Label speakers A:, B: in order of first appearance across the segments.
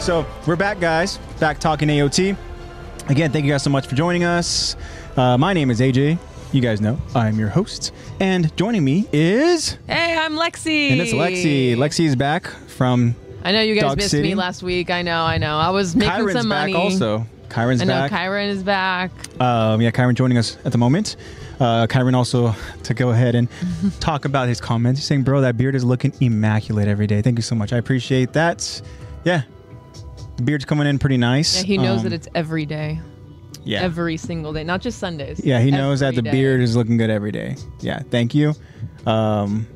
A: So we're back, guys. Back talking AOT. Again, thank you guys so much for joining us. Uh, my name is AJ. You guys know I'm your host, and joining me is
B: Hey, I'm Lexi.
A: and it's Lexi. Lexi is back from
B: I know you guys
A: Dog
B: missed
A: sitting.
B: me last week. I know, I know. I was making
A: Kyron's back
B: some money.
A: also. Kyron's
B: I know
A: back.
B: Kyron is back.
A: Um, yeah, Kyron joining us at the moment. Uh, Kyron also to go ahead and talk about his comments. He's saying, "Bro, that beard is looking immaculate every day. Thank you so much. I appreciate that. Yeah, the beard's coming in pretty nice.
B: Yeah, he knows
A: Um,
B: that it's every day,
A: yeah.
B: every single day, not just Sundays.
A: yeah, he knows that
B: Every
A: the
B: day.
A: beard is looking good every day. Yeah, thank you. Um,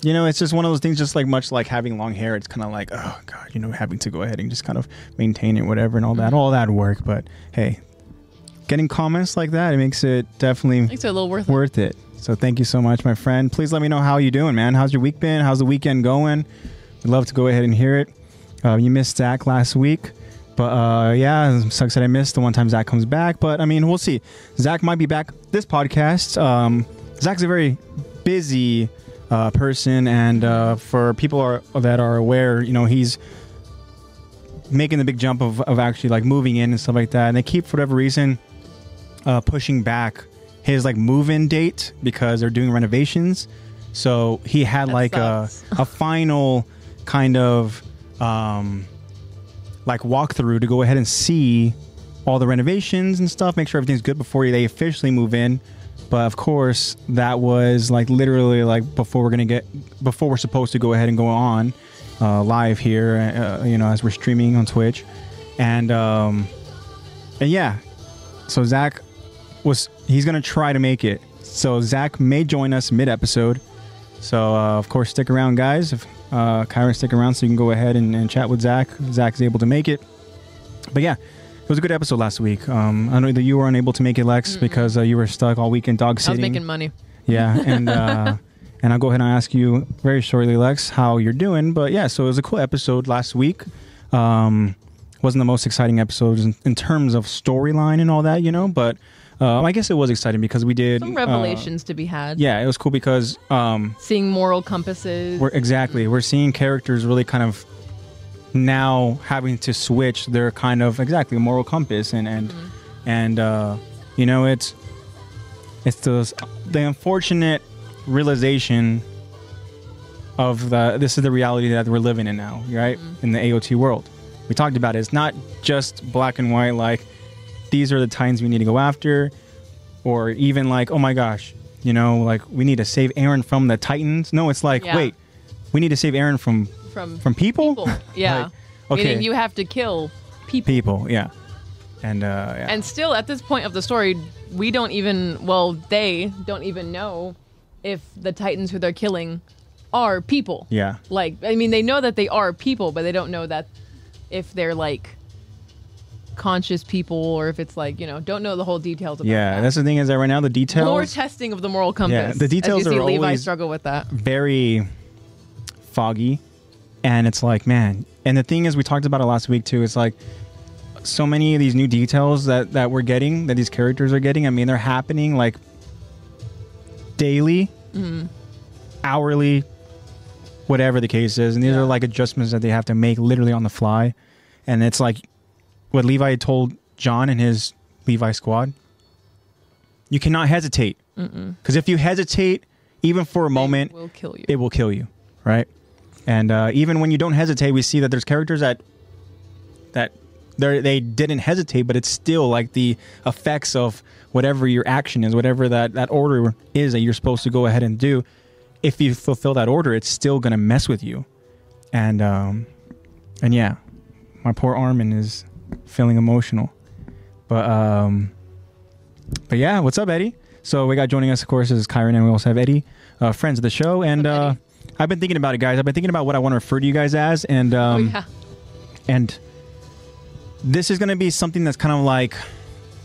A: you know, it's just one of those things. Just like much like having long hair, it's kind of like, oh god, you know, having to go ahead and just kind of maintain it, whatever, and all
B: Mm-hmm.
A: that, all that work. But hey, getting comments like that, it makes it definitely
B: Makes it a little worth. it.
A: worth it. So thank you so much, my friend. Please let me know how you doing, man. How's your week been? How's the weekend going? We'd love to go ahead and hear it. Uh, you missed Zach last week, but uh, yeah, sucks that I missed the one time Zach comes back. But I mean, we'll see. Zach might be back this podcast. Um, Zach's a very busy uh, person, and uh, for people are, that are aware, you know, he's making the big jump of, of actually like moving in and stuff like that. And they keep, for whatever reason, uh, pushing back his like move-in date because they're doing renovations. So he had
B: That
A: like
B: sucks.
A: a a final kind of um, like walkthrough to go ahead and see all the renovations and stuff, make sure everything's good before they officially move in. But of course, that was like literally like before we're gonna get before we're supposed to go ahead and go on uh, live here, uh, you know, as we're streaming on Twitch, and um, and yeah, so Zach was he's gonna try to make it. So Zach may join us mid episode. So uh, of course, stick around, guys. If uh, Kyron, stick around so you can go ahead and, and chat with Zach. Zach's able to make it. But yeah, it was a good episode last week. Um, I know that you were unable to make it, Lex, because uh, you were stuck all weekend dog
B: Mm. I was
A: sitting.
B: making money.
A: yeah, and uh, and I'll go ahead and ask you very shortly, Lex, how you're doing. But yeah, so it was a cool episode last week. Um, wasn't the most exciting episode in, in terms of storyline and all that, you know, but. Uh, I guess it was exciting because we did
B: Some
A: uh,
B: revelations to be had.
A: yeah, it was cool because um,
B: Seeing moral compasses.
A: we're exactly we're seeing characters really kind of now having to switch their kind of exactly moral compass and and and uh, you know it's it's the the unfortunate realization of the this is the reality that we're living in now right
B: Mm-hmm.
A: in the AOT world we talked about it. it's not just black and white like these are the times we need to go after or even like oh my gosh you know like we need to save Aaron from the Titans no it's like
B: Yeah.
A: wait we need to save Aaron from
B: from
A: from people,
B: people. Yeah.
A: Like, okay.
B: Meaning you have to kill people.
A: people, yeah. And uh, yeah.
B: And still, at this point of the story, we don't even, well, they don't even know if the Titans who they're killing are people.
A: yeah.
B: Like, I mean, they know that they are people, but they don't know that if they're like conscious people or if it's like, you know, don't know the whole details about
A: Yeah,
B: that.
A: that's the thing is that right now the details
B: more testing of the moral compass.
A: Yeah, the details
B: As you see,
A: are
B: Levi
A: always-
B: struggle with that.
A: very foggy and it's like man and the thing is we talked about it last week too it's like so many of these new details that that we're getting that these characters are getting i mean they're happening like daily hourly whatever the case is and these
B: Yeah.
A: are like adjustments that they have to make literally on the fly and it's like what levi had told john and his levi squad you cannot hesitate because if you hesitate even for a moment
B: will kill you.
A: it will kill you, right? And uh, even when you don't hesitate, we see that there's characters that that they they didn't hesitate, but it's still like the effects of whatever your action is, whatever that that order is that you're supposed to go ahead and do. If you fulfill that order, it's still gonna mess with you. And um, and yeah, my poor Armin is feeling emotional, but um, but yeah, what's up, Eddie? So we got joining us, of course, is Kyron, and we also have Eddie, uh, friends of the show. And
B: up,
A: uh,
B: Eddie?
A: I've been thinking about it, guys. I've been thinking about what I want to refer to you guys as, and
B: Oh,
A: um,
B: yeah.
A: and this is going to be something that's kind of like,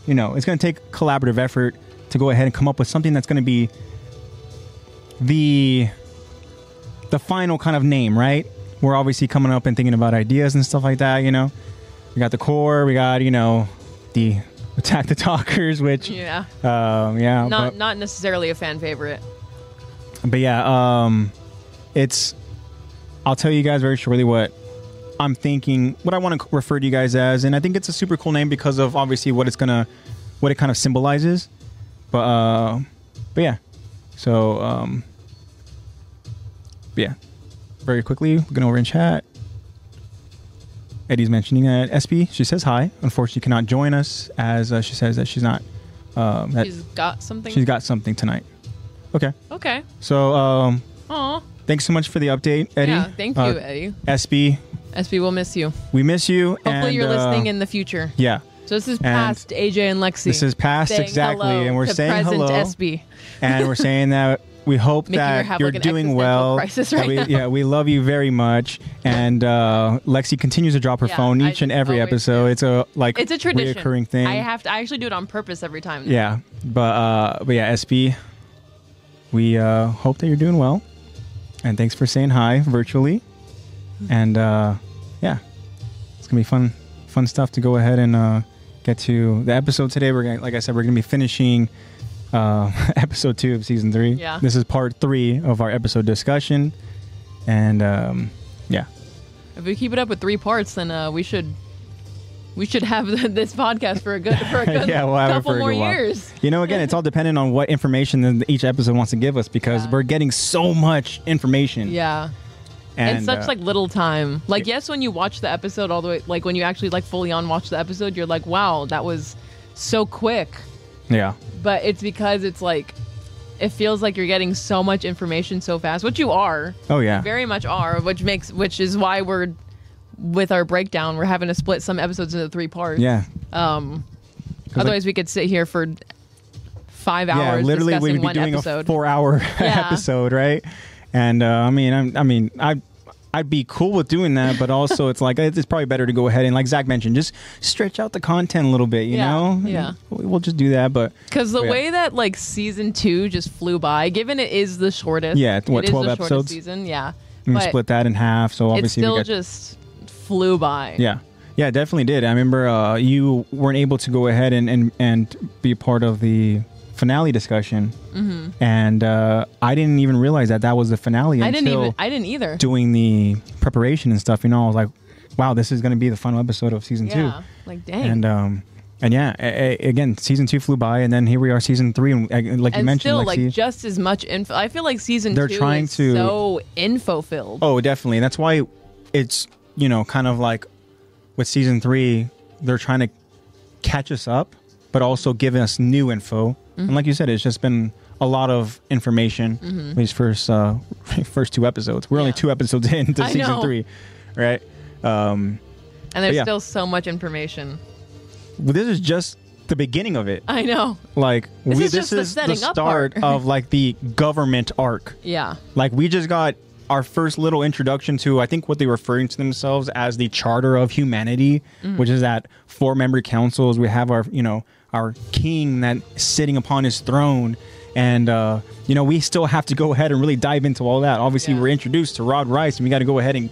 A: you know, it's going to take collaborative effort to go ahead and come up with something that's going to be the the final kind of name, right? We're obviously coming up and thinking about ideas and stuff like that, you know. We got the core, we got, you know, the attack the talkers, which
B: Yeah.
A: um, yeah,
B: Not,
A: but-
B: not necessarily a fan favorite.
A: but yeah, um, it's. I'll tell you guys very shortly what I'm thinking what I want to refer to you guys as, and I think it's a super cool name because of obviously what it's gonna, what it kind of symbolizes. But uh, but yeah, so um, but yeah, very quickly we're gonna over in chat. Eddie's mentioning that SP. She says hi. Unfortunately, cannot join us as uh, she says that she's not. Um, that
B: She's got something.
A: she's got something tonight. Okay,
B: Okay.
A: so um,
B: Aw.
A: thanks so much for the update, Eddie.
B: Yeah. Thank you,
A: Uh,
B: Eddie.
A: SB,
B: SP will miss you.
A: we miss you. Hopefully,
B: Hopefully, you're listening in the future.
A: Yeah,
B: So this is past AJ and Lexi.
A: this is past
B: saying
A: exactly,
B: hello
A: and we're
B: to
A: saying
B: present
A: hello,
B: SB.
A: and we're saying that we hope
B: Making her
A: that
B: have,
A: you're
B: like, an
A: doing
B: existential
A: well.
B: crisis
A: that
B: right
A: we,
B: now.
A: Yeah, we love you very much, and uh, Lexi continues to drop her
B: Yeah,
A: phone
B: I
A: each and
B: just
A: every
B: always
A: episode.
B: do.
A: It's a like
B: It's a tradition.
A: reoccurring thing.
B: I have to. I actually do it on purpose every time.
A: yeah, but uh, but yeah, SB, we uh, hope that you're doing well, and thanks for saying hi virtually, and uh, yeah, it's gonna be fun, fun stuff to go ahead and uh, get to the episode today. We're gonna, like I said, we're gonna be finishing uh, episode two of season three.
B: Yeah.
A: this is part three of our episode discussion, and um, yeah,
B: If we keep it up with three parts, then uh, we should we should have this podcast for a good for a good
A: Yeah, we'll have it
B: couple
A: for a
B: more
A: good while.
B: years.
A: You know, again, it's all dependent on what information that each episode wants to give us because
B: Yeah.
A: we're getting so much information.
B: Yeah.
A: and,
B: in such
A: uh,
B: like little time. Like
A: yeah.
B: yes, when you watch the episode all the way, like when you actually like fully on watch the episode, you're like, wow, that was so quick.
A: yeah,
B: But it's because it's like it feels like you're getting so much information so fast, which you are,
A: oh yeah,
B: very much are, which makes which is why we're with our breakdown, we're having to split some episodes into three parts.
A: yeah.
B: Um.
A: 'Cause, like,
B: Otherwise, we could sit here for five
A: yeah,
B: hours.
A: literally,
B: discussing
A: we'd be
B: one
A: doing a
B: episode.
A: four-hour
B: Yeah.
A: episode, right? And uh, I mean, I'm, I mean, I. I'd be cool with doing that, but also it's like it's probably better to go ahead and, like Zach mentioned, just stretch out the content a little bit. You
B: Yeah,
A: know,
B: yeah.
A: We- We'll just do that, but
B: Because the
A: Oh, Yeah.
B: way that like season two just flew by, given it is the shortest,
A: Yeah, what,
B: it is
A: 12
B: the shortest
A: episodes?
B: season, yeah,
A: we
B: but
A: split that in half. So
B: it
A: obviously,
B: still
A: we got
B: just flew by.
A: Yeah. Yeah, it definitely did. I remember uh, you weren't able to go ahead and, and, and be part of the finale discussion. Mm-hmm. And uh, I didn't even realize that that was the finale
B: I
A: until
B: didn't even, I didn't either.
A: doing the preparation and stuff. You know, I was like, wow, this is going to be the final episode of season two.
B: yeah, like dang,
A: And, um, and yeah, a- a- again, season two flew by, and then here we are, season three. And uh, like you
B: and
A: mentioned,
B: still like
A: Lexi-
B: just as much info. I feel like season
A: They're
B: two
A: trying
B: is
A: to-
B: so info filled.
A: Oh, definitely. That's why it's, you know, kind of like with season three, they're trying to catch us up, but also giving us new info.
B: Mm-hmm.
A: And like you said, it's just been a lot of information these first uh, first two episodes. We're only
B: Yeah.
A: two episodes into
B: I
A: season
B: know.
A: three, right? Um,
B: and there's
A: yeah.
B: still so much information.
A: well, this is just the beginning of it.
B: I know.
A: Like
B: Uh, This
A: we,
B: is
A: this
B: just the
A: is the
B: setting up
A: start
B: part.
A: of like the government arc.
B: Yeah,
A: Like we just got our first little introduction to I think what they're referring to themselves as the Charter of Humanity, which is that four member councils. We have our you know our king that sitting upon his throne, and uh, you know we still have to go ahead and really dive into all that. Obviously,
B: Yeah.
A: we're introduced to Rod Rice, and we got to go ahead and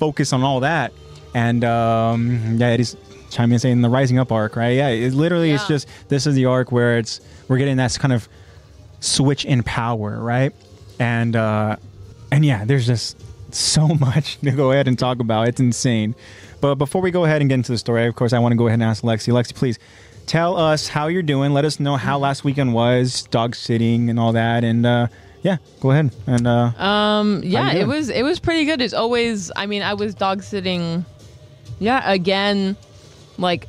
A: focus on all that. And um, yeah, it is chiming in saying the rising up arc, right? Yeah, it literally it's
B: Yeah.
A: just this is the arc where it's we're getting that kind of switch in power, right? And uh, and yeah, there's just so much to go ahead and talk about. It's insane. But before we go ahead and get into the story, of course, I want to go ahead and ask Lexi. Lexi, please tell us how you're doing. Let us know how last weekend was, dog sitting and all that. And uh, yeah, go ahead. And uh,
B: um, yeah.
A: you
B: It
A: doing?
B: was it was pretty good. It's always. I mean, I was dog sitting. Yeah, again, like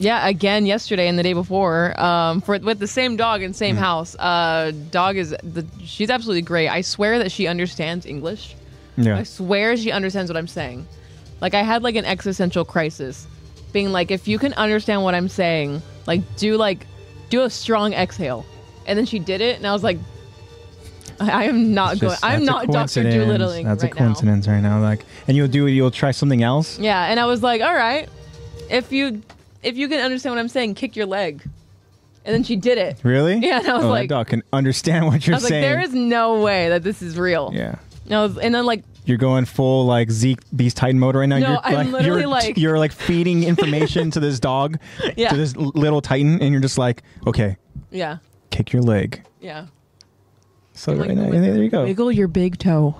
B: yeah, again yesterday and the day before, um, for with the same dog and same house. Uh, dog is the she's absolutely great. I swear that she understands English. I
A: yeah,
B: swear she understands what I'm saying. Like I had like an existential crisis, being like, if you can understand what I'm saying, like do like do a strong exhale, and then she did it, and I was like, I I am not
A: It's
B: going.
A: just- that's
B: I'm
A: a
B: not Doctor
A: coincidence.
B: Doolittling
A: That's
B: right
A: a
B: now.
A: coincidence right now. Like, and you'll do you'll try something else.
B: Yeah, and I was like, all right, if you if you can understand what I'm saying, kick your leg, and then she did it.
A: Really?
B: Yeah, and I was
A: oh,
B: like-
A: that dog can understand what you're
B: I was like,
A: saying.
B: there is no way that this is real.
A: yeah.
B: And, I was, and then like
A: You're going full like Zeke Beast Titan mode right now.
B: No,
A: you're,
B: I'm
A: like,
B: literally,
A: you're,
B: like-
A: you're like feeding information to this dog,
B: Yeah.
A: to this l- little Titan, and you're just like, okay,
B: yeah,
A: kick your leg,
B: yeah.
A: So
B: Like, "Oh
A: right now, yeah, there you go.
B: Wiggle your big toe.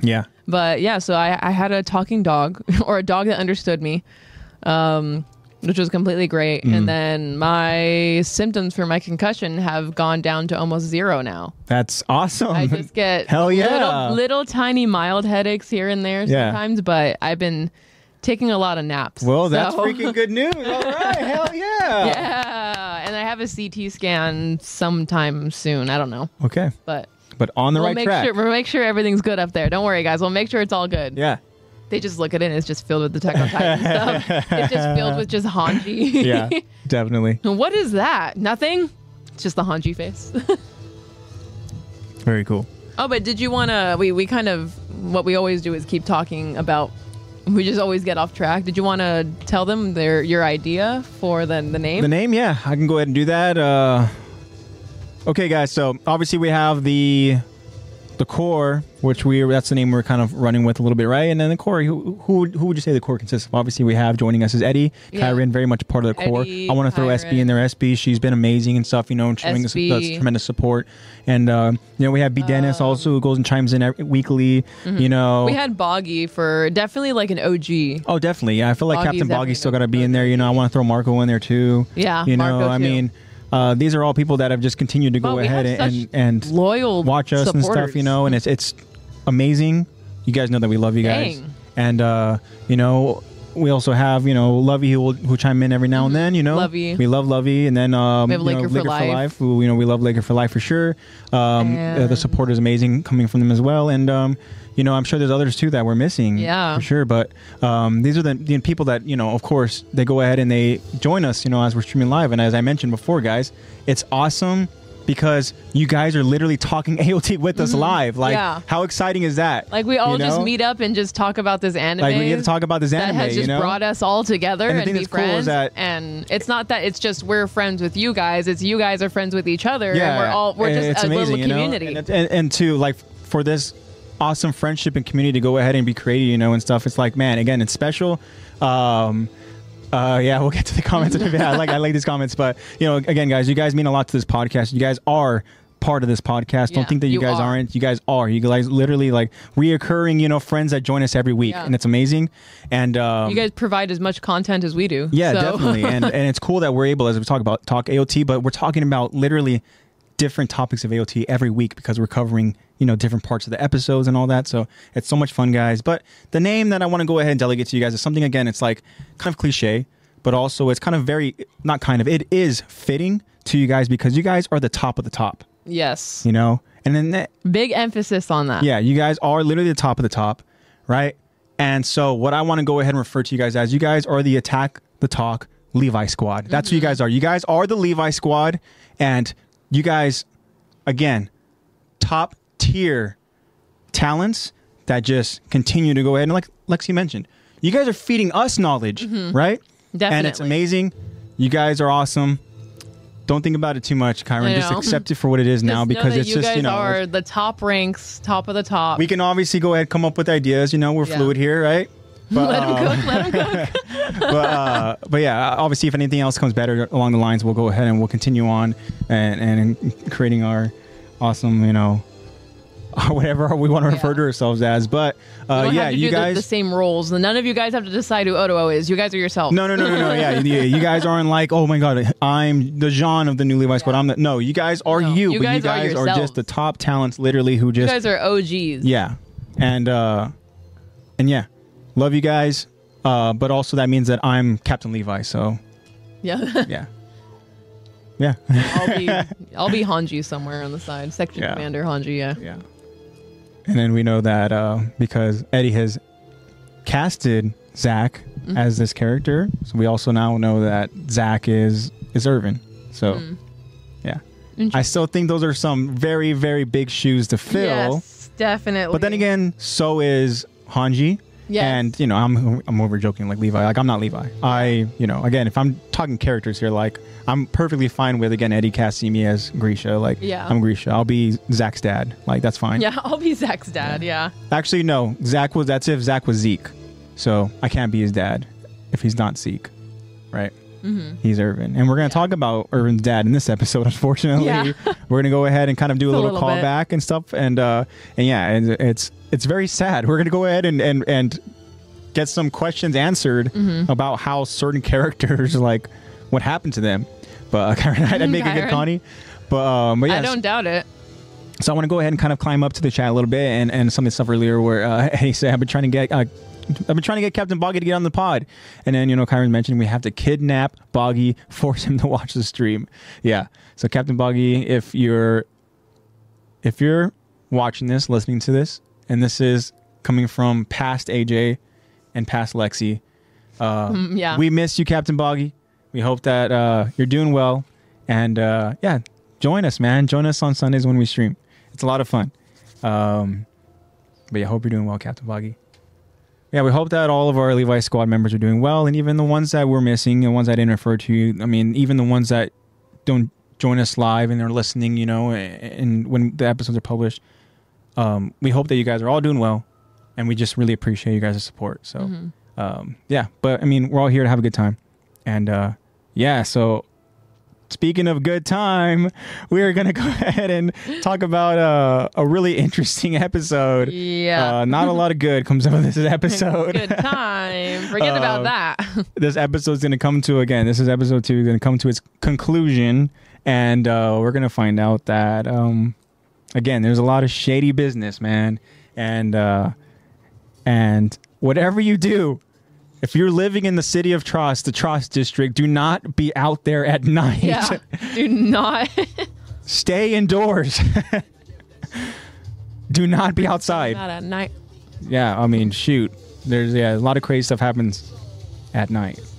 A: Yeah.
B: But yeah, so I, I had a talking dog or a dog that understood me, um, which was completely great.
A: Mm.
B: And then my symptoms for my concussion have gone down to almost zero now.
A: That's awesome.
B: I just get
A: Hell yeah.
B: little, little tiny mild headaches here and there
A: Yeah.
B: sometimes, but I've been taking a lot of naps.
A: well, that's
B: so-
A: freaking good news. All right. Hell yeah.
B: Yeah, and I have a CT scan sometime soon. I don't know,
A: Okay.
B: but
A: But on the
B: we'll
A: right
B: make
A: track.
B: sure we'll make sure everything's good up there. Don't worry, guys. We'll make sure it's all good.
A: yeah.
B: They just look at it and it's just filled with the Tecmo Titan stuff. It's just filled with just Hanji.
A: Yeah. definitely.
B: what is that? Nothing. It's just the Hanji face.
A: Very cool.
B: oh, but did you wanna? We we kind of what we always do is keep talking about. We just always get off track. Did you want to tell them their your idea for the the name?
A: The name, yeah, I can go ahead and do that. Uh, okay, guys. So obviously we have the the core, which we that's the name we're kind of running with a little bit, right? And then the core. Who who, who would you say the core consists of? Obviously, we have joining us is Eddie,
B: Yeah.
A: Kyron, very much part of the core.
B: Eddie,
A: I want to throw SB in there. SB, she's been amazing and stuff. You know, and showing us
B: SB.
A: that's tremendous support. And uh, you know, we have B Dennis also who goes and chimes in every, weekly. You know,
B: Um, mm-hmm. we had Boggy for definitely like an OG.
A: Oh, definitely. Yeah, I feel like
B: Boggy's
A: Captain
B: definitely
A: Boggy's still
B: gonna
A: got to be in there. You know, I want to throw Marco in there too.
B: Yeah,
A: you know,
B: Marco,
A: I
B: too.
A: mean, uh, these are all people that have just continued to go
B: But we
A: ahead
B: have
A: and
B: such
A: and
B: loyal
A: watch us and stuff.
B: supporters.
A: You know, and it's it's amazing. You guys know that we love you guys,
B: Dang.
A: and uh, you know. We also have, you know, Lovey who will who chime in every now and then, you know.
B: Mm-hmm. Lovey.
A: We love Lovey and then um
B: We have
A: you know,
B: Laker for Life.
A: who, you know, we love Laker for Life for sure. Um uh, the
B: And-
A: support is amazing coming from them as well and um you know, I'm sure there's others too that we're missing.
B: Yeah.
A: For sure. But um, these are the, the people that, you know, of course, they go ahead and they join us, you know, as we're streaming live. And as I mentioned before, guys, it's awesome because you guys are literally talking AOT with us live. Like,
B: Mm-hmm. Yeah.
A: how exciting is that?
B: Like we all
A: You
B: just
A: know?
B: meet up and just talk about this anime.
A: Like, we get to talk about this
B: that
A: anime,
B: has just
A: you know?
B: brought us all together
A: And
B: and,
A: the thing
B: be
A: that's cool is
B: friends.
A: that-
B: and it's not that it's just we're friends with you guys. It's you guys are friends with each other. and we're all we're
A: and
B: just a little
A: you know?
B: community.
A: And, and, and to like for this awesome friendship and community to go ahead and be created, you know, and stuff. It's like, man, again, it's special. Um, uh, yeah, we'll get to the comments. yeah, I like I like these comments, but you know, again, guys, you guys mean a lot to this podcast. You guys are part of this podcast.
B: Yeah,
A: Don't think that you,
B: you
A: guys
B: are.
A: aren't. You guys are. You guys literally like reoccurring, you know, friends that join us every week,
B: Yeah.
A: and it's amazing. And um,
B: you guys provide as much content as we do.
A: yeah,
B: so.
A: definitely. And and it's cool that we're able, as we talk about talk AOT, but we're talking about literally different topics of AOT every week because we're covering you know different parts of the episodes and all that. So it's so much fun, guys. But the name that I want to go ahead and delegate to you guys is something again. It's like kind of cliche, but also it's kind of very not kind of it is fitting to you guys because you guys are the top of the top.
B: yes,
A: You know, and then that,
B: big emphasis on that.
A: yeah, you guys are literally the top of the top, right? And so what I want to go ahead and refer to you guys as, you guys are the attack, the talk, Levi squad. That's who
B: Mm-hmm.
A: you guys are. You guys are the Levi squad and you guys again, top tier talents that just continue to go ahead and like Lexi mentioned, you guys are feeding us knowledge, right? And it's
B: Mm-hmm. Definitely.
A: amazing. You guys are awesome. Don't think about it too much, Kyron.
B: I
A: Just
B: know.
A: accept it for what it is
B: Just
A: now
B: know
A: because
B: that
A: it's
B: you
A: just,
B: guys
A: you know,
B: are the top ranks, top of the top.
A: we can obviously go ahead come up with ideas you know we're
B: Yeah.
A: fluid here right but,
B: let
A: uh,
B: them cook. Let them cook.
A: but, uh, but yeah obviously if anything else comes better along the lines we'll go ahead and we'll continue on and, and creating our awesome you know whatever we want to refer
B: Yeah.
A: to ourselves as but
B: You
A: uh,
B: don't
A: yeah
B: have to
A: you
B: do the-
A: guys
B: the, same roles. And none of you guys have to decide who Otoa is. You guys are yourself.
A: No, no, no, no, no. Yeah, yeah. You guys aren't like, oh my god, I'm the Jean of the new Levi squad. I'm the, no. You guys are
B: No,
A: you,
B: you
A: but you
B: guys are
A: guys are,
B: yourselves.
A: just the top talents, literally, who
B: you
A: just
B: guys are OGs.
A: yeah and uh and yeah love you guys uh but also that means that i'm captain levi so
B: yeah.
A: yeah yeah
B: I'll be I'll be Hanji somewhere on the side. Section
A: Yeah.
B: Commander Hanji, yeah.
A: yeah and then we know that uh because eddie has casted zach as this character so we also now know that zach is is irvin so yeah i still think those are some very very big shoes to fill
B: Yes, definitely.
A: But then again, so is Hanji.
B: Yes.
A: And you know, I'm I'm over joking like Levi. Like I'm not Levi. I you know again, if I'm talking characters here, like I'm perfectly fine with again Eddie cast see me as Grisha. Like
B: Yeah.
A: I'm Grisha. I'll be Zach's dad. Like that's fine.
B: Yeah, I'll be Zach's dad, yeah.
A: Actually, no. Zach was that's if Zach was Zeke. So I can't be his dad if he's not Zeke, right?
B: Mm-hmm.
A: He's Irvin, and we're gonna talk about Irvin's dad in this episode. Unfortunately,
B: Yeah.
A: we're gonna go ahead and kind of do a
B: It's a
A: little,
B: little bit.
A: callback and stuff, and uh, and yeah, and it's it's very sad. We're gonna go ahead and and and get some questions answered
B: Mm-hmm.
A: about how certain characters like what happened to them. But uh, Karen, I didn't make it good,
B: Karen.
A: Connie. But um, but yeah,
B: I don't doubt it.
A: so I want to go ahead and kind of climb up to the chat a little bit and, and some of the stuff earlier where uh, hey, say I've been trying to get uh, I've been trying to get Captain Boggy to get on the pod, and then you know Kyron mentioned we have to kidnap Boggy, force him to watch the stream. Yeah, so Captain Boggy, if you're if you're watching this, listening to this, and this is coming from past AJ and past Lexi,
B: Mm, yeah.
A: we miss you, Captain Boggy. We hope that uh, you're doing well. And uh, yeah, join us, man. Join us on Sundays when we stream. It's a lot of fun. Um, but yeah, hope you're doing well, Captain Boggy. Yeah, we hope that all of our Levi squad members are doing well, and even the ones that we're missing and ones I didn't refer to. I mean, even the ones that don't join us live and they're listening, you know, and, and when the episodes are published, um, we hope that you guys are all doing well, and we just really appreciate you guys' support. So
B: Mm-hmm.
A: um, yeah, but I mean, we're all here to have a good time. And uh, yeah, so speaking of good time, we are going to go ahead and talk about uh, a really interesting episode.
B: yeah.
A: Uh, not a lot of good comes out of this episode.
B: Good time. Forget about
A: uh, Um,
B: that.
A: This episode's going to come to, again, this is episode two, going to come to its conclusion. And uh, we're going to find out that, um, again, there's a lot of shady business, man. And, uh, and whatever you do, if you're living in the city of Trost, the Trost district, do not be out there at night.
B: yeah. Do not.
A: Stay indoors. do not be outside.
B: not at night.
A: Yeah, I mean, shoot. There's yeah, a lot of crazy stuff happens at night.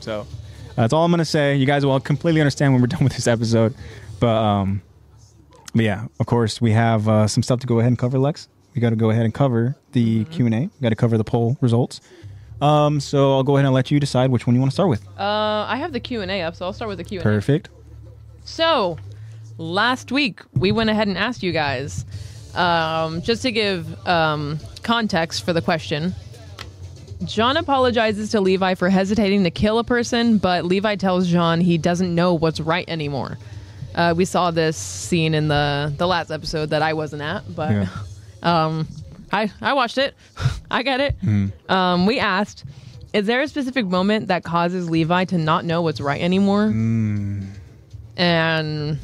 A: So that's all I'm gonna say. You guys will completely understand when we're done with this episode. But um, but yeah, of course we have uh, some stuff to go ahead and cover. Lex, we got to go ahead and cover the Q and A. Got to cover the poll results. Um, so I'll go ahead and let you decide which one you want to start with.
B: Uh, I have the Q and A up, so I'll start with the Q and A.
A: Perfect.
B: So, last week we went ahead and asked you guys, um, just to give um, context for the question. John apologizes to Levi for hesitating to kill a person, but Levi tells John he doesn't know what's right anymore. Uh, we saw this scene in the the last episode that I wasn't at, but
A: Yeah.
B: um, I I watched it. I get it.
A: Hmm.
B: Um, we asked, is there a specific moment that causes Levi to not know what's right anymore?
A: Hmm.
B: And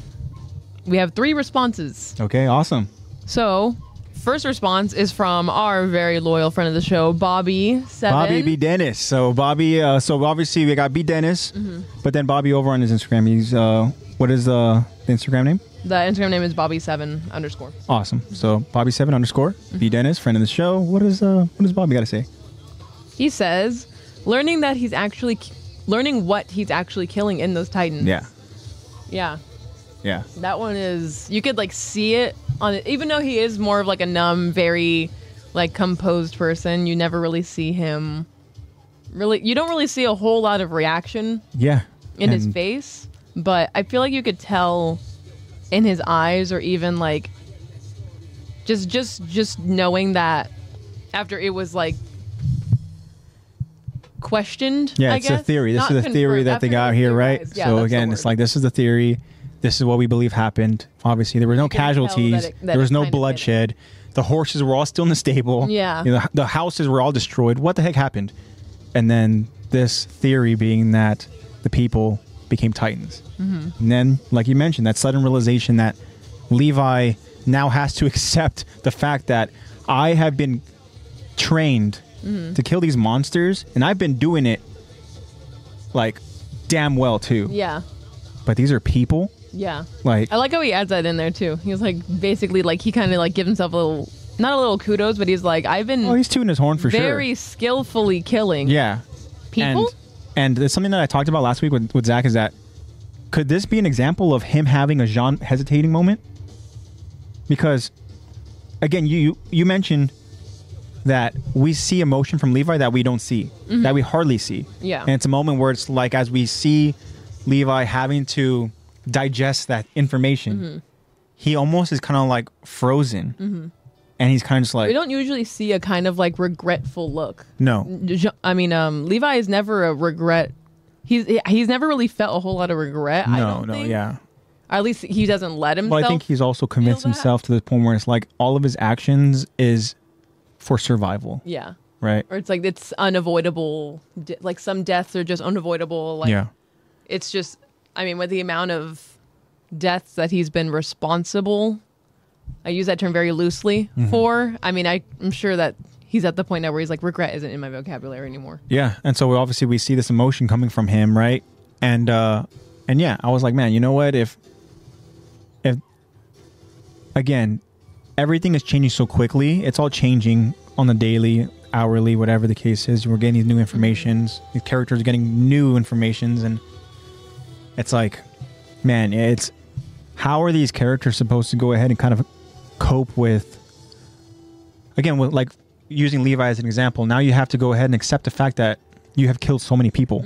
B: we have three responses.
A: Okay. Awesome.
B: So, first response is from our very loyal friend of the show, Bobby Seven.
A: Bobby B. Dennis. So Bobby. Uh, so obviously we got B. Dennis,
B: Mm-hmm.
A: but then Bobby over on his Instagram. He's uh, what is uh, the Instagram name?
B: the Instagram name is Bobby Seven underscore.
A: Awesome. So Bobby seven underscore
B: Mm-hmm.
A: B Dennis, friend of the show. What is uh what does Bobby gotta say?
B: He says, learning that he's actually learning what he's actually killing in those Titans. Yeah.
A: Yeah.
B: That one is you could like see it on it, even though he is more of like a numb, very like composed person. You never really see him really. You don't really see a whole lot of reaction
A: Yeah.
B: in his
A: And-
B: face, but I feel like you could tell in his eyes or even like just just just knowing that after it was like questioned
A: Yeah,
B: I
A: it's
B: guess.
A: a theory. This
B: Not
A: is a theory
B: confirmed.
A: that they
B: After it
A: got
B: was
A: here, right?
B: theorized. Yeah,
A: so
B: that's the
A: again, it's
B: word.
A: like this is the theory. This is what we believe happened. Obviously, there were no
B: can tell that it-
A: casualties.
B: that
A: there
B: it
A: was no
B: kind of did it.
A: bloodshed. The horses were all still in the stable.
B: Yeah.
A: You know, the, the houses were all destroyed. What the heck happened? And then this theory being that the people became titans.
B: Mm-hmm.
A: And then, like you mentioned, that sudden realization that Levi now has to accept the fact that I have been trained
B: Mm-hmm.
A: to kill these monsters, and I've been doing it like damn well too.
B: yeah,
A: But these are people.
B: yeah.
A: Like
B: I like how he adds that in there too. He was like basically like he kind of like gives himself a little not a little kudos, but he's like I've been
A: oh, he's tooting his horn for
B: very
A: sure.
B: skillfully killing
A: Yeah.
B: people.
A: And and there's something that I talked about last week with, with Zach is that could this be an example of him having a Jean hesitating moment? Because again, you you, you mentioned that we see emotion from Levi that we don't see, that we hardly see.
B: Mm-hmm. Yeah.
A: And it's a moment where it's like as we see Levi having to digest that information,
B: Mm-hmm.
A: he almost is kind of like frozen. And he's kind of just like,
B: we don't usually see a kind of like regretful look.
A: no.
B: Jo- I mean, um, Levi is never a regret he's he's never really felt a whole lot of regret. I
A: No,
B: don't
A: no,
B: think.
A: yeah.
B: Or at least he doesn't let himself.
A: Well, I think he's also convinced
B: that?
A: himself to the point where it's like all of his actions is for survival,
B: yeah,
A: right?
B: or it's like it's unavoidable. de- Like some deaths are just unavoidable. Like
A: yeah.
B: it's just i mean with the amount of deaths that he's been responsible i use that term very loosely
A: Mm-hmm.
B: for i mean I, i'm sure that he's at the point now where he's like regret isn't in my vocabulary anymore
A: Yeah, and so we obviously we see this emotion coming from him, right? And uh and yeah, I was like, man, you know what? If if again, everything is changing so quickly. It's all changing on the daily, hourly, whatever the case is. We're getting these new informations. The characters are getting new informations, and it's like, man, it's how are these characters supposed to go ahead and kind of cope with again with like using levi as an example now you have to go ahead and accept the fact that you have killed so many people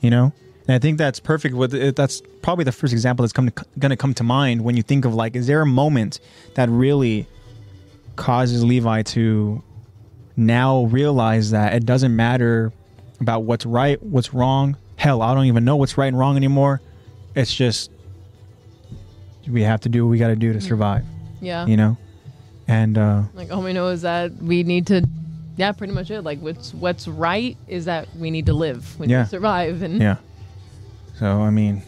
A: you know and i think that's perfect with it, that's probably the first example that's come to, gonna come to mind when you think of like is there a moment that really causes levi to now realize that it doesn't matter about what's right what's wrong hell i don't even know what's right and wrong anymore it's just we have to do what we got to do to survive
B: yeah,
A: you know and uh
B: like all we know is that we need to yeah pretty much it like what's what's right is that we need to live we need
A: Yeah.
B: to survive and
A: yeah so i mean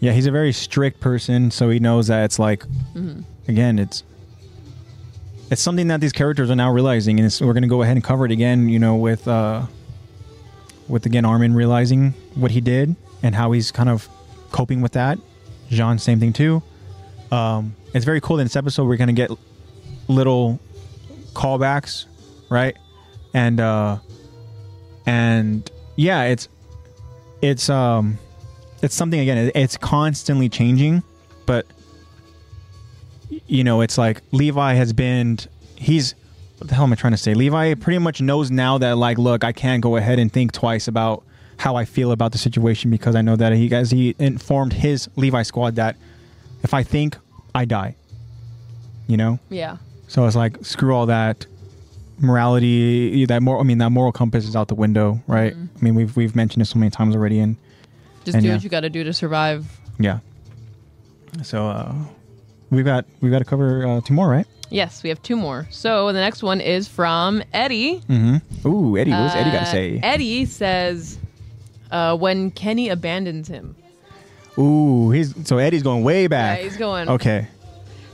A: yeah he's a very strict person so he knows that it's like again it's it's something that these characters are now realizing and it's, we're gonna go ahead and cover it again you know with uh with again armin realizing what he did and how he's kind of coping with that jean same thing too um it's very cool in this episode we're gonna get little callbacks right and uh and yeah it's it's um it's something again it- it's constantly changing but you know it's like levi has been he's what the hell am i trying to say levi pretty much knows now that like look i can't go ahead and think twice about how i feel about the situation because i know that he guys he informed his levi squad that if i think i die you know
B: yeah
A: so it's like screw all that morality that moral I mean that moral compass is out the window, right? I mean we've we've mentioned it so many times already and
B: just
A: And
B: do
A: yeah.
B: what you got to do to survive
A: yeah. So uh we've got we've got to cover uh, two more, right?
B: yes we have two more so the next one is from eddie
A: Mm-hmm. Ooh, Eddie, what's Eddie gotta
B: Uh,
A: say?
B: Eddie says, uh, when Kenny abandons him,
A: Ooh, he's so Eddie's going way back.
B: Yeah, he's going-
A: Okay.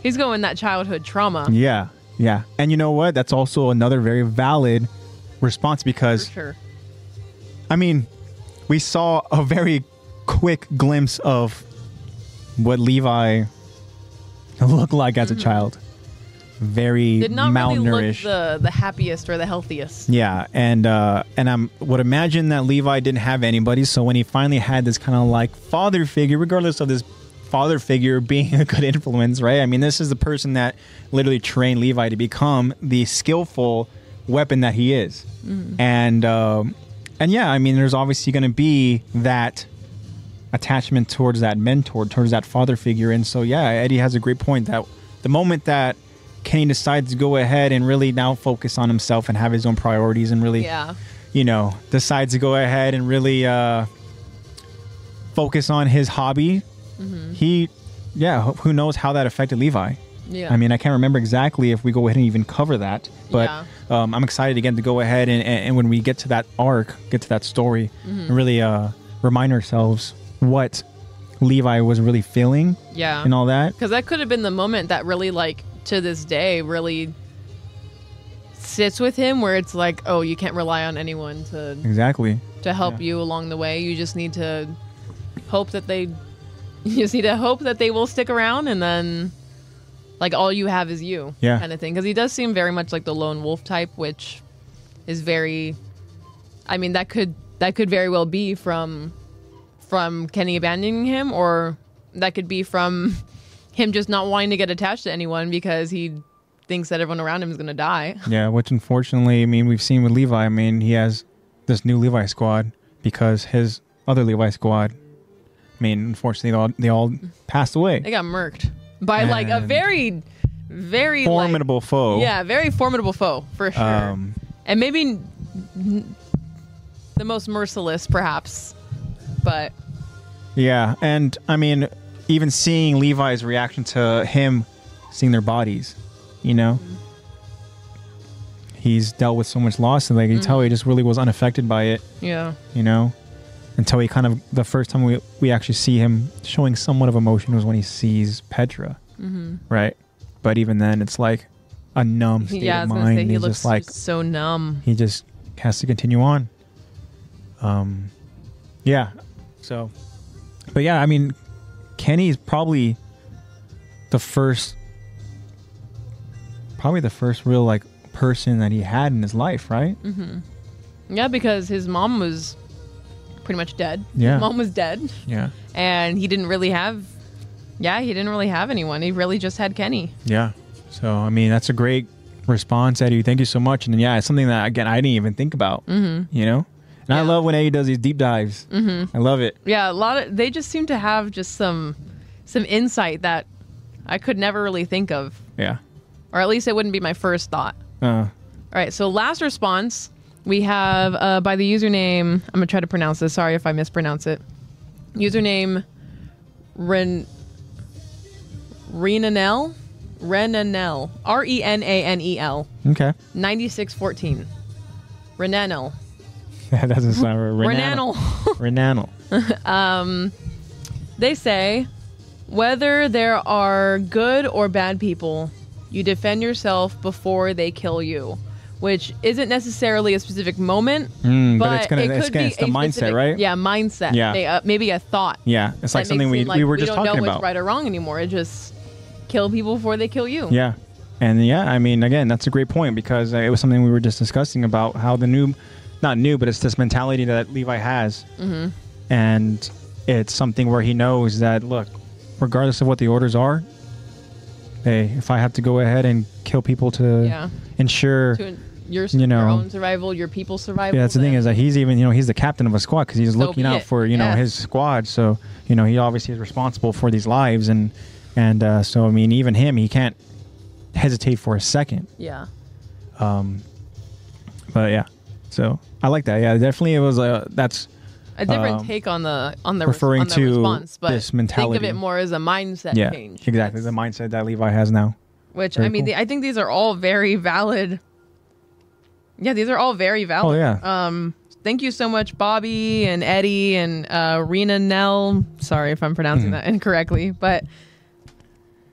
B: he's going that childhood trauma.
A: Yeah. Yeah. And you know what? That's also another very valid response
B: For
A: because
B: sure.
A: I mean, we saw a very quick glimpse of what Levi looked like as a child. Very
B: Mm-hmm. Did not really look
A: malnourished.
B: the, the happiest or the healthiest.
A: yeah, and uh, and I would imagine that Levi didn't have anybody, so when he finally had this kind of like father figure, regardless of this father figure being a good influence, right? I mean, this is the person that literally trained Levi to become the skillful weapon that he is, and um, and yeah, I mean, there's obviously going to be that attachment towards that mentor, towards that father figure. And so, yeah, Eddie has a great point that the moment that Kenny decides to go ahead and really now focus on himself and have his own priorities and really,
B: Yeah.
A: you know, decides to go ahead and really uh, focus on his hobby, he, yeah, who- who knows how that affected Levi.
B: Yeah.
A: I mean, I can't remember exactly if we go ahead and even cover that, but
B: Yeah.
A: um, I'm excited again to go ahead and, and, and when we get to that arc, get to that story, and
B: Mm-hmm.
A: really uh, remind ourselves what Levi was really feeling
B: yeah.
A: and all that.
B: Because that could have been the moment that really, like, to this day, really sits with him where it's like, oh, you can't rely on anyone to,
A: Exactly.
B: to help you along the way. You just need to hope that they. You just need to hope that they will stick around and then. Like all you have is you,
A: Yeah.
B: kind of thing. Because he does seem very much like the lone wolf type, which is very. I mean, that could that could very well be from from Kenny abandoning him, or that could be from him just not wanting to get attached to anyone because he thinks that everyone around him is going to die.
A: Yeah, which unfortunately, I mean, we've seen with Levi. I mean, he has this new Levi squad because his other Levi squad, I mean, unfortunately, they all, they all
B: Mm.
A: passed
B: They
A: away.
B: got murked by like a
A: And-
B: very, very like-
A: Formidable foe.
B: Yeah, very formidable foe for sure,
A: Um,
B: and maybe n- the most merciless, perhaps. but
A: Yeah, and I mean, even seeing Levi's reaction to him seeing their bodies, you know, he's dealt with so much loss, and like you tell, he just really was unaffected by it,
B: yeah,
A: you know, until he kind of the first time we we actually see him showing somewhat of emotion was when he sees Petra, right? But even then, it's like a numb state
B: Mm-hmm. yeah. I
A: of
B: was gonna
A: mind.
B: say he
A: he's
B: looks
A: just like
B: so numb.
A: he just has to continue on. Um, yeah. So, but yeah, I mean, Kenny's probably the first, probably the first real like person that he had in his life, right?
B: Yeah, because his mom was pretty much dead.
A: Yeah.
B: His mom was dead,
A: Yeah.
B: and he didn't really have. Yeah, he didn't really have anyone. He really just had Kenny.
A: Yeah. So, I mean, that's a great response, Eddie. Thank you so much. And yeah, it's something that, again, I didn't even think about, mm-hmm. you know? And I
B: Yeah.
A: love when Eddie does these deep dives. Mm-hmm. I love it.
B: Yeah, a lot of they just seem to have just some some insight that I could never really think of,
A: Yeah.
B: or at least it wouldn't be my first thought.
A: Uh,
B: All right, so last response we have uh, by the username. I'm gonna try to pronounce this. Sorry if I mispronounce it. Username Ren Renanel Renanel R E N A N E L
A: okay.
B: 9614 Renanel
A: that doesn't sound right.
B: Renanel.
A: Renanal.
B: They say whether there are good or bad people, you defend yourself before they kill you, which isn't necessarily a specific moment,
A: Mm, but it's gonna-
B: it
A: it's
B: could
A: gonna-
B: be
A: it's the
B: a
A: mindset,
B: specific-
A: right?
B: Yeah, mindset.
A: Yeah.
B: They, uh, maybe a thought.
A: Yeah, it's like
B: that
A: something
B: makes it
A: we,
B: seem like
A: we were just
B: don't know
A: talking
B: what's
A: about.
B: right or wrong anymore. It just kill people before they kill you.
A: Yeah, and yeah, I mean, again, that's a great point because uh, it was something we were just discussing about how the new, not new, but it's this mentality that Levi has,
B: Mm-hmm.
A: and it's something where he knows that look, regardless of what the orders are, hey, if I have to go ahead and kill people to
B: Yeah.
A: ensure.
B: To your,
A: You know.
B: your own survival, your people's survival.
A: yeah, that's the thing
B: then-
A: is that he's even you know he's the captain of a squad because he's looking
B: be
A: out
B: it.
A: for you know
B: Yeah.
A: his squad. So you know he obviously is responsible for these lives and and uh, so I mean even him he can't hesitate for a second.
B: yeah.
A: But yeah, so I like that. Yeah, definitely it was uh, that's
B: A different
A: Um,
B: take on the on the
A: referring
B: res- on
A: to
B: the response, but
A: this
B: Think
A: mentality.
B: of it more as a mindset
A: yeah
B: change.
A: exactly
B: That's-
A: the mindset that Levi has now.
B: Which
A: Very
B: I mean,
A: cool.
B: the, I think these are all very valid. Yeah, these are all very
A: Oh
B: valid.
A: yeah,
B: Um, thank you so much, Bobby and Eddie and uh, Rena Nell. Sorry if I'm pronouncing
A: Hmm.
B: that incorrectly, but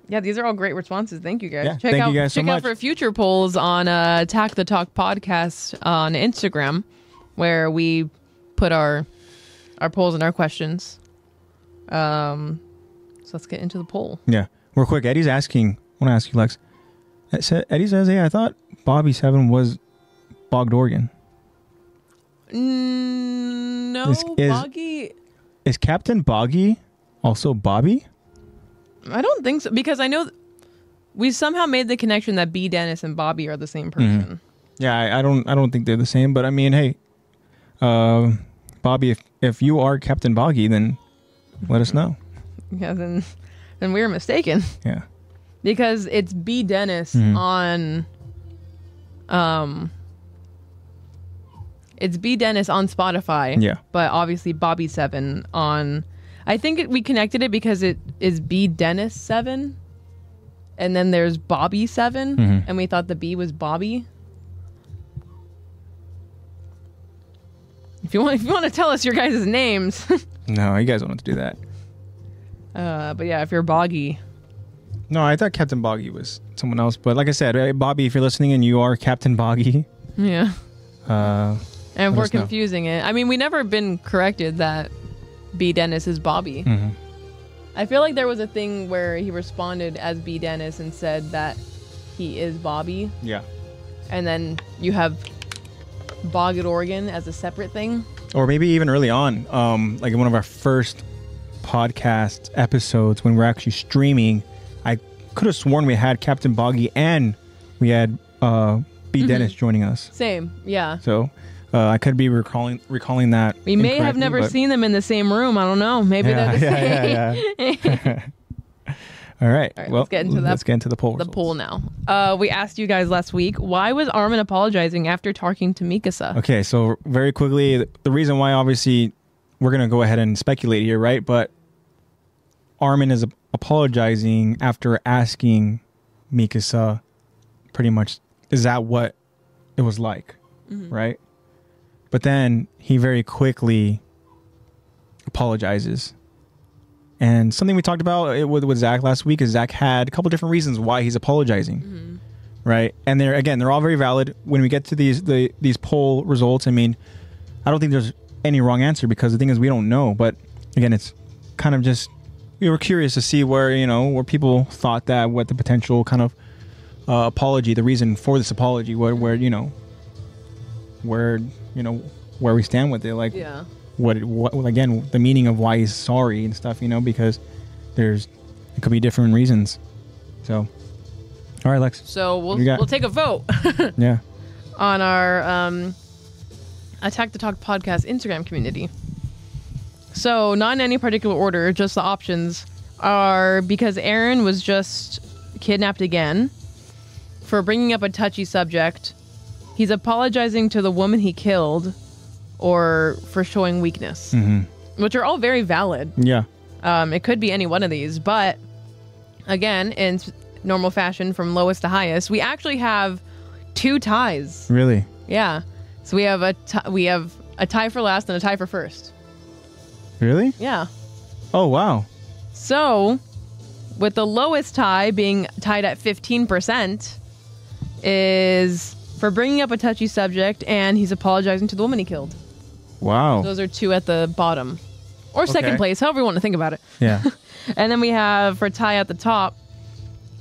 B: yeah, these are all great responses. Thank you guys.
A: Yeah,
B: check
A: thank you
B: out
A: guys so
B: check
A: much.
B: out for future polls on uh, Attack the Talk podcast on Instagram, where we put our our polls and our questions. Um, so let's get into the poll.
A: yeah. Real quick, Eddie's asking. I want to ask you, Lex. It sa- Eddie says, "Hey, I thought Bobby Seven was Bogdorian.
B: Mm, no,
A: Is- is-
B: Boggy.
A: Is Captain Boggy also Bobby?
B: I don't think so because I know th- we somehow made the connection that B Dennis and Bobby are the same person.
A: Yeah, I, I don't I don't think they're the same, but I mean, hey, uh, Bobby, if if you are Captain Boggy, then let us know.
B: Yeah, then then we were mistaken
A: Yeah,
B: because it's B Dennis on um it's B Dennis on Spotify.
A: Yeah.
B: But obviously Bobby 7 on I think it, we connected it because it is B Dennis 7 and then there's Bobby 7 and we thought the B was Bobby. If you want if you want to tell us your guys' names.
A: no, you guys don't have to do that.
B: uh but yeah, if you're Boggy,
A: No, I thought Captain Boggy was someone else, but like I said, hey, Bobby, if you're listening and you are Captain Boggy,
B: yeah.
A: uh,
B: And if
A: Let
B: we're
A: us know.
B: confusing it. I mean, we never been corrected that B Dennis is Bobby.
A: Mm-hmm.
B: I feel like there was a thing where he responded as B Dennis and said that he is Bobby,
A: yeah,
B: and then you have Bogged Oregon as a separate thing.
A: or maybe even early on, um, like in one of our first podcast episodes when we're actually streaming, I could have sworn we had Captain Boggy and we had uh, B Dennis joining us.
B: Same, yeah.
A: So uh, I could be recalling recalling that.
B: We may have
A: incorrectly,
B: never
A: but-
B: seen them in the same room. I don't know. Maybe
A: Yeah,
B: they're the same.
A: yeah, yeah, yeah. All right.
B: right,
A: well,
B: let's get into that-
A: let's get into the poll.
B: The
A: results.
B: poll now. Uh, we asked you guys last week why was Armin apologizing after talking to Mikasa?
A: Okay, so very quickly, the reason why obviously we're gonna go ahead and speculate here, right? But Armin is ap- apologizing after asking Mikasa, pretty much, is that what it was like,
B: Mm-hmm.
A: right? But then he very quickly apologizes. And something we talked about it with, with Zach last week is Zach had a couple different reasons why he's apologizing, right? And they're again they're all very valid. When we get to these the these poll results, I mean, I don't think there's any wrong answer because the thing is we don't know. But again, it's kind of just we were curious to see where you know where people thought that what the potential kind of uh, apology, the reason for this apology, where where you know where you know where we stand with it, like
B: Yeah.
A: what, it, what well, again the meaning of why he's sorry and stuff, you know, because there's it could be different reasons. So, all right, Lex.
B: So we'll
A: You got-
B: we'll take a vote
A: Yeah,
B: on our um, Attack the Talk podcast Instagram community. So not in any particular order, just the options are because Aaron was just kidnapped again for bringing up a touchy subject. He's apologizing to the woman he killed, or for showing weakness, which are all very valid.
A: yeah,
B: Um, it could be any one of these, but again, in s- normal fashion, from lowest to highest, we actually have two ties.
A: really.
B: Yeah, so we have a t- we have a tie for last and a tie for first.
A: Really?
B: Yeah.
A: Oh wow!
B: So, with the lowest tie being tied at fifteen percent, is for bringing up a touchy subject, and he's apologizing to the woman he killed.
A: Wow!
B: Those are two at the bottom, or second
A: Okay.
B: place, however you want to think about it.
A: Yeah,
B: And then we have for Ty at the top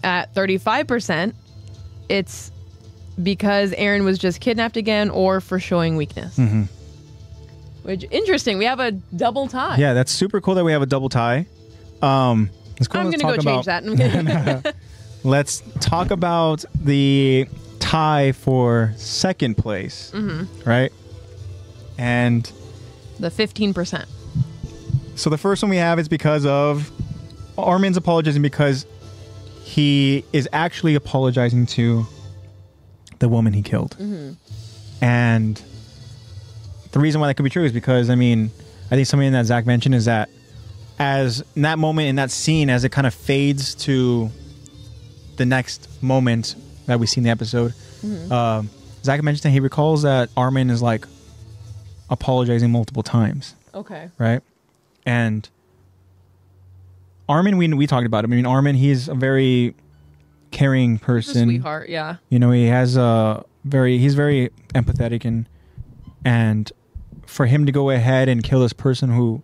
B: at 35%. It's because Aaron was just kidnapped again or for showing weakness.
A: Mm-hmm.
B: Which interesting. We have a double tie.
A: yeah. That's super cool that we have a double tie. Um, it's cool.
B: I'm
A: Let's
B: going to go
A: talk about-
B: change that. I'm gonna-
A: Let's talk about the tie for second place,
B: Mm-hmm.
A: right? And
B: the 15%.
A: So the first one we have is because of Armin's apologizing because he is actually apologizing to the woman he killed. And the reason why that could be true is because I mean, I think something that Zach mentioned is that as in that moment in that scene, as it kind of fades to the next moment that we see in the episode, um, Zach mentioned that he recalls that Armin is like apologizing multiple times
B: Okay.
A: right? And Armin, we we talked about him. I mean, Armin, he's a very caring person.
B: Sweetheart. Yeah.
A: You know, he has a very he's very empathetic and and for him to go ahead and kill this person who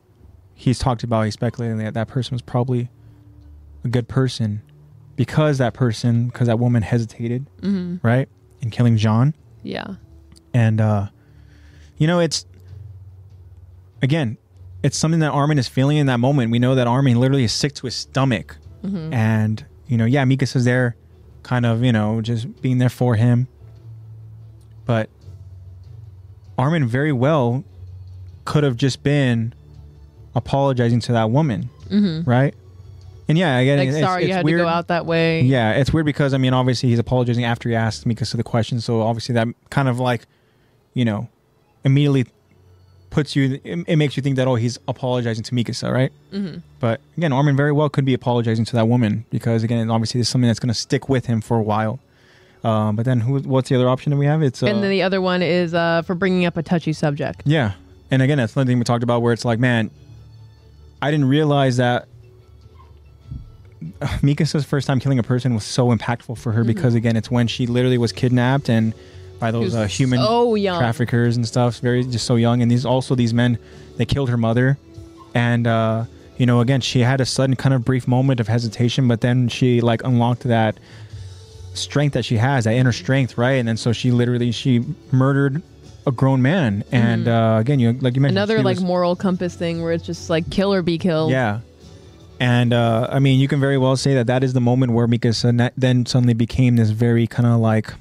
A: he's talked about, he's speculating that that person was probably a good person because that person, because that woman hesitated, right, in killing John
B: Yeah.
A: and uh you know it's again it's something that armin is feeling in that moment we know that armin literally is sick to his stomach
B: Mm-hmm.
A: and you know yeah mikasa's there kind of you know just being there for him but armin very well could have just been apologizing to that woman right and yeah again
B: Mm-hmm. Like,
A: it's,
B: sorry
A: it's
B: you had
A: weird.
B: to go out that way.
A: Yeah, it's weird because I mean, obviously he's apologizing after he asked Mikasa the question, so obviously that kind of like, you know, immediately puts you. It, it makes you think that oh, he's apologizing to Mikasa, right? Mm-hmm. But again, Armin very well could be apologizing to that woman because again, obviously there's something that's going to stick with him for a while. Um, but then who? What's the other option that we have? It's uh,
B: And then the other one is uh, for bringing up a touchy subject.
A: yeah. And again, that's another thing we talked about where it's like, man, I didn't realize that Mikasa's first time killing a person was so impactful for her
B: Mm-hmm.
A: because, again, it's when she literally was kidnapped and by those
B: was
A: uh, human
B: so young.
A: traffickers and stuff. Very just so young. And these also these men, they killed her mother, and uh, you know, again, she had a sudden kind of brief moment of hesitation, but then she like unlocked that strength that she has, that inner strength, right? And then so she literally she murdered a grown man, and uh, again, you like you mentioned
B: Mm-hmm. Another
A: she
B: like
A: was-
B: moral compass thing where it's just like kill or be killed.
A: yeah. And uh, I mean, you can very well say that that is the moment where Mikasa na- then suddenly became this very kind of like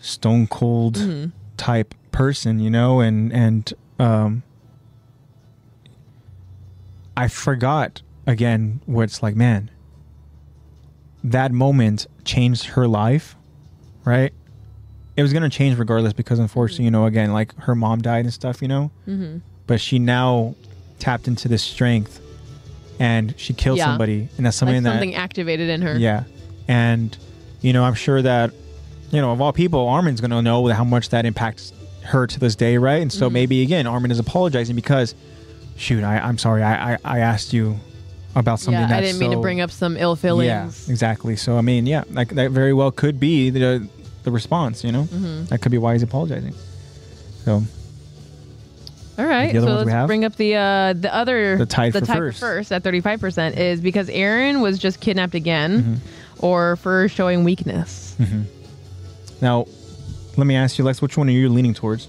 A: stone cold
B: Mm-hmm.
A: type person, you know, and and um, I forgot again where it's like, man, that moment changed her life, right?
B: Mm-hmm.
A: It was gonna change regardless because unfortunately, you know, again, like her mom died and stuff, you know but she now tapped into this strength and she killed
B: Yeah.
A: somebody and that's something
B: like
A: that
B: something activated in her.
A: yeah and you know i'm sure that you know of all people armin's going to know how much that impacts her to this day right and so
B: Mm-hmm.
A: maybe again armin is apologizing because shoot I, i'm sorry I, I i asked you about something
B: yeah.
A: that's
B: I didn't mean to
A: so-
B: bring up some ill
A: yeah
B: feelings.
A: exactly so i mean yeah like that very well could be the the response you know
B: Mm-hmm.
A: that could be why he's apologizing so
B: All right,
A: The other
B: so
A: ones we
B: let's
A: have?
B: bring up the uh, the other
A: The tie
B: the
A: for
B: tie
A: first.
B: at thirty five percent is because Aaron was just kidnapped again,
A: Mm-hmm.
B: or for showing weakness.
A: now let me ask you lex which one are you leaning towards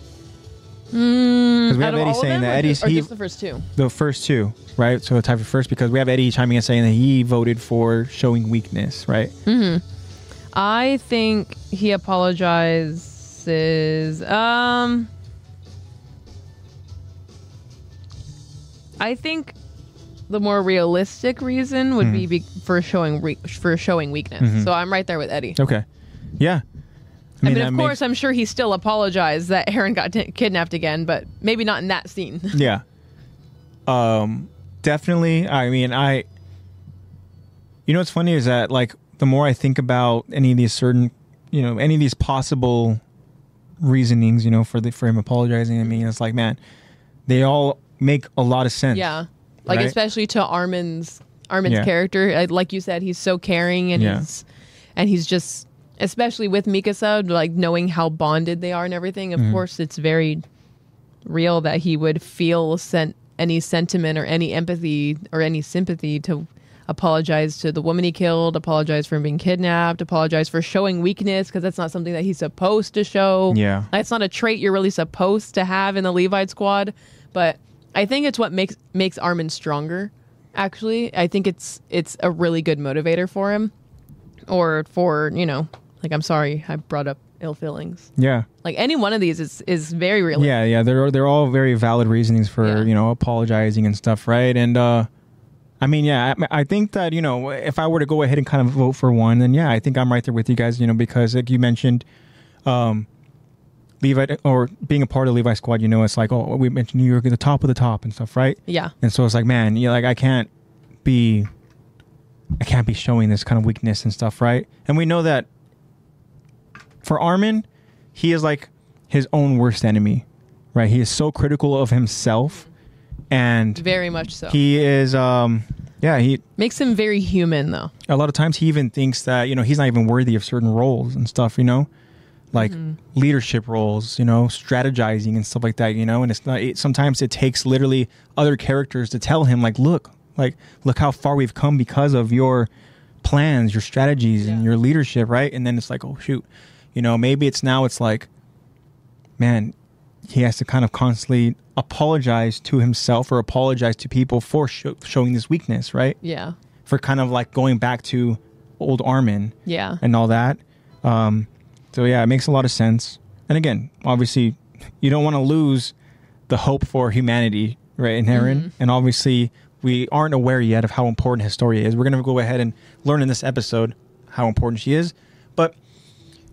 A: because we
B: Mm, Out
A: have
B: of all
A: eddie
B: of
A: saying
B: them,
A: that
B: or
A: eddie's
B: just, or
A: he,
B: just the first two.
A: the first two, right? So the tie for first because we have Eddie chiming in saying that he voted for showing weakness, right?
B: Hmm. I think he apologizes. Um, I think the more realistic reason would
A: Hmm.
B: be, be for showing re- for showing weakness.
A: Mm-hmm.
B: So I'm right there with Eddie.
A: Okay, yeah.
B: I mean, of
A: that
B: course, I'm sure he still apologized that Aaron got t- kidnapped again, but maybe not in that scene.
A: makes- yeah. Um, definitely. I mean, I. You know what's funny is that like the more I think about any of these certain, you know, any of these possible reasonings, you know, for the for him apologizing, I mean, it's like man, they all make a lot of sense.
B: yeah, like
A: Right.
B: especially to Armin's Armin's
A: Yeah.
B: character. Uh, Like you said, he's so caring and
A: Yeah.
B: he's and he's just especially with Mikasa, like knowing how bonded they are and everything. Of course, it's very real that he would feel sent any sentiment or any empathy or any sympathy to apologize to the woman he killed, apologize for being kidnapped, apologize for showing weakness because that's not something that he's supposed to show.
A: Yeah.
B: That's not a trait you're really supposed to have in the Levite squad, but I think it's what makes makes Armin stronger. Actually, I think it's it's a really good motivator for him or for, you know, like I'm sorry I brought up ill feelings.
A: Yeah.
B: Like any one of these is is very realistic.
A: Yeah, yeah, they're they're all very valid reasonings for
B: Yeah.
A: you know apologizing and stuff, right? And uh, I mean, yeah, I, I think that you know if I were to go ahead and kind of vote for one, then yeah, I think I'm right there with you guys, you know, because like you mentioned, um, Levi or being a part of Levi Squad, you know, it's like oh, we mentioned New York at the top of the top and stuff, right?
B: Yeah.
A: And so it's like, man, you know, like I can't be, I can't be showing this kind of weakness and stuff, right? And we know that for Armin, he is like his own worst enemy, right? He is so critical of himself, and
B: Very much so.
A: he is, um, yeah, he
B: Makes him very human, though.
A: a lot of times he even thinks that you know he's not even worthy of certain roles and stuff you know like leadership roles you know strategizing and stuff like that you know and it's not it, sometimes it takes literally other characters to tell him like look like look how far we've come because of your plans your strategies and
B: Yeah.
A: your leadership right and then it's like oh shoot you know maybe it's now it's like man he has to kind of constantly apologize to himself or apologize to people for sho showing this weakness right
B: Yeah.
A: for kind of like going back to old Armin
B: Yeah.
A: and all that. Um, so yeah, it makes a lot of sense. And again, obviously, you don't want to lose the hope for humanity, right, in Aaron. And obviously, we aren't aware yet of how important his story is. We're gonna go ahead and learn in this episode how important she is. But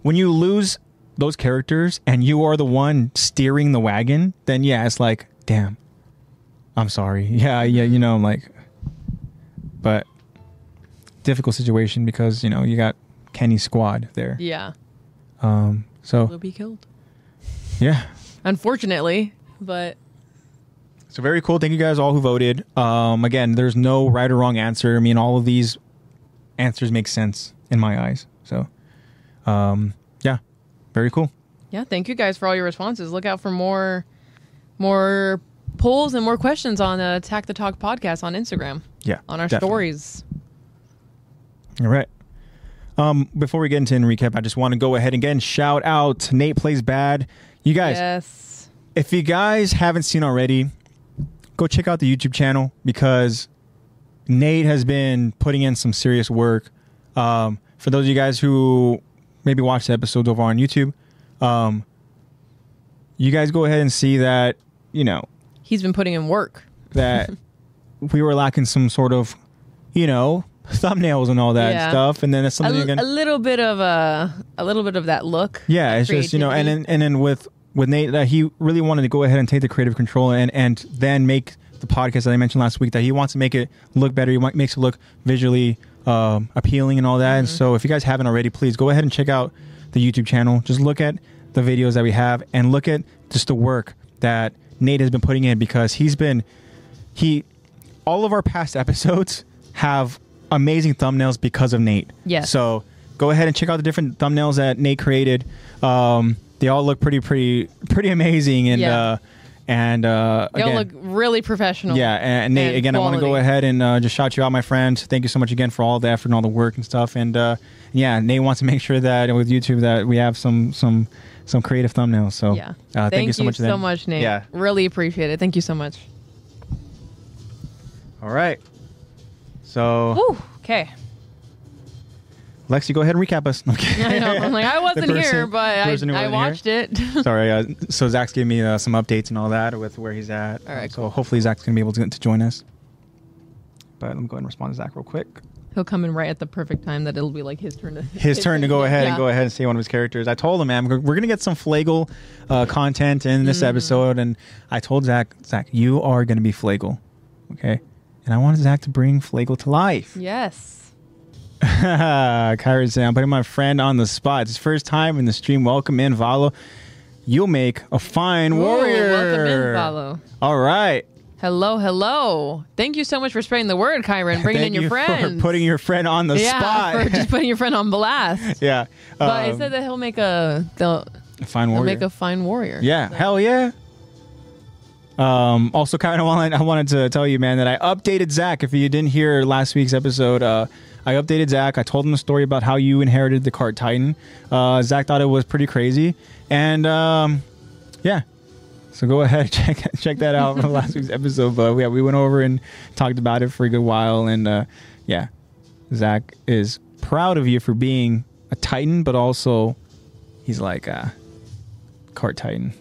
A: when you lose those characters and you are the one steering the wagon, then yeah, it's like, damn, I'm sorry. Yeah, yeah, you know, I'm like, but difficult situation because you know you got Kenny's squad there.
B: yeah.
A: Um,
B: Will
A: so
B: be killed.
A: yeah,
B: Unfortunately, but
A: so very cool. Thank you guys all who voted. Um, again, there's no right or wrong answer. I mean, all of these answers make sense in my eyes. So, um, yeah, very cool.
B: yeah, thank you guys for all your responses. Look out for more more polls and more questions on uh, Attack the Talk podcast on Instagram,
A: Yeah,
B: on our
A: definitely.
B: stories.
A: All right. Um, before we get into in recap, I just want to go ahead and again shout out Nate plays bad. You guys,
B: Yes.
A: if you guys haven't seen already, go check out the YouTube channel because Nate has been putting in some serious work. Um, for those of you guys who maybe watch the episodes over on YouTube, um, you guys go ahead and see that, you know,
B: He's been putting in work.
A: that we were lacking some sort of, you know, thumbnails and all that
B: Yeah.
A: stuff. And then it's
B: A,
A: something
B: l-
A: again.
B: a little bit of a a little bit of that look.
A: Yeah,
B: that
A: it's just you know, and
B: creativity.
A: then, and then with with Nate that he really wanted to go ahead and take the creative control and and then make the podcast that I mentioned last week that he wants to make it look better. He wa- makes it look visually um, appealing and all that. And so, if you guys haven't already, please go ahead and check out the YouTube channel. Just look at the videos that we have and look at just the work that Nate has been putting in because he's been he all of our past episodes have amazing thumbnails because of Nate.
B: Yes.
A: So go ahead and check out the different thumbnails that Nate created. Um, they all look pretty, pretty, pretty amazing, and
B: Yeah.
A: uh, and uh,
B: They all
A: again-
B: look really professional.
A: yeah, and Nate,
B: and
A: again, I want to go
B: quality.
A: ahead and uh, just shout you out, my friend. Thank you so much again for all the effort and all the work and stuff. And uh, yeah, Nate wants to make sure that with YouTube that we have some some some creative thumbnails. So
B: Yeah.
A: uh, thank, you so much.
B: so
A: then.
B: much, Nate.
A: Yeah.
B: Really appreciate it. Thank you so much.
A: All right. So
B: Woo. Okay.
A: Lexi, go ahead and recap us. Okay.
B: I know. I'm like, I wasn't
A: person-
B: here, but I,
A: person who
B: I
A: wasn't here?
B: watched it.
A: Sorry. Uh, so Zach's giving me uh, some updates and all that with where he's at.
B: All right,
A: So
B: cool.
A: hopefully Zach's gonna be able to, to join us. But let me go ahead and respond to Zach real quick.
B: He'll come in right at the perfect time that it'll be like his turn to
A: His turn to go ahead and
B: Yeah.
A: go ahead and see one of his characters. I told him, man, we're we're gonna get some Flagel uh, content in
B: Mm-hmm.
A: this episode, and I told Zach, Zach, you are gonna be Flagel, okay? And I wanted Zach to bring Flagel to life.
B: Yes.
A: Kyrie saying, I'm putting my friend on the spot. It's his first time in the stream. Welcome in, Valo. You'll make a fine
B: Ooh,
A: warrior.
B: welcome in, Valo.
A: All right.
B: Hello, hello. Thank you so much for spreading the word, Kyron. Bringing in
A: Thank
B: your
A: you
B: friend.
A: for putting your friend on the
B: yeah,
A: spot.
B: for just putting your friend on blast.
A: yeah.
B: But I
A: um,
B: said that he'll make a they'll,
A: fine
B: they'll
A: warrior.
B: make a fine warrior.
A: Yeah, hell yeah. Um, also, kind of wanted, I wanted to tell you, man, that I updated Zach. If you didn't hear last week's episode, uh, I updated Zach. I told him a story about how you inherited the cart Titan. Uh, Zach thought it was pretty crazy, and um, yeah. So go ahead check check that out from last week's episode. But yeah, we went over and talked about it for a good while, and uh, yeah, Zach is proud of you for being a Titan, but also he's like uh, cart titan.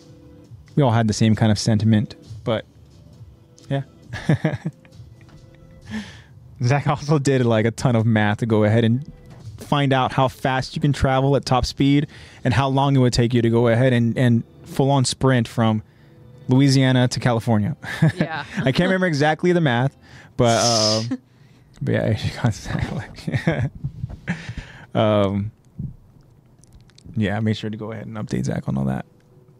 A: We all had the same kind of sentiment, but yeah. Zach also did like a ton of math to go ahead and find out how fast you can travel at top speed and how long it would take you to go ahead and, and full on sprint from Louisiana to California.
B: Yeah.
A: I can't remember exactly the math, but um, but yeah, she got Zach like- um, yeah, I made sure to go ahead and update Zach on all that.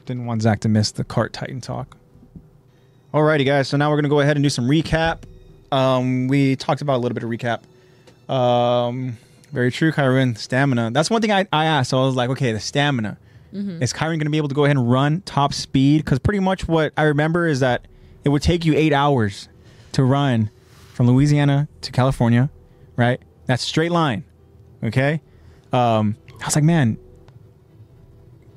A: Didn't want Zach to miss the cart Titan talk. Alrighty, guys. So now we're gonna go ahead and do some recap. Um, we talked about a little bit of recap. Um, very true, Kyron. Stamina. That's one thing I, I asked. So I was like, okay, the stamina.
B: Mm-hmm.
A: Is Kyron going to be able to go ahead and run top speed? Because pretty much what I remember is that it would take you eight hours to run from Louisiana to California, right? That's straight line. Okay. Um, I was like, man,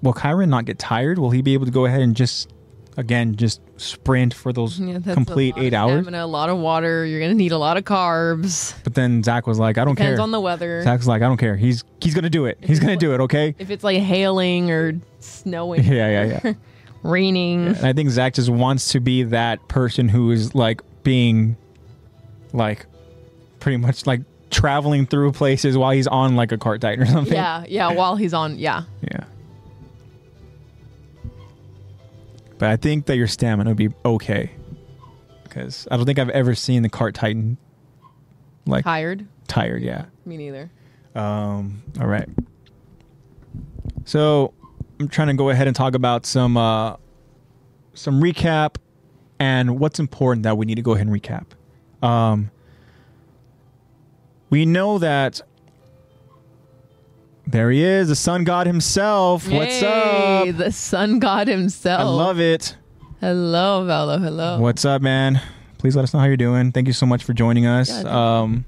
A: will Kyron not get tired? Will he be able to go ahead and just, again, just sprint for those
B: Yeah, that's a
A: complete
B: lot of
A: eight hours?
B: stamina, a lot of water. You're gonna need a lot of carbs.
A: But then Zach was like, I don't
B: Depends
A: care.
B: on the weather.
A: Zach's like, I don't care. He's he's gonna do it. He's gonna do it. Okay.
B: If it's like hailing or snowing,
A: Yeah, yeah, yeah.
B: raining.
A: and I think Zach just wants to be that person who is like being, like, pretty much like traveling through places while he's on like a cart titan or something.
B: yeah, yeah. While he's on, yeah,
A: Yeah. But I think that your stamina would be okay, because I don't think I've ever seen the cart titan like
B: tired.
A: tired. Yeah.
B: Me neither.
A: Um, all right. So I'm trying to go ahead and talk about some uh, some recap and what's important that we need to go ahead and recap. Um, we know that there he is, the sun god himself. What's
B: Yay,
A: up?
B: The sun god himself.
A: I love it.
B: Hello, Valo. Hello.
A: What's up, man? Please let us know how you're doing. Thank you so much for joining us.
B: Yeah, thank you.
A: um,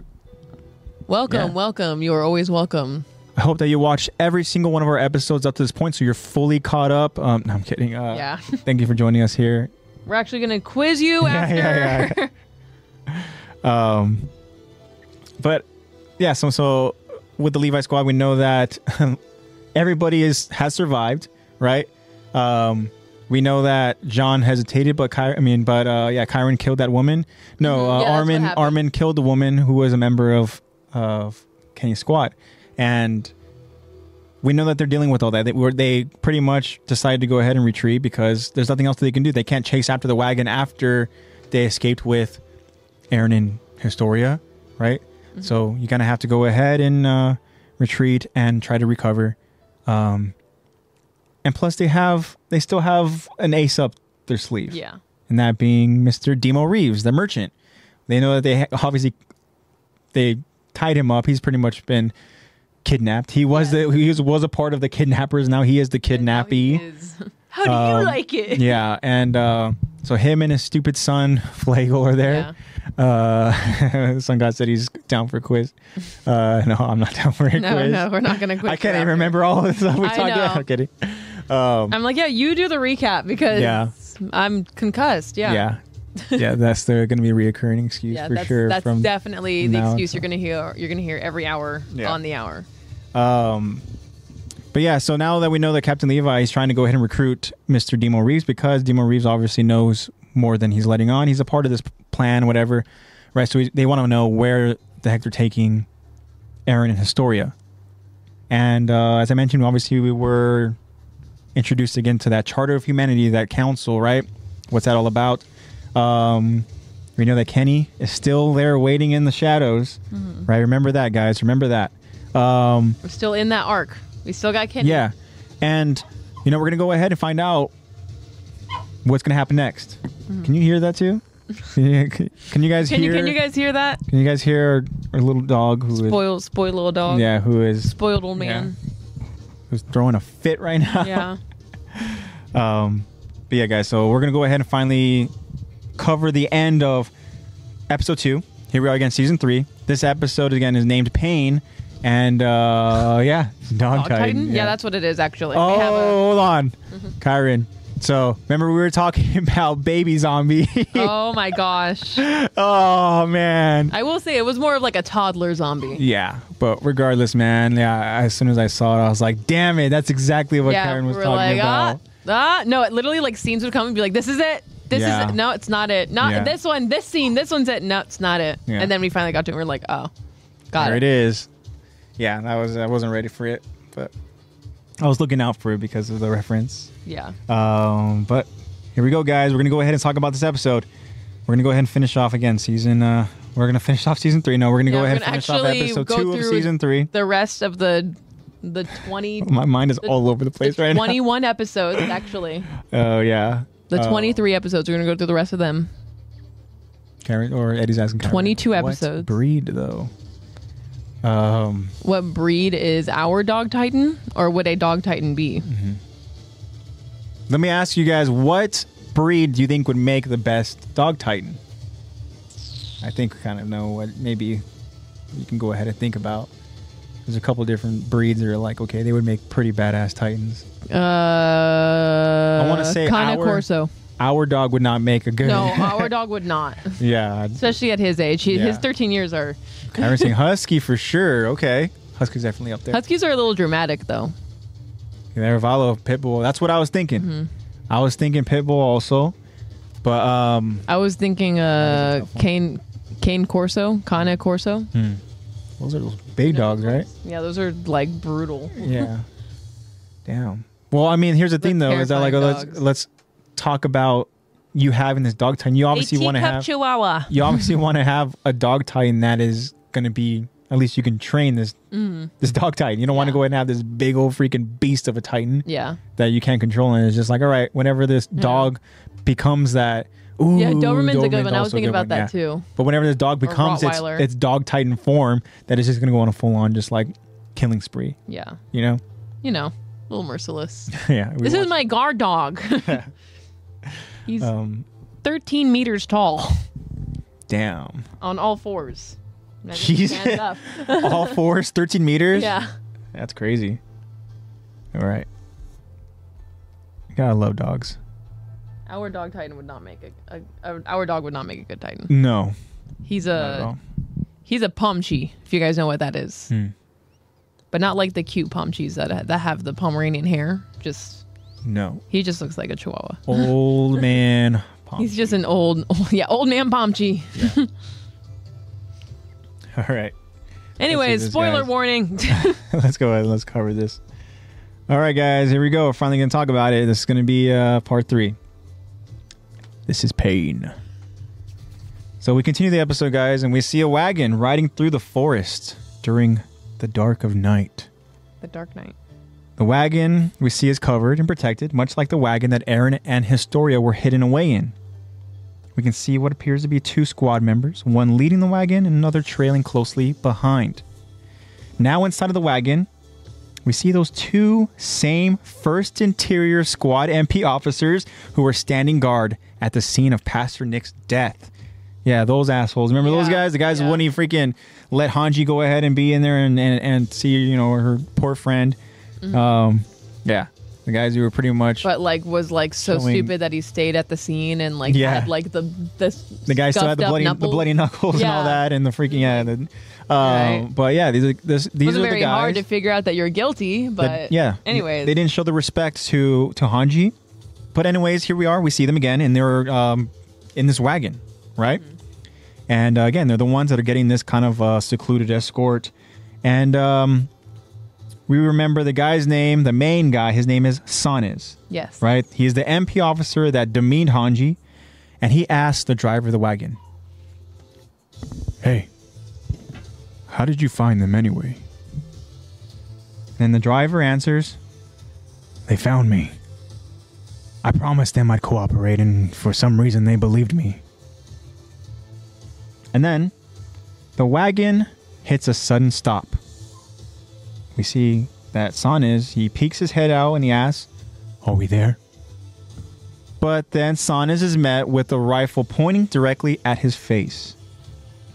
B: Welcome,
A: Yeah.
B: welcome. You are always welcome.
A: I hope that you watched every single one of our episodes up to this point, so you're fully caught up. Um, no, I'm kidding. Uh,
B: Yeah.
A: thank you for joining us here.
B: We're actually gonna quiz you
A: Yeah,
B: after.
A: yeah, yeah, Um, but yeah, so so with the Levi squad, we know that everybody is has survived, right? Um, we know that John hesitated, but Ky- I mean, but uh, yeah, Kyron killed that woman. No,
B: Mhm.
A: uh,
B: Yeah, that's what
A: Armin
B: happened.
A: Armin killed the woman who was a member of of Kenny Squad, and we know that they're dealing with all that. They, were, they pretty much decided to go ahead and retreat because there's nothing else that they can do. They can't chase after the wagon after they escaped with Aaron and Historia, right?
B: Mm-hmm.
A: So you kind of have to go ahead and uh, retreat and try to recover. Um, and plus, they have they still have an ace up their sleeve
B: Yeah.
A: and that being Mr. Demo Reeves, the merchant. They know that they ha- obviously they tied him up. He's pretty much been kidnapped. He was the he was, was a part of the kidnappers. Now he is the
B: Now he
A: kidnappee.
B: is- How do
A: Um,
B: you like it?
A: yeah, and uh, so him and his stupid son Flagel are there. Uh, Sun God said he's down for a quiz. Uh, no, I'm not down for a
B: No,
A: quiz.
B: no, we're not gonna quit.
A: I
B: for
A: can't even
B: that.
A: remember all of the stuff we
B: I
A: talked about.
B: know.
A: I'm kidding. Um,
B: I'm like, yeah, you do the recap because
A: Yeah.
B: I'm concussed. Yeah.
A: yeah, yeah, that's the going to be a reoccurring excuse
B: Yeah,
A: for
B: that's,
A: sure.
B: that's
A: from
B: definitely the
A: now
B: excuse
A: until-
B: you're gonna hear. You're gonna hear every hour
A: Yeah.
B: on the hour.
A: Um, but yeah, so now that we know that Captain Levi is trying to go ahead and recruit Mr. Demo Reeves because Demo Reeves obviously knows more than he's letting on. He's a part of this plan, whatever, right? So we, they want to know where the heck they're taking Aaron and Historia. And uh, as I mentioned, obviously we were introduced again to that Charter of Humanity, that council, right? What's that all about? Um, we know that Kenny is still there waiting in the shadows, right? Remember that, guys. Remember that. Um,
B: We're still in that arc. We still got Kenny.
A: yeah. And, you know, we're going to go ahead and find out what's going to happen next. Can you hear that too? Can you, can you guys
B: Mm-hmm. Can
A: hear?
B: you can you guys hear that?
A: can you guys hear our little dog who is
B: Spoiled, spoiled little dog.
A: yeah, who is
B: Spoiled old man.
A: who's throwing a fit right now?
B: Yeah.
A: Um, but yeah, guys, so we're gonna go ahead and finally cover the end of episode two. Here we are again, season three. This episode again is named Pain, and uh, yeah, Dog,
B: Dog Titan? Yeah. that's what it is actually.
A: Oh,
B: They have a- Mm-hmm.
A: hold on, Kyron. So remember we were talking about baby zombie.
B: oh my gosh.
A: oh man.
B: I will say it was more of like a toddler zombie.
A: Yeah, but regardless, man. Yeah, as soon as I saw it, I was like, "Damn it! That's exactly what
B: yeah,
A: Karen was
B: we were
A: talking
B: like,
A: about."
B: ah, ah, no, it literally like scenes would come and be like, this is it. This
A: Yeah.
B: is it. No, it's not it. Not
A: Yeah.
B: this one. This scene. This one's it. No, it's not it.
A: Yeah.
B: And then we finally got to it. and We're like, oh, got
A: There
B: it.
A: it is. Yeah, that was I wasn't ready for it, but I was looking out for it because of the reference.
B: Yeah.
A: Um, but here we go, guys. We're gonna go ahead and talk about this episode. We're gonna go ahead and finish off again season. Uh, we're gonna finish off season three. No, we're gonna
B: Yeah,
A: go
B: we're
A: ahead and
B: gonna
A: finish off
B: actually
A: episode
B: go
A: two of
B: through
A: season three. Oh
B: The rest of the the 20,
A: My mind is all over the place right now.
B: 21 episodes actually.
A: Oh yeah,
B: The
A: Oh.
B: 23 episodes. We're gonna go through the rest of them.
A: Karen or Eddie's asking. Karen,
B: 22
A: what
B: episodes.
A: breed though. Um,
B: What breed is our dog titan, or would a dog titan be?
A: Mm-hmm. let me ask you guys: What breed do you think would make the best dog titan? I think we kind of know what maybe you can go ahead and think about. There's a couple different breeds that are like, okay, they would make pretty badass titans.
B: Uh, I
A: wanna say
B: Cana
A: our-
B: Uh, Corso.
A: Our dog would not make a good.
B: No, our dog would not,
A: yeah,
B: especially at his age. He, His
A: Yeah.
B: 13 years are.
A: Karen's saying husky for sure. Okay, husky's definitely up there.
B: Huskies are a little dramatic, though.
A: Nervalo, Pitbull. That's what I was thinking.
B: Mm-hmm.
A: I was thinking Pitbull also, but um,
B: I was thinking,
A: That was a
B: uh,
A: tough one.
B: Cane, Cane Corso, Cana Corso.
A: those are those big dogs, right?
B: Yeah, those are like brutal.
A: Yeah. Damn. Well, I mean, here's the thing though: is that like
B: terrifying
A: let's
B: dogs.
A: let's talk about you having this dog titan. You obviously want to have
B: Chihuahua.
A: you obviously want to have a dog titan that is going to be at least you can train this this dog titan. You don't want to
B: Mm. Yeah.
A: go ahead and have this big old freaking beast of a titan.
B: Yeah.
A: that you can't control, and it's just like, all right, whenever this dog becomes that, ooh,
B: Yeah, Doberman's a good
A: Doberman's
B: one. I was
A: also a
B: thinking
A: good
B: about
A: one,
B: that,
A: yeah.
B: too.
A: But whenever this dog becomes its,
B: Rottweiler.
A: its dog titan form, that is just gonna go on a full on just like killing spree,
B: Yeah.
A: you know?
B: You know, a little merciless.
A: yeah. we
B: This is
A: watched-
B: my guard dog. He's
A: um,
B: 13 meters tall
A: damn.
B: on all fours. And he
A: Jeez.
B: stands up.
A: All fours, thirteen meters.
B: yeah.
A: that's crazy. All right, gotta love dogs.
B: Our dog Titan would not make a, a, a our dog would not make a good Titan.
A: No,
B: He's
A: not at
B: a
A: all. Hmm.
B: he's a pomchi, if you guys know what that is. But not like the cute pomchis that that have the Pomeranian hair. Just
A: no.
B: he just looks like a Chihuahua.
A: Old man. Pomp.
B: He's just an old, yeah, old man pomchi.
A: all right.
B: Anyways,
A: this
B: spoiler
A: guy's-
B: warning.
A: let's go ahead and let's cover this. All right, guys, here we go. We're finally going to talk about it. This is going to be uh, part three. This is pain. So we continue the episode, guys, and we see a wagon riding through the forest during the dark of night.
B: The Dark Knight.
A: The wagon we see is covered and protected, much like the wagon that Aaron and Historia were hidden away in. We can see what appears to be two squad members, one leading the wagon and another trailing closely behind. Now, inside of the wagon, we see those two same first interior squad MP officers who were standing guard at the scene of Pastor Nick's death. Yeah, those assholes. Remember those
B: Yeah,
A: guys? The guys
B: yeah.
A: who wouldn't even freaking let Hanji go ahead and be in there and, and, and see, you know, her poor friend. Um, yeah, the guys who were pretty much
B: But like was like so
A: Showing-
B: stupid that he stayed at the scene and like
A: Yeah.
B: had like the the
A: the guy still had the bloody the bloody knuckles and all
B: Yeah. Mm-hmm.
A: that and the freaking yeah. The, um,
B: Right.
A: But yeah, these are this,
B: It
A: these are
B: wasn't
A: the
B: very
A: guys.
B: hard to figure out that you're guilty, but
A: that- yeah.
B: Anyways,
A: they didn't show the respect to to Hanji. But anyways, here we are. We see them again, and they're um, in this wagon, right?
B: Mm-hmm.
A: And uh, again, they're the ones that are getting this kind of uh, secluded escort. And um, we remember the guy's name, the main guy. His name is Sanis.
B: Yes.
A: right? He's the MP officer that demeaned Hanji, and he asked the driver of the wagon, Hey, how did you find them anyway? And the driver answers, They found me. I promised them I'd cooperate, and for some reason they believed me. And then the wagon hits a sudden stop. We see that San is, he peeks his head out and he asks, are we there? But then Saunders is met with a rifle pointing directly at his face.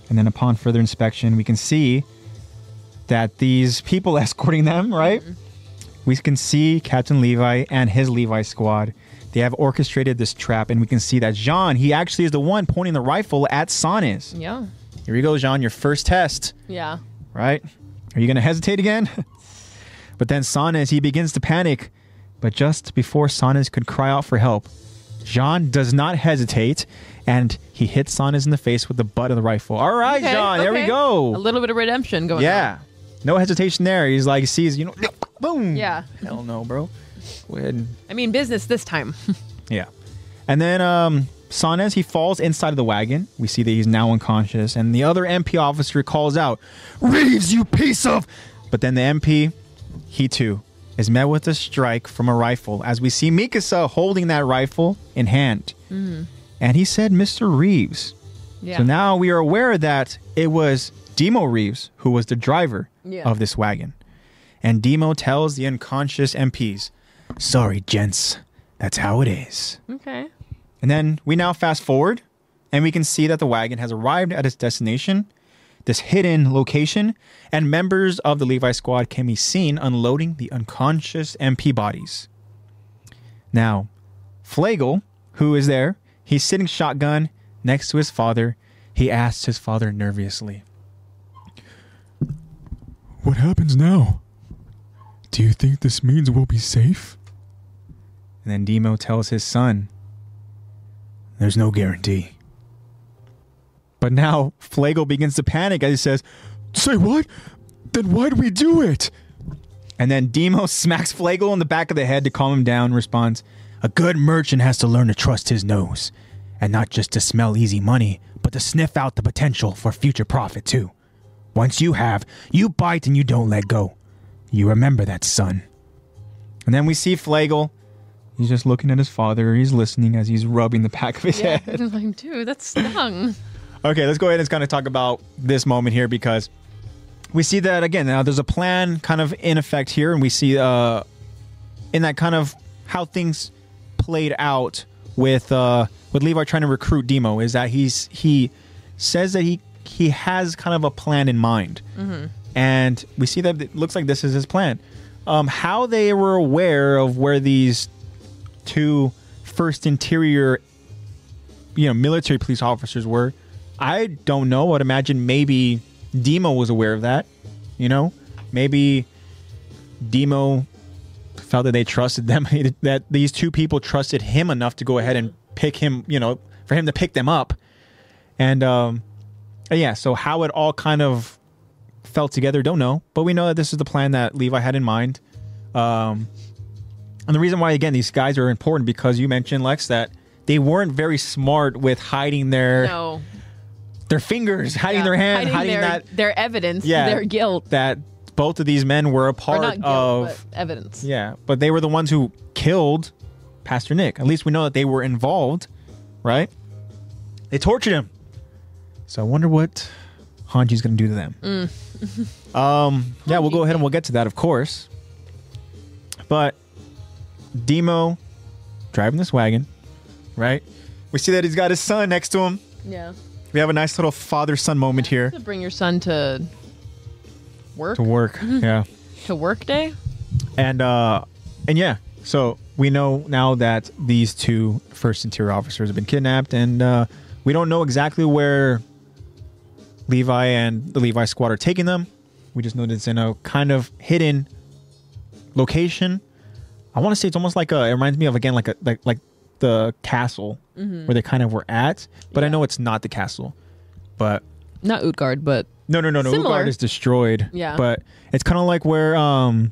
A: And then upon further inspection, we can see that these people escorting them, right? We can see Captain Levi and his Levi squad. They have orchestrated this trap, and we can see that Jean, he actually is the one pointing the rifle at Saunders.
B: Yeah.
A: Here we go, Jean, your first test
B: Yeah.
A: right? Are you going to hesitate again? but then Sanes, he begins to panic. But just before Sanes could cry out for help, Jean does not hesitate and he hits Sanes in the face with the butt of the rifle. All right,
B: Okay,
A: Jean, there we
B: okay.
A: go.
B: A little bit of redemption going on.
A: yeah. No hesitation there. He's like, he sees, you know, boom.
B: Yeah.
A: Hell no, bro. Go ahead and
B: I mean business this time.
A: yeah. And then um Sanes he falls inside of the wagon. We see that he's now unconscious, and the other MP officer calls out, Reeves, you piece of But then the MP, he too, is met with a strike from a rifle as we see Mikasa holding that rifle in hand. And he said, Mr. Reeves.
B: Mm-hmm. yeah.
A: So now we are aware that it was Demo Reeves who was the driver
B: Yeah.
A: of this wagon. And Demo tells the unconscious MPs, Sorry, gents, that's how it is.
B: okay.
A: And then we now fast forward and we can see that the wagon has arrived at its destination, this hidden location, and members of the Levi squad can be seen unloading the unconscious MP bodies. Now, Flagel, who is there, he's sitting shotgun next to his father. He asks his father nervously,
C: What happens now? Do you think this means we'll be safe?
A: And then Demo tells his son, There's no guarantee. But now Flagel begins to panic as he says,
C: Say what? Then why'd we do it?
A: And then Demo smacks Flagel in the back of the head to calm him down and responds, A good merchant has to learn to trust his nose, and not just to smell easy money, but to sniff out the potential for future profit too. Once you have, you bite and you don't let go. You remember that, son. And then we see Flagel. He's just looking at his father. He's listening as he's rubbing the back of his
B: Yeah.
A: head.
B: like, dude, that stung.
A: Okay, let's go ahead and kind of talk about this moment here because we see that again. Now there's a plan kind of in effect here, and we see uh, in that kind of how things played out with uh, with Levi trying to recruit Demo is that he's he says that he he has kind of a plan in mind, and we see that it looks like this is his plan. Um, how they were aware of where these two first interior you know military police officers were i don't know i'd imagine maybe demo was aware of that you know maybe demo felt that they trusted them that these two people trusted him enough to go ahead and pick him you know for him to pick them up and um yeah so how it all kind of fell together don't know but we know that this is the plan that levi had in mind Um, and the reason why, again, these guys are important because you mentioned Lex that they weren't very smart with hiding their
B: No.
A: their fingers, hiding
B: yeah,
A: their hand, hiding,
B: their,
A: that
B: their evidence,
A: yeah
B: their guilt.
A: that both of these men were a
B: Or
A: part
B: not guilt,
A: of.
B: but evidence.
A: Yeah, but they were the ones who killed Pastor Nick. At least we know that they were involved, right? They tortured him. So I wonder what Hanji's going to do to them.
B: Mm.
A: um, yeah, we'll go ahead and we'll get to that, of course. But Demo driving this wagon, right? We see that he's got his son next to him.
B: Yeah.
A: We have a nice little father-son moment here
B: To bring your son to work
A: to work. Yeah.
B: to work day.
A: and uh and yeah so we know now that these two first interior officers have been kidnapped and uh we don't know exactly where levi and the levi squad are taking them we just know that it's in a kind of hidden location i want to say it's almost like a it reminds me of again like a like like the castle where they kind of were at but i know it's not the castle but
B: Not Utgard, but
A: no, no, no, no.
B: Similar.
A: Utgard is destroyed.
B: Yeah.
A: But it's kind of like where um,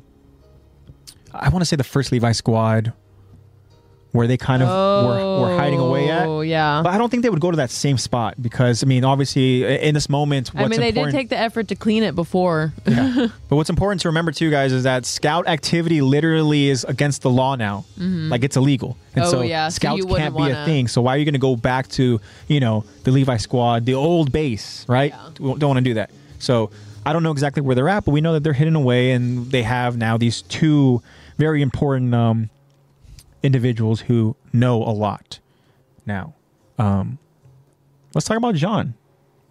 A: I want to say the first Levi squad, where they kind of were, were hiding away at.
B: Oh, yeah.
A: But I don't think they would go to that same spot because I mean, obviously, i- in this moment, what's
B: I mean, they did
A: important.
B: take the effort to clean it before.
A: Yeah. but what's important to remember too, guys, is that scout activity literally is against the law now. Like it's illegal, and
B: Mm-hmm. Oh,
A: so
B: yeah. So
A: scouts
B: you wouldn't
A: can't be a
B: wanna-
A: thing. So why are you going to go back to you know the Levi squad, the old base, right?
B: Yeah.
A: We Don't want to do that. So I don't know exactly where they're at, but we know that they're hidden away, and they have now these two very important um, individuals who know a lot. Now, um, let's talk about John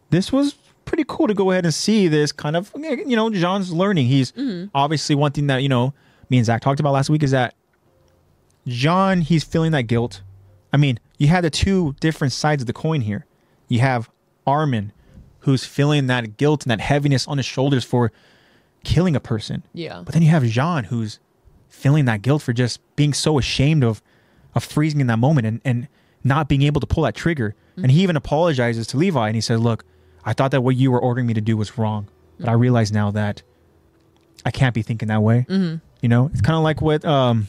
A: this was pretty cool to go ahead and see this kind of you know john's learning he's obviously one thing that you know me and zach talked about last week is that john he's feeling that guilt i mean you had the two different sides of the coin here you have armin who's feeling that guilt and that heaviness on his shoulders for killing a person
B: Yeah.
A: but then you have Jean who's feeling that guilt for just being so ashamed of of freezing in that moment and, and not being able to pull that trigger.
B: Mm-hmm.
A: And he even apologizes to Levi and he says, Look, I thought that what you were ordering me to do was wrong. But I
B: Mm-hmm.
A: realize now that I can't be thinking that way. Mm-hmm. You know, it's kind of like what um,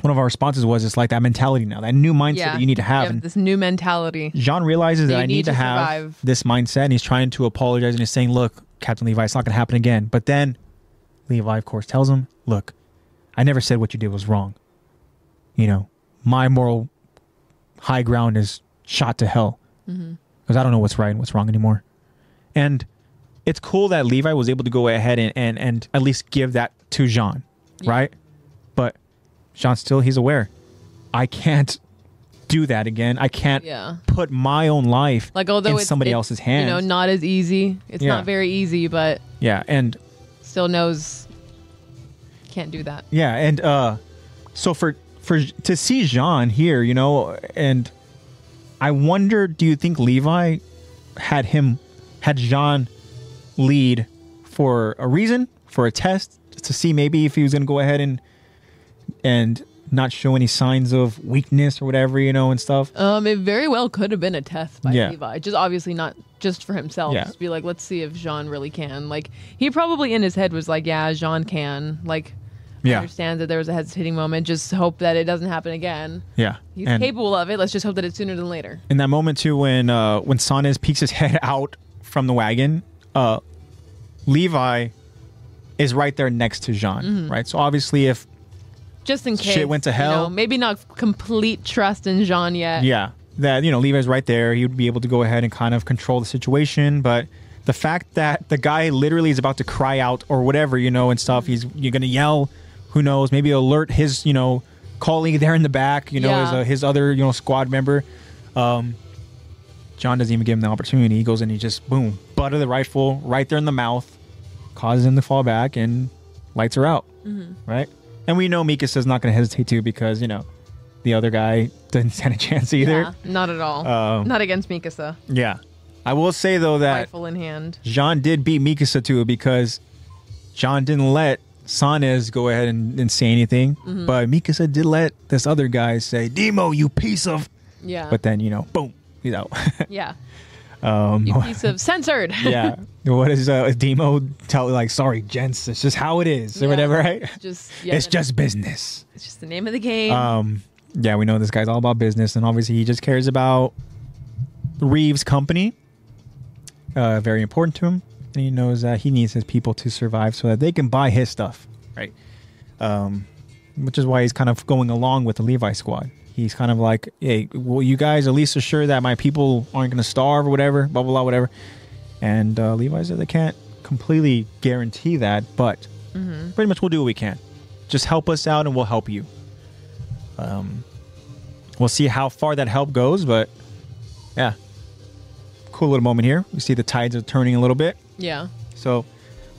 A: one of our responses was. It's like that mentality now, that new mindset
B: yeah.
A: that you need to have.
B: Yeah,
A: and
B: this new mentality.
A: John realizes that
B: you
A: I need,
B: need
A: to,
B: to
A: have
B: survive.
A: this mindset, and he's trying to apologize and he's saying, "Look, Captain Levi, it's not going to happen again." But then Levi, of course, tells him, "Look, I never said what you did was wrong. You know, my moral high ground is shot to hell because I don't know what's right and what's wrong anymore." And it's cool that Levi was able to go ahead and and, and at least give that to Jean, right? But Jean still he's aware. I can't do that again. I can't
B: Yeah.
A: put my own life
B: Like although
A: in
B: it's
A: somebody
B: it's,
A: else's hands.
B: You know, not as easy. It's
A: Yeah.
B: not very easy, but
A: yeah, and
B: still knows can't do that.
A: yeah, and uh so for for to see Jean here, you know, and I wonder do you think Levi had him had Jean lead for a reason, for a test just to see maybe if he was going to go ahead and and not show any signs of weakness or whatever, you know, and stuff.
B: Um, it very well could have been a test by
A: Yeah.
B: Levi, just obviously not just for himself.
A: Yeah.
B: Just be like, let's see if Jean really can. Like he probably in his head was like, yeah, Jean can. Like
A: Yeah.
B: understands that there was a head hitting moment. Just hope that it doesn't happen again.
A: Yeah.
B: He's
A: And-
B: capable of it. Let's just hope that it's sooner than later.
A: in that moment too when uh when Sanes peeks his head out from the wagon uh levi is right there next to jean right so obviously if
B: Just in case
A: Shit went to
B: you
A: hell?
B: know, maybe not complete trust in Jean yet.
A: yeah that you know levi's right there he would be able to go ahead and kind of control the situation but the fact that the guy literally is about to cry out or whatever you know and stuff he's you're gonna yell who knows maybe alert his you know colleague there in the back you know
B: Yeah.
A: his, uh, his other you know squad member Um, John doesn't even give him the opportunity. He goes and he just boom, butt of the rifle right there in the mouth, causes him to fall back and lights her out.
B: Mm-hmm.
A: Right? And we know Mika's is not going to hesitate too because you know the other guy didn't stand a chance
B: Yeah,
A: either.
B: not at all.
A: Um,
B: not against Mikasa.
A: Yeah. I will say though that
B: Rifle in hand.
A: John did beat Mikasa too because John didn't let Sanes go ahead and, and say anything,
B: Mm-hmm.
A: but Mikasa did let this other guy say, "Demo, you piece of,"
B: Yeah.
A: but then you know, boom, he's out.
B: yeah.
A: Um,
B: You piece of censored.
A: yeah. What is uh, Demo tell like? Sorry, gents. It's just how it is or
B: Yeah.
A: whatever, right?
B: just yeah,
A: It's just business.
B: it's just the name of the game.
A: Um, yeah, we know this guy's all about business, and obviously he just cares about Reeves' company. Uh, very important to him, and he knows that he needs his people to survive so that they can buy his stuff, right? Um, which is why he's kind of going along with the Levi Squad. He's kind of like, hey, will you guys at least assure that my people aren't going to starve or whatever, blah blah blah, whatever. And uh, Levi said they can't completely guarantee that, but pretty much we'll do what we can. Just help us out, and we'll help you. Um, we'll see how far that help goes, but yeah, cool little moment here. We see the tides are turning a little bit,
B: yeah.
A: so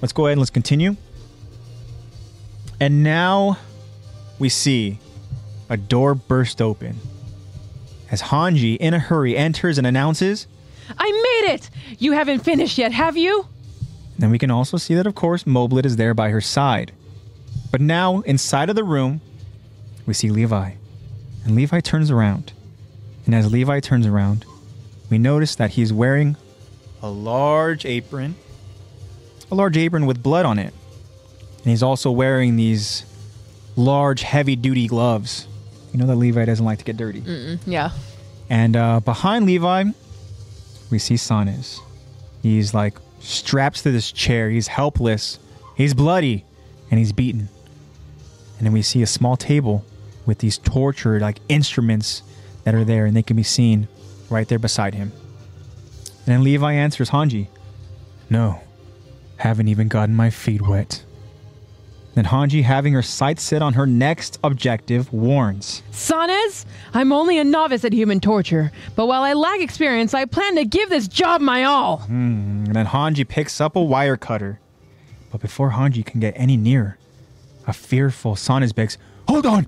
A: let's go ahead and let's continue. And now we see a door burst open as Hanji, in a hurry, enters and announces.
B: I made it. You haven't finished yet, have you?
A: Then we can also see that, of course, Moblet is there by her side. But now, inside of the room, we see Levi. And Levi turns around. And as Levi turns around, we notice that he's wearing a large apron, a large apron with blood on it. And he's also wearing these large, heavy duty gloves. You know that Levi doesn't like to get dirty.
B: Mm, Yeah.
A: And uh, behind Levi, we see Sanis. He's like strapped to this chair. He's helpless. He's bloody, and he's beaten. And then we see a small table with these torture like instruments that are there, and they can be seen right there beside him. And then Levi answers Hanji, "No, haven't even gotten my feet wet." Then Hanji, having her sights set on her next objective, warns.
B: Sanes, I'm only a novice at human torture, but while I lack experience, I plan to give this job my all.
A: Mm. And then Hanji picks up a wire cutter. But before Hanji can get any nearer, a fearful Sanis begs,
C: Hold on.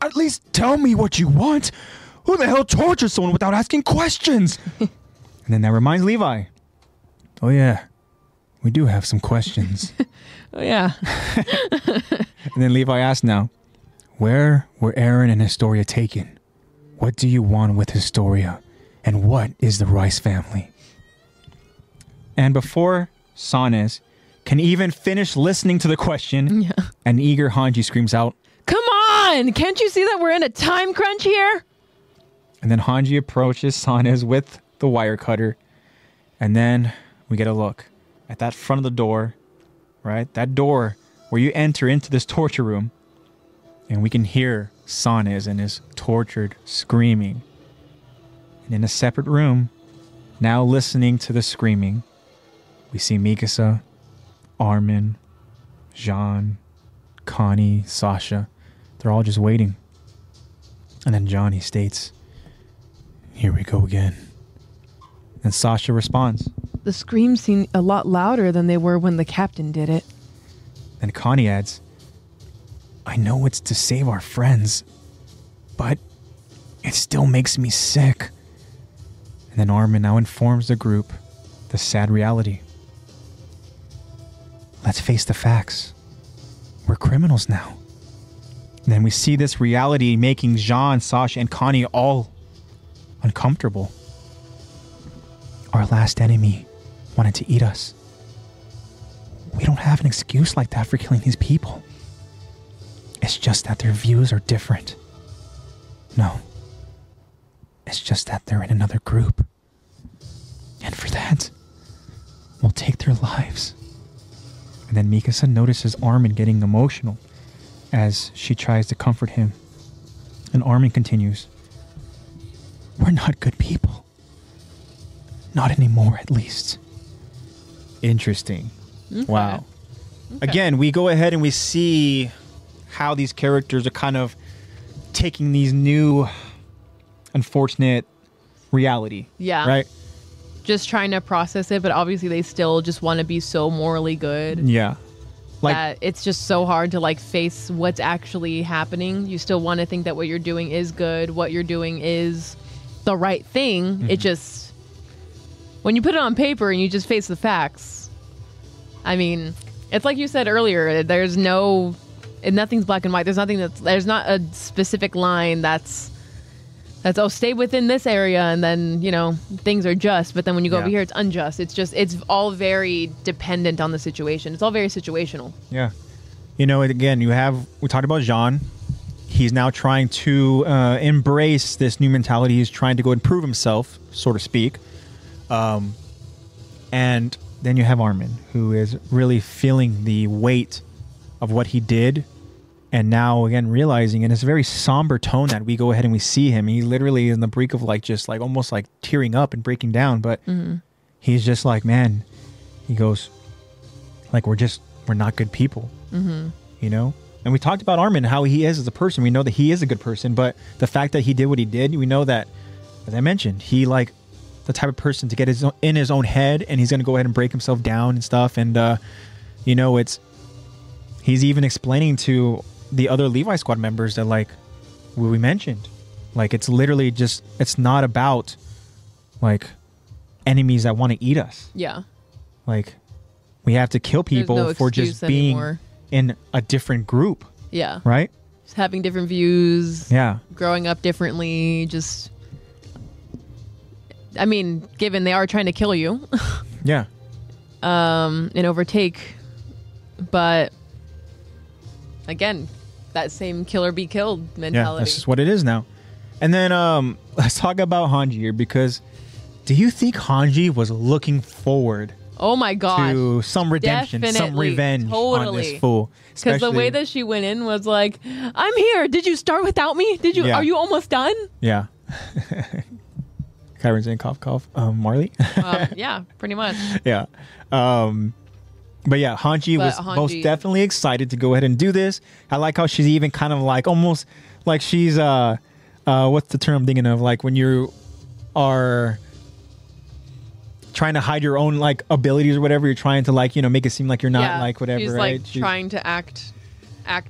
C: At least tell me what you want.
A: Who the hell tortures someone without asking questions? and then that reminds Levi. Oh, yeah, we do have some questions.
B: Oh, yeah.
A: and then Levi asks now, Where were Aaron and Historia taken? What do you want with Historia? And what is the Rice family? And before Sanes can even finish listening to the question,
B: yeah.
A: An eager Hanji screams out,
B: Come on! Can't you see that we're in a time crunch here?
A: and then Hanji approaches Sanes with the wire cutter. And then we get a look at that front of the door, right? That door where you enter into this torture room. And we can hear Sanes and his tortured screaming. And in a separate room, now listening to the screaming, we see Mikasa, Armin, Jean, Connie, Sasha. They're all just waiting. And then Johnny states, Here we go again. And Sasha responds.
B: The screams seem a lot louder than they were when the captain did it.
A: Then Connie adds, I know it's to save our friends, but it still makes me sick. And then Armin now informs the group the sad reality. Let's face the facts. We're criminals now. And then we see this reality making Jean, Sasha, and Connie all uncomfortable. Our last enemy wanted to eat us. We don't have an excuse like that for killing these people. It's just that their views are different. No. It's just that they're in another group. And for that, we'll take their lives. And then Mikasa notices Armin getting emotional as she tries to comfort him. And Armin continues We're not good people. Not anymore, at least. Interesting. Wow. Again, we go ahead and we see how these characters are kind of taking these new unfortunate reality.
B: Yeah.
A: Right?
B: Just trying to process it, but obviously they still just want to be so morally good
A: Yeah. Like
B: that it's just so hard to like face what's actually happening. You still want to think that what you're doing is good, what you're doing is the right thing.
A: Mm-hmm.
B: It just when you put it on paper and you just face the facts. I mean, it's like you said earlier. There's no, nothing's black and white. There's nothing that's there's not a specific line that's That's oh, stay within this area, and then you know things are just. But then when you go
A: Yeah.
B: over here, it's unjust. It's just it's all very dependent on the situation. It's all very situational.
A: Yeah. You know, and again, you have we talked about Jean. He's now trying to uh, embrace this new mentality. He's trying to go and prove himself, so to speak. Um, and then you have Armin, who is really feeling the weight of what he did, and now again realizing, and it's a very somber tone that we go ahead and we see him. He literally is on the brink of like just like almost like tearing up and breaking down, but he's just like, man, he goes, like we're just we're not good people you know and we talked about armin how he is as a person we know that he is a good person but the fact that he did what he did we know that as i mentioned he like the type of person to get his own, in his own head and he's gonna go ahead and break himself down and stuff and uh you know it's he's even explaining to the other levi squad members that like what we mentioned like it's literally just it's not about like enemies that want to eat us
B: Yeah.
A: like we have to kill people
B: no
A: for just
B: excuse
A: being
B: anymore.
A: in a different group,
B: Yeah.
A: right?
B: Just having different views,
A: Yeah.
B: growing up differently, just. I mean, given they are trying to kill you
A: Yeah.
B: um, and overtake, but again, that same kill or be killed
A: Yeah.
B: mentality.
A: That's just what it is now. And then um let's talk about Hanji here because do you think Hanji was looking forward
B: oh my god!
A: to some redemption, some
B: Definitely.
A: revenge on
B: Totally.
A: this fool?
B: Because the way
A: Especially-
B: that she went in was like, "I'm here. Did you start without me? Did you?
A: Yeah.
B: Are you almost done?"
A: Yeah. Kyron's in cough cough. Um, Marley.
B: Um, yeah, pretty much.
A: yeah. Um, but yeah, Hanji
B: But
A: was most
B: Hanji-
A: definitely excited to go ahead and do this. I like how she's even kind of like almost like she's uh, uh, what's the term I'm thinking of? Like when you are trying to hide your own like abilities or whatever, you're trying to like you know make it seem like you're not
B: yeah,
A: like whatever.
B: She's
A: right?
B: like
A: She-
B: trying to act, act.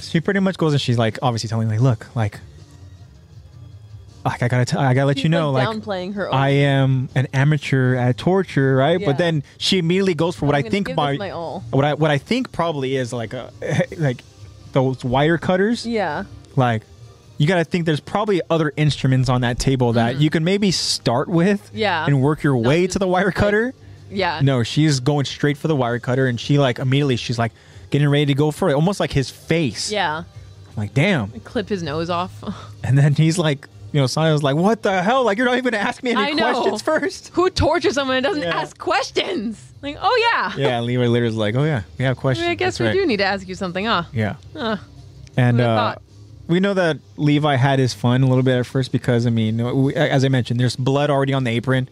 A: she pretty much goes and she's like obviously telling like look like like I gotta t- I gotta let
B: she's,
A: you know
B: like,
A: like
B: downplaying her. Own.
A: I am an amateur at torture, right?
B: Oh. Yeah.
A: But then she immediately goes for what
B: I'm
A: I
B: gonna
A: think
B: give
A: my,
B: this my all.
A: what I what I think probably is like a like those wire cutters.
B: Yeah.
A: Like you got to think there's probably other instruments on that table that you can maybe start with
B: Mm-hmm. Yeah.
A: and work your
B: Not
A: way
B: just,
A: to the wire
B: like-
A: cutter.
B: Yeah.
A: No, she's going straight for the wire cutter and she like immediately she's like getting ready to go for it, almost like his face.
B: Yeah.
A: I'm like damn.
B: Clip his nose off.
A: And then he's like, you know, Sonya's like, "What the hell? Like you're not even gonna ask me
B: I
A: any
B: know.
A: questions first?
B: Who tortures someone and doesn't
A: Yeah.
B: ask questions? Like, oh yeah.
A: yeah, and Leroy later is like, oh yeah, we have
B: I,
A: questions.
B: mean, I guess
A: That's
B: we
A: right.
B: do need to ask you something, huh?
A: Yeah,
B: Huh.
A: and
B: would've
A: uh,
B: thought?
A: we know that Levi had his fun a little bit at first because I mean, we, as I mentioned, there's blood already on the apron,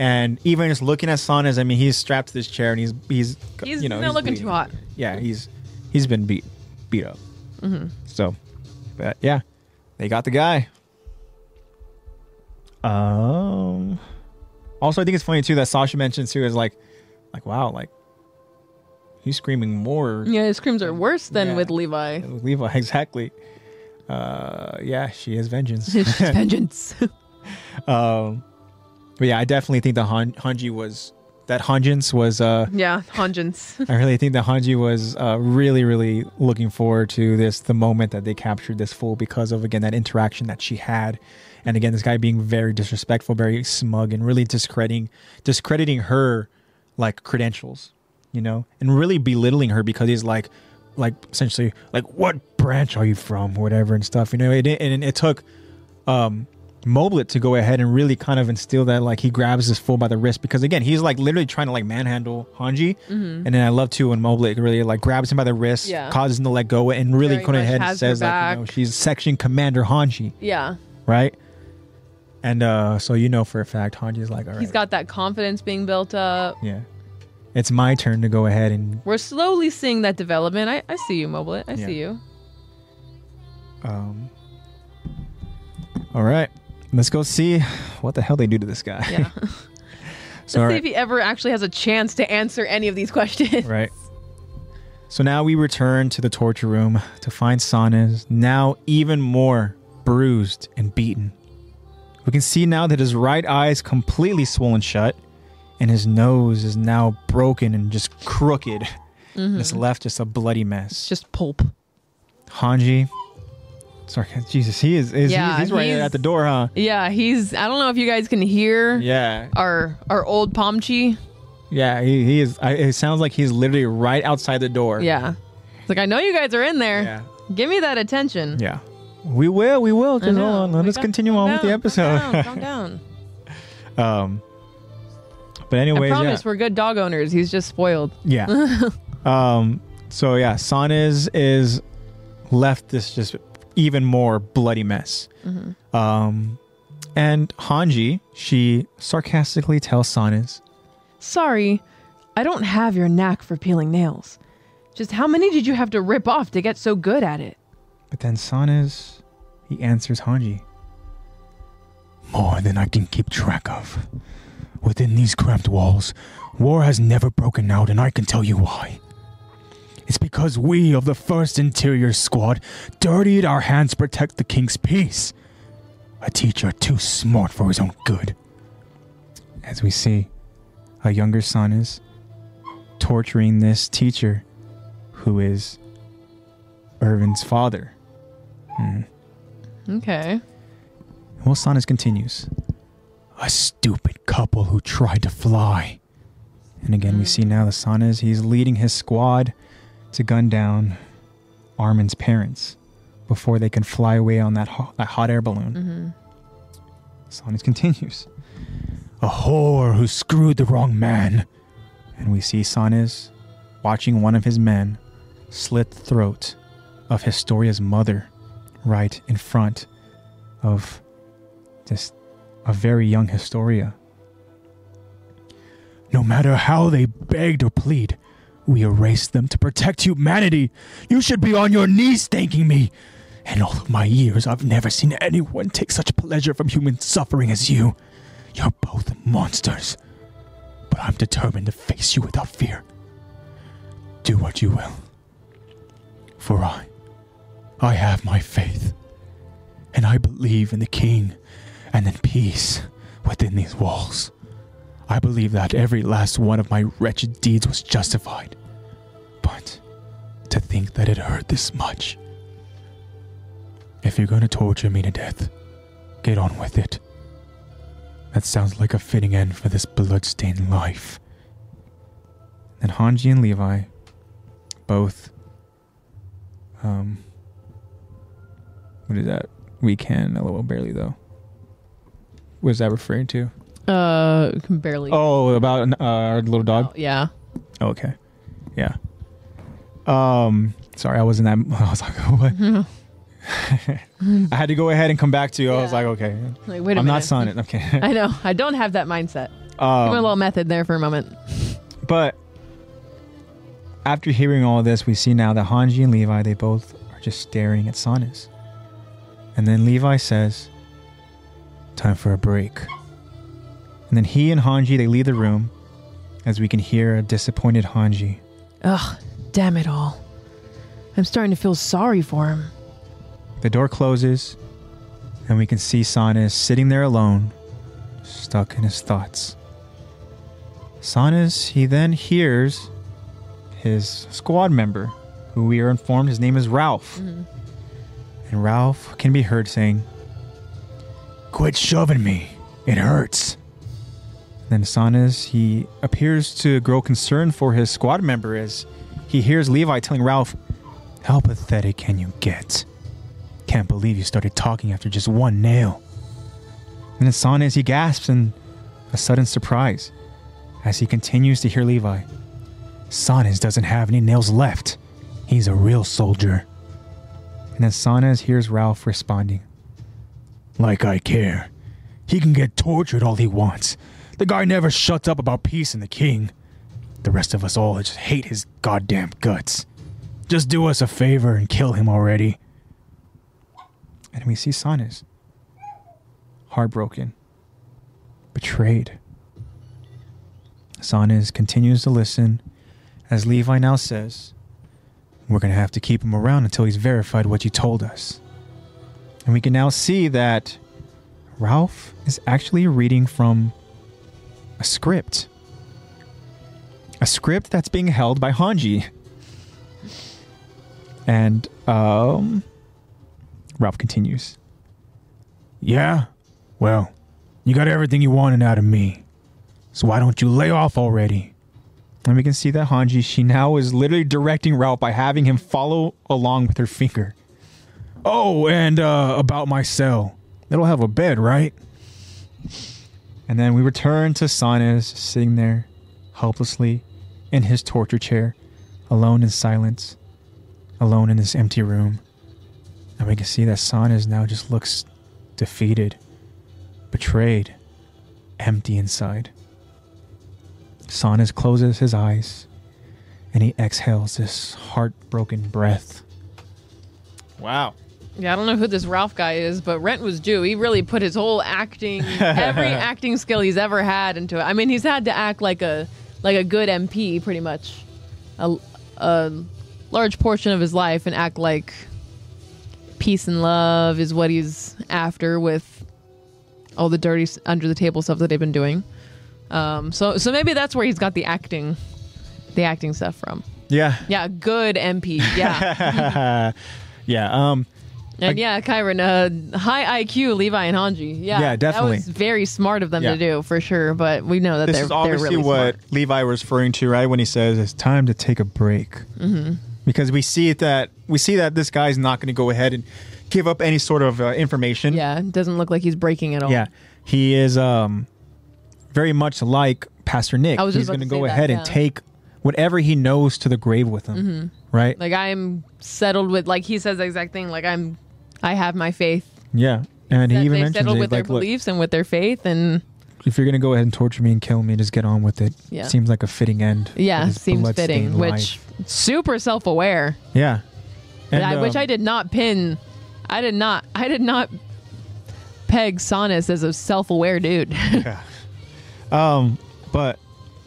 A: and even just looking at Saunders, I mean, he's strapped to this chair and he's he's
B: He's
A: you know
B: not
A: he's
B: looking
A: bleeding.
B: too hot.
A: Yeah, he's he's been beat beat up. So, but yeah, they got the guy. Um. Also, I think it's funny too that Sasha mentions too is like, like wow, like he's screaming more
B: Yeah, his screams are worse than
A: Yeah.
B: with Levi.
A: with Levi exactly. Uh, yeah, she has vengeance.
B: It's just vengeance.
A: um, but yeah, I definitely think the Han- Hanji was that Hanjins was uh
B: yeah, vengeance.
A: I really think that Hanji was uh, really, really looking forward to this, the moment that they captured this fool because of, again, that interaction that she had. And again, this guy being very disrespectful, very smug, and really discrediting, discrediting her, like, credentials, you know, and really belittling her because he's like, like, essentially, like, what branch are you from, or whatever, and stuff, you know, it, and it took um, Moblet to go ahead and really kind of instill that like he grabs this fool by the wrist because again he's like literally trying to like manhandle Hanji, and then I love too when Moblet really like grabs him by the wrist,
B: Mm-hmm. Yeah.
A: causes him to let go and really
B: Very
A: going
B: much
A: ahead and
B: has her
A: says like you know,
B: back.
A: she's section commander Hanji,
B: Yeah.
A: right? And uh so you know for a fact Hanji's like all right,
B: He's got that confidence being built up.
A: yeah, it's my turn to go ahead and
B: We're slowly seeing that development. I, I see you, Moblet. I
A: Yeah.
B: see you.
A: um, all right, let's go see what the hell they do to this guy.
B: Yeah.
A: so, all
B: Let's
A: right.
B: see if he ever actually has a chance to answer any of these questions.
A: Right. So now we return to the torture room to find Sanas now even more bruised and beaten. We can see now that his right eye is completely swollen shut, and his nose is now broken and just crooked.
B: Mm-hmm.
A: And It's left just a bloody mess.
B: Just pulp.
A: Hanji Sorry, Jesus, he is. is
B: Yeah,
A: he, he's right
B: he's-
A: at the door, huh?
B: Yeah, he's. I don't know if you guys can hear
A: Yeah,
B: our our old Pomchi.
A: yeah. He, he is. I, it sounds like he's literally right outside the door.
B: Yeah, it's like I know you guys are in there.
A: Yeah.
B: Give me that attention.
A: Yeah. We will. We will.
B: I
A: Just
B: know.
A: hold on. Let
B: We
A: us
B: got-
A: continue on
B: calm
A: with the
B: down,
A: episode.
B: Calm down. calm down.
A: um. But anyways,
B: I promise
A: yeah.
B: we're good dog owners. He's just spoiled.
A: yeah. um. So yeah, Sanas is left this just even more bloody mess. Um, and Hanji, she sarcastically tells Sanas,
B: Sorry, I don't have your knack for peeling nails. Just how many did you have to rip off to get so good at it?
A: but then Sanas, he answers Hanji.
C: More than I can keep track of. Within these cramped walls, war has never broken out, and I can tell you why. It's because we of the 1st Interior Squad dirtied our hands to protect the King's peace. A teacher too smart for his own good.
A: As we see, a younger son is torturing this teacher who is Irvin's father. Hmm.
B: Okay.
A: Well, Sanas continues.
C: A stupid couple who tried to fly.
A: And again, we see now the Sanas, he's leading his squad to gun down Armin's parents before they can fly away on that hot, that hot air balloon.
B: Mm-hmm.
A: Sanas continues.
C: A whore who screwed the wrong man.
A: And we see Sanas watching one of his men slit the throat of Historia's mother right in front of just a very young Historia.
C: No matter how they begged or plead, we erased them to protect humanity. You should be on your knees thanking me. In all of my years, I've never seen anyone take such pleasure from human suffering as you. You're both monsters. But I'm determined to face you without fear. Do what you will. For I, I have my faith. And I believe in the King and in peace within these walls. I believe that every last one of my wretched deeds was justified. But to think that it hurt this much. If you're going to torture me to death, get on with it. That sounds like a fitting end for this bloodstained life.
A: And Hanji and Levi both um what is that? We can LOL barely though. What is that referring to?
B: Uh, can barely.
A: Oh, about uh, our little dog.
B: Yeah.
A: Oh, Okay. Yeah. Um sorry, I wasn't that I was like what? I had to go ahead and come back to you. I was
B: Yeah.
A: like, okay.
B: Like, wait a minute.
A: I'm not signing. Okay.
B: I know. I don't have that mindset. Give me a
A: um,
B: little method there for a moment.
A: But after hearing all this, we see now that Hanji and Levi, they both are just staring at Sanas. And then Levi says, Time for a break. And then he and Hanji, they leave the room as we can hear a disappointed Hanji.
B: Ugh, damn it all. I'm starting to feel sorry for him.
A: The door closes, and we can see Sanas sitting there alone, stuck in his thoughts. Sanas, he then hears his squad member, who we are informed his name is Ralph. And Ralph can be heard saying,
C: Quit shoving me. It hurts.
A: Then Sanas, he appears to grow concerned for his squad member as he hears Levi telling Ralph,
C: How pathetic can you get? Can't believe you started talking after just one nail.
A: and then Sanas, he gasps in a sudden surprise as he continues to hear Levi.
C: Sanes doesn't have any nails left. He's a real soldier.
A: And then Sanas hears Ralph responding.
C: Like I care. He can get tortured all he wants. The guy never shuts up about peace and the king. The rest of us all just hate his goddamn guts. Just do us a favor and kill him already.
A: And we see Sanas. Heartbroken. Betrayed. Sanas continues to listen as Levi now says, We're going to have to keep him around until he's verified what you told us. And we can now see that Ralph is actually reading from a script. A script that's being held by Hanji. And, um,
C: Ralph continues. Yeah? Well, you got everything you wanted out of me. So why don't you lay off already? And we can see that Hanji, she now is literally directing Ralph by having him follow along with her finger. Oh, and uh, about my cell. It'll have a bed, right? And then we return to Sanes sitting there, helplessly, in his torture chair, alone in silence, alone in this empty room. And we can see that Sanes now just looks defeated, betrayed, empty inside. Sanes closes his eyes and he exhales this heartbroken breath. Wow.
B: Yeah, I don't know who this Ralph guy is, but Rent was due. He really put his whole acting, every acting skill he's ever had into it. I mean, he's had to act like a like a good MP pretty much, a, a large portion of his life, and act like peace and love is what he's after with all the dirty s- under the table stuff that they've been doing. Um, so so maybe that's where he's got the acting, the acting stuff from.
A: Yeah.
B: Yeah, good MP. Yeah,
A: Yeah. Um,
B: and yeah, Kyron, uh, high IQ, Levi and Hanji. Yeah,
A: Yeah,
B: That
A: definitely.
B: was very smart of them
A: Yeah.
B: to do for sure. But we know that
A: this
B: they're
A: is obviously
B: they're really
A: what
B: smart.
A: Levi was referring to, right? When he says it's time to take a break, mm-hmm. because we see that we see that this guy's not going to go ahead and give up any sort of uh, information.
B: Yeah, it doesn't look like he's breaking at all.
A: Yeah, he is um, very much like Pastor Nick.
B: I was just
A: He's
B: about
A: gonna
B: to
A: go
B: say that,
A: ahead
B: yeah.
A: and take whatever he knows to the grave with him, right?
B: Mm-hmm. like I'm settled with like he says the exact thing. Like I'm, I have my faith.
A: yeah, and he
B: that
A: even
B: they've
A: mentions
B: settled
A: it,
B: with
A: like,
B: their
A: look,
B: beliefs and with their faith and
A: if you're gonna go ahead and torture me and kill me, just get on with it.
B: Yeah.
A: Seems like a fitting end. for
B: yeah,
A: this
B: seems
A: bloodstained
B: fitting.
A: life.
B: Which super self aware.
A: yeah, and,
B: I which
A: um,
B: I did not pin. I did not. I did not peg Sonus as a self aware dude.
A: um, but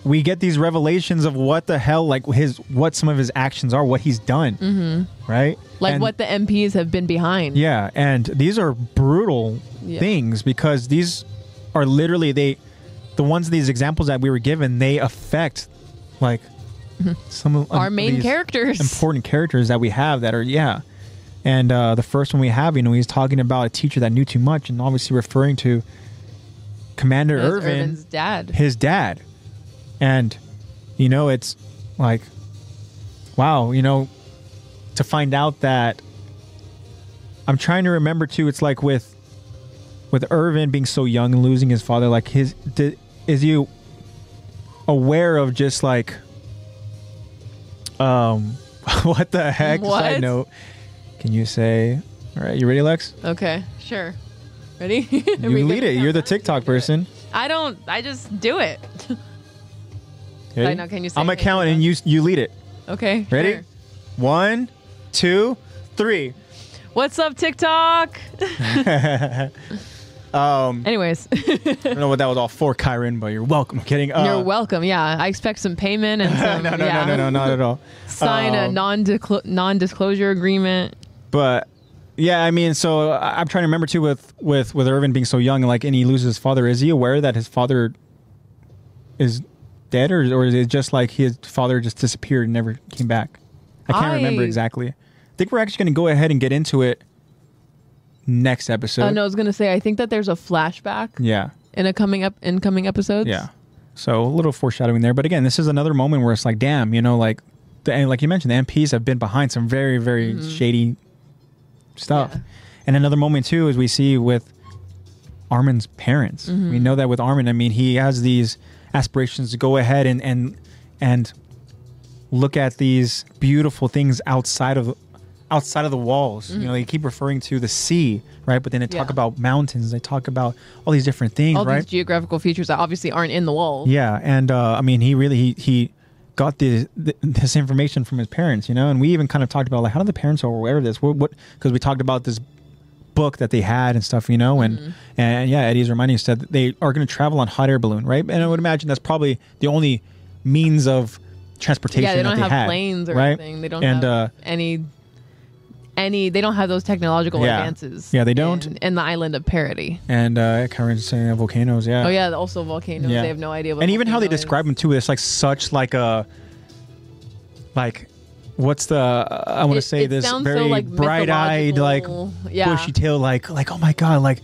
A: we get these revelations of what the hell like his what some of his actions are what he's done right
B: Mm-hmm. like
A: And-
B: what the MPs have been behind.
A: yeah and these are brutal
B: Yeah.
A: things because these are literally they the ones these examples that we were given they affect like some of
B: Mm-hmm. Our
A: of
B: main
A: these
B: characters.
A: important characters that we have that are yeah and uh, the first one we have you know he's talking about a teacher that knew too much and obviously referring to commander
B: That's
A: irvin
B: Irvin's dad.
A: his dad. And, you know, it's like, wow, you know, to find out that I'm trying to remember too, it's like with with Irvin being so young and losing his father, like his di is you aware of just like um what the heck?
B: What?
A: Side note. Can you say all right, you ready, Lex?
B: Okay, sure. Ready?
A: You lead it. You're the TikTok person.
B: I don't. I just do it.
A: Ready?
B: know, can you say
A: I'm
B: it?
A: gonna count and you you lead it.
B: Okay.
A: Ready?
B: sure.
A: One, two, three.
B: What's up, TikTok? um. Anyways,
A: I don't know what that was all for, Kyron, but you're welcome. I'm kidding. Uh,
B: you're welcome. Yeah, I expect some payment and some.
A: No, no,
B: yeah,
A: no, no, no, not at all.
B: Sign a
A: Um,
B: non non disclosure agreement. Uh,
A: But yeah, I mean, so I- I'm trying to remember too with with with Irvin being so young, like, and he loses his father. Is he aware that his father is dead, or or is it just like his father just disappeared and never came back? I can't remember
B: I-
A: exactly. I think we're actually going to go ahead and get into it next episode.
B: Oh no, I was gonna say I think that there's a flashback
A: Yeah.
B: in a coming up in coming episodes.
A: Yeah. So a little foreshadowing there, but again, this is another moment where it's like, damn, you know, like, the, and like you mentioned, the MPs have been behind some very, very shady stuff.
B: Mm-hmm. Yeah.
A: And another moment too is we see with Armin's parents.
B: Mm-hmm.
A: We know that with Armin, I mean, he has these aspirations to go ahead and and and look at these beautiful things outside of outside of the walls. You know, they keep referring to the sea, right? But then they talk
B: Mm-hmm. Yeah.
A: about mountains. They talk about all these different things,
B: all
A: right?
B: these geographical features that obviously aren't in the wall.
A: Yeah, and uh, I mean, he really he he got this th- this information from his parents, you know. And we even kind of talked about like how do the parents are aware of this? What what because we talked about this book that they had and stuff, you know. And
B: Mm-hmm.
A: and yeah, Eddie's reminding us that they are going to travel on hot air balloon, right? And I would imagine that's probably the only means of transportation.
B: Yeah, they
A: that
B: don't have
A: had,
B: planes or
A: right?
B: anything. They don't
A: And,
B: have
A: uh,
B: any any they don't have those technological
A: Yeah.
B: advances.
A: Yeah, they don't.
B: In, in the island of parody.
A: And uh, Karen's saying uh, volcanoes. Yeah.
B: Oh yeah, also volcanoes. They have no idea what
A: and even how they
B: volcano is.
A: describe them too it's like such like a like what's the I want to
B: It-
A: say
B: it
A: this
B: sounds so,
A: very
B: like,
A: bright-eyed, like
B: mythological. Yeah.
A: bushy tail, like like oh my god, like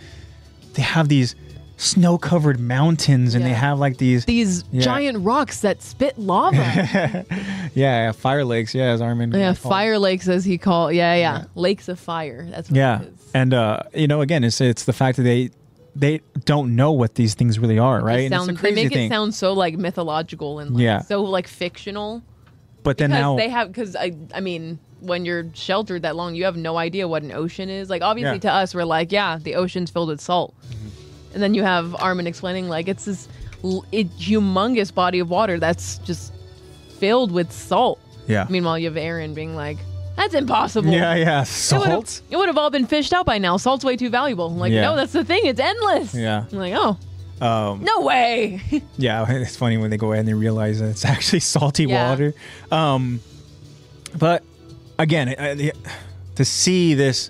A: they have these snow-covered mountains and they
B: Yeah.
A: have like these
B: These
A: Yeah.
B: giant rocks that spit lava.
A: yeah, yeah fire lakes. Yeah, as Armin
B: yeah,
A: called it.
B: fire lakes as he call. Yeah, yeah, lakes of fire. That's what
A: Yeah,
B: It is.
A: and uh, you know, again, it's it's the fact that they they don't know what these things really are, right?
B: It
A: And
B: sounds,
A: it's a
B: they
A: crazy
B: make
A: thing.
B: it sound so like mythological and like,
A: Yeah.
B: so like fictional.
A: but then
B: Because
A: now
B: they have because I I mean when you're sheltered that long you have no idea what an ocean is like obviously
A: Yeah.
B: to us we're like yeah the ocean's filled with salt and then you have Armin explaining like it's this l- it, humongous body of water that's just filled with salt
A: yeah,
B: meanwhile you have Aaron being like that's impossible
A: yeah, yeah,
B: It would've-
A: salt.
B: It would have all been fished out by now. Salt's way too valuable. I'm like,
A: Yeah.
B: no, that's the thing. It's endless.
A: Yeah.
B: I'm like, oh,
A: Um,
B: no way.
A: Yeah, it's funny when they go ahead and they realize that it's actually salty
B: Yeah.
A: water. Um, but again, I- I- to see this,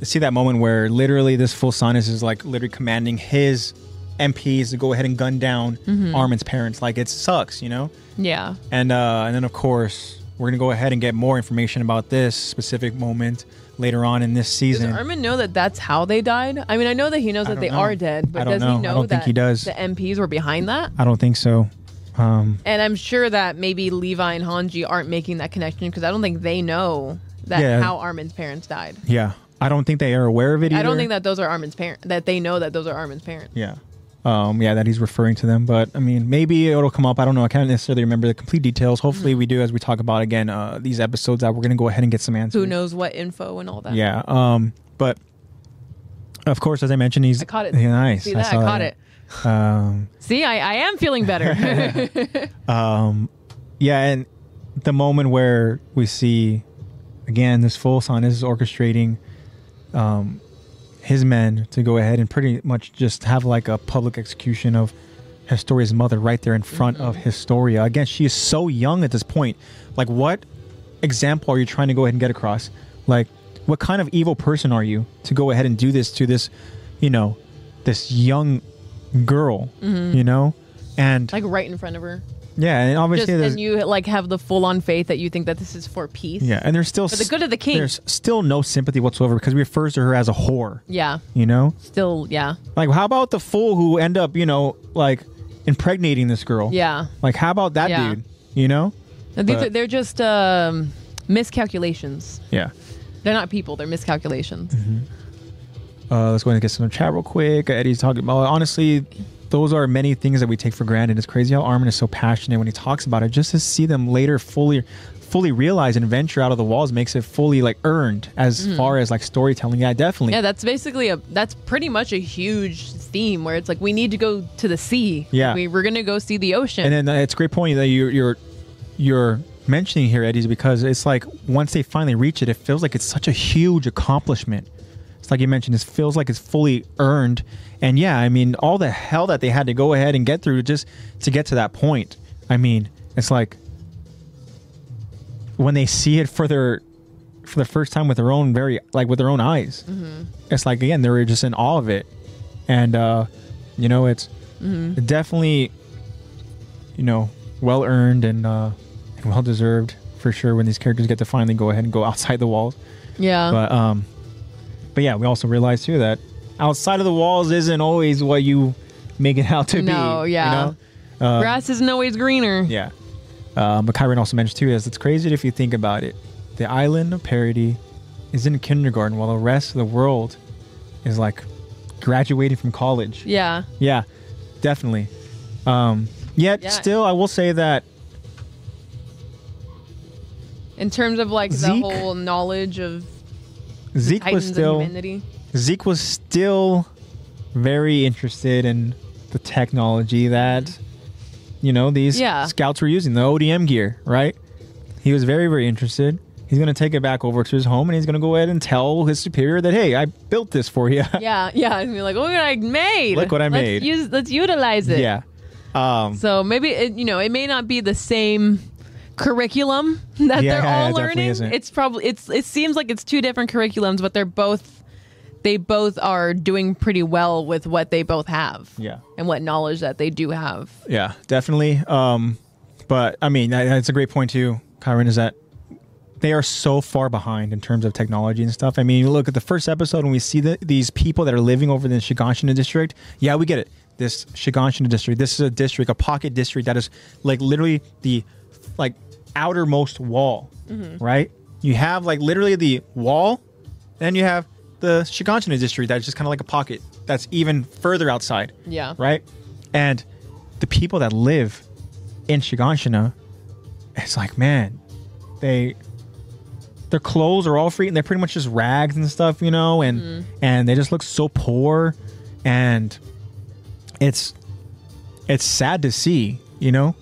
A: to see that moment where literally this full sinus is like literally commanding his MPs to go ahead and gun down
B: Mm-hmm.
A: Armin's parents. Like it sucks, you know.
B: yeah.
A: And uh, and then of course we're gonna go ahead and get more information about this specific moment later on in this
B: Does
A: season.
B: Armin know that that's how they died? I mean, I know that he knows that
A: don't
B: they
A: know.
B: are dead,
A: I
B: but
A: don't
B: does
A: know.
B: he
A: I
B: know
A: don't think
B: that
A: he does.
B: the MPs were behind that?
A: I don't think so. Um,
B: And I'm sure that maybe Levi and Hanji aren't making that connection because I don't think they know that
A: Yeah.
B: how Armin's parents died.
A: yeah, I don't think they are aware of it. Either.
B: I don't think that those are Armin's parents. That they know that those are Armin's parents.
A: Yeah. Um, yeah, that he's referring to them, but I mean, maybe it'll come up. I don't know. I can't necessarily remember the complete details. Hopefully,
B: Mm-hmm.
A: we do as we talk about again uh, these episodes that we're gonna go ahead and get some answers.
B: Who knows what info and all that?
A: Yeah. Um, but of course, as I mentioned, he's
B: I caught it.
A: Yeah, nice.
B: See that? I,
A: saw
B: caught
A: that.
B: it.
A: Um,
B: See, I, I am feeling better.
A: yeah, and the moment where we see again this full son is orchestrating um, his men to go ahead and pretty much just have like a public execution of Historia's mother right there in front of
B: Mm-hmm.
A: Historia. Again, she is so young at this point. Like, what example are you trying to go ahead and get across? Like, what kind of evil person are you to go ahead and do this to this, you know, this young girl, you know? And
B: Mm-hmm. like right in front of her.
A: yeah, and obviously,
B: Just,
A: there's-
B: and you like have the full on faith that you think that this is for peace.
A: Yeah, and there's still
B: the
A: s-
B: good of the king.
A: There's still no sympathy whatsoever because he refers to her as a whore.
B: Yeah.
A: You know,
B: Still, yeah.
A: like how about the fool who end up, you know, like impregnating this girl?
B: Yeah.
A: Like how about that
B: Yeah.
A: dude? You know?
B: Now, These
A: But-
B: are, they're just um, miscalculations.
A: Yeah.
B: They're not people. They're miscalculations.
A: Mm-hmm. Uh, let's go ahead and get some chat real quick. Eddie's talking about honestly, those are many things that we take for granted. It's crazy how Armin is so passionate when he talks about it. Just to see them later fully, fully realize and venture out of the walls makes it fully like earned as
B: Mm-hmm.
A: far as like storytelling. Yeah, definitely.
B: Yeah, that's basically a. That's pretty much a huge theme where it's like we need to go to the sea.
A: Yeah.
B: we, we're gonna go see the ocean.
A: And then uh, it's a great point that you, you're you're mentioning here, Eddie's, because it's like once they finally reach it, it feels like it's such a huge accomplishment. It's like you mentioned, it feels like it's fully earned. And yeah, I mean, all the hell that they had to go ahead and get through just to get to that point. I mean, it's like when they see it for their for the first time with their own very like with their own eyes. It's like again, they were just in awe of it, and uh, you know, it's definitely you know, well earned and uh, and well deserved for sure when these characters get to finally go ahead and go outside the walls.
B: yeah,
A: But um, but yeah, we also realize too that outside of the walls isn't always what you make it out to be.
B: No,
A: you
B: yeah.
A: know?
B: grass isn't always greener.
A: uh, Yeah. Um, but Kyron also mentioned too is it's crazy if you think about it. The island of parody is in kindergarten while the rest of the world is like graduating from college.
B: yeah.
A: Yeah, definitely. Um, yet
B: Yeah.
A: still, I will say that
B: In terms of like
A: Zeke?
B: the whole knowledge of
A: Zeke was
B: Titans
A: still
B: and humanity.
A: Zeke was still very interested in the technology that you know these
B: Yeah.
A: scouts were using the ODM gear, right? He was very very interested. He's gonna take it back over to his home and he's gonna go ahead and tell his superior that hey, I built this for you.
B: Yeah, yeah. And be like, look what I made.
A: Look what I
B: Let's
A: made.
B: Use, let's utilize it.
A: yeah. Um,
B: So maybe it, you know it may not be the same curriculum that
A: Yeah,
B: they're
A: yeah,
B: all
A: it definitely
B: learning.
A: isn't.
B: It's probably it's it seems like it's two different curriculums, but they're both they both are doing pretty well with what they both have.
A: Yeah.
B: and what knowledge that they do have.
A: yeah, definitely. Um, but I mean, that- that's a great point too, Kyron. Is that they are so far behind in terms of technology and stuff. I mean, you look at the first episode and we see the, these people that are living over in the Shiganshina district. Yeah, we get it. This Shiganshina district. This is a district, a pocket district that is like literally the like outermost wall, right? You have like literally the wall, then you have the Shiganshina district that's just kind of like a pocket that's even further outside
B: Yeah.
A: right? And the people that live in Shiganshina, it's like, man, they their clothes are all free and they're pretty much just rags and stuff, you know, and
B: Mm.
A: and they just look so poor and it's it's sad to see, you know?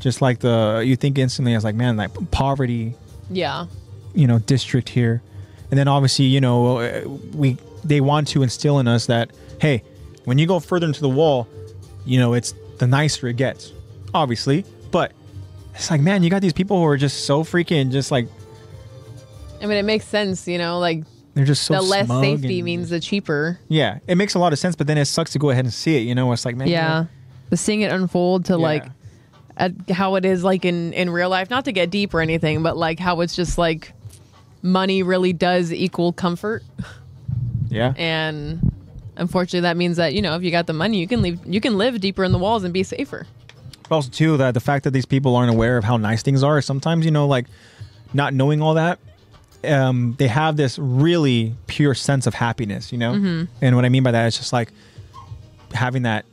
A: Just like the you think instantly as like, man, like poverty
B: Yeah.
A: you know district here and then obviously you know uh, we they want to instill in us that hey when you go further into the wall you know it's the nicer it gets obviously but it's like man you got these people who are just so freaking just like
B: I mean, it makes sense, you know, like
A: they're just so
B: the less
A: smug
B: safety
A: and-
B: means the cheaper.
A: yeah it makes a lot of sense but then it sucks to go ahead and see it you know it's like man you
B: Yeah.
A: know,
B: But seeing it unfold to
A: yeah.
B: like at how it is like in in real life, not to get deep or anything, but like how it's just like money really does equal comfort
A: yeah
B: and unfortunately that means that you know if you got the money you can leave you can live deeper in the walls and be safer
A: But also too that the fact that these people aren't aware of how nice things are sometimes you know like not knowing all that um, they have this really pure sense of happiness you know
B: Mm-hmm.
A: and what i mean by that is just like having that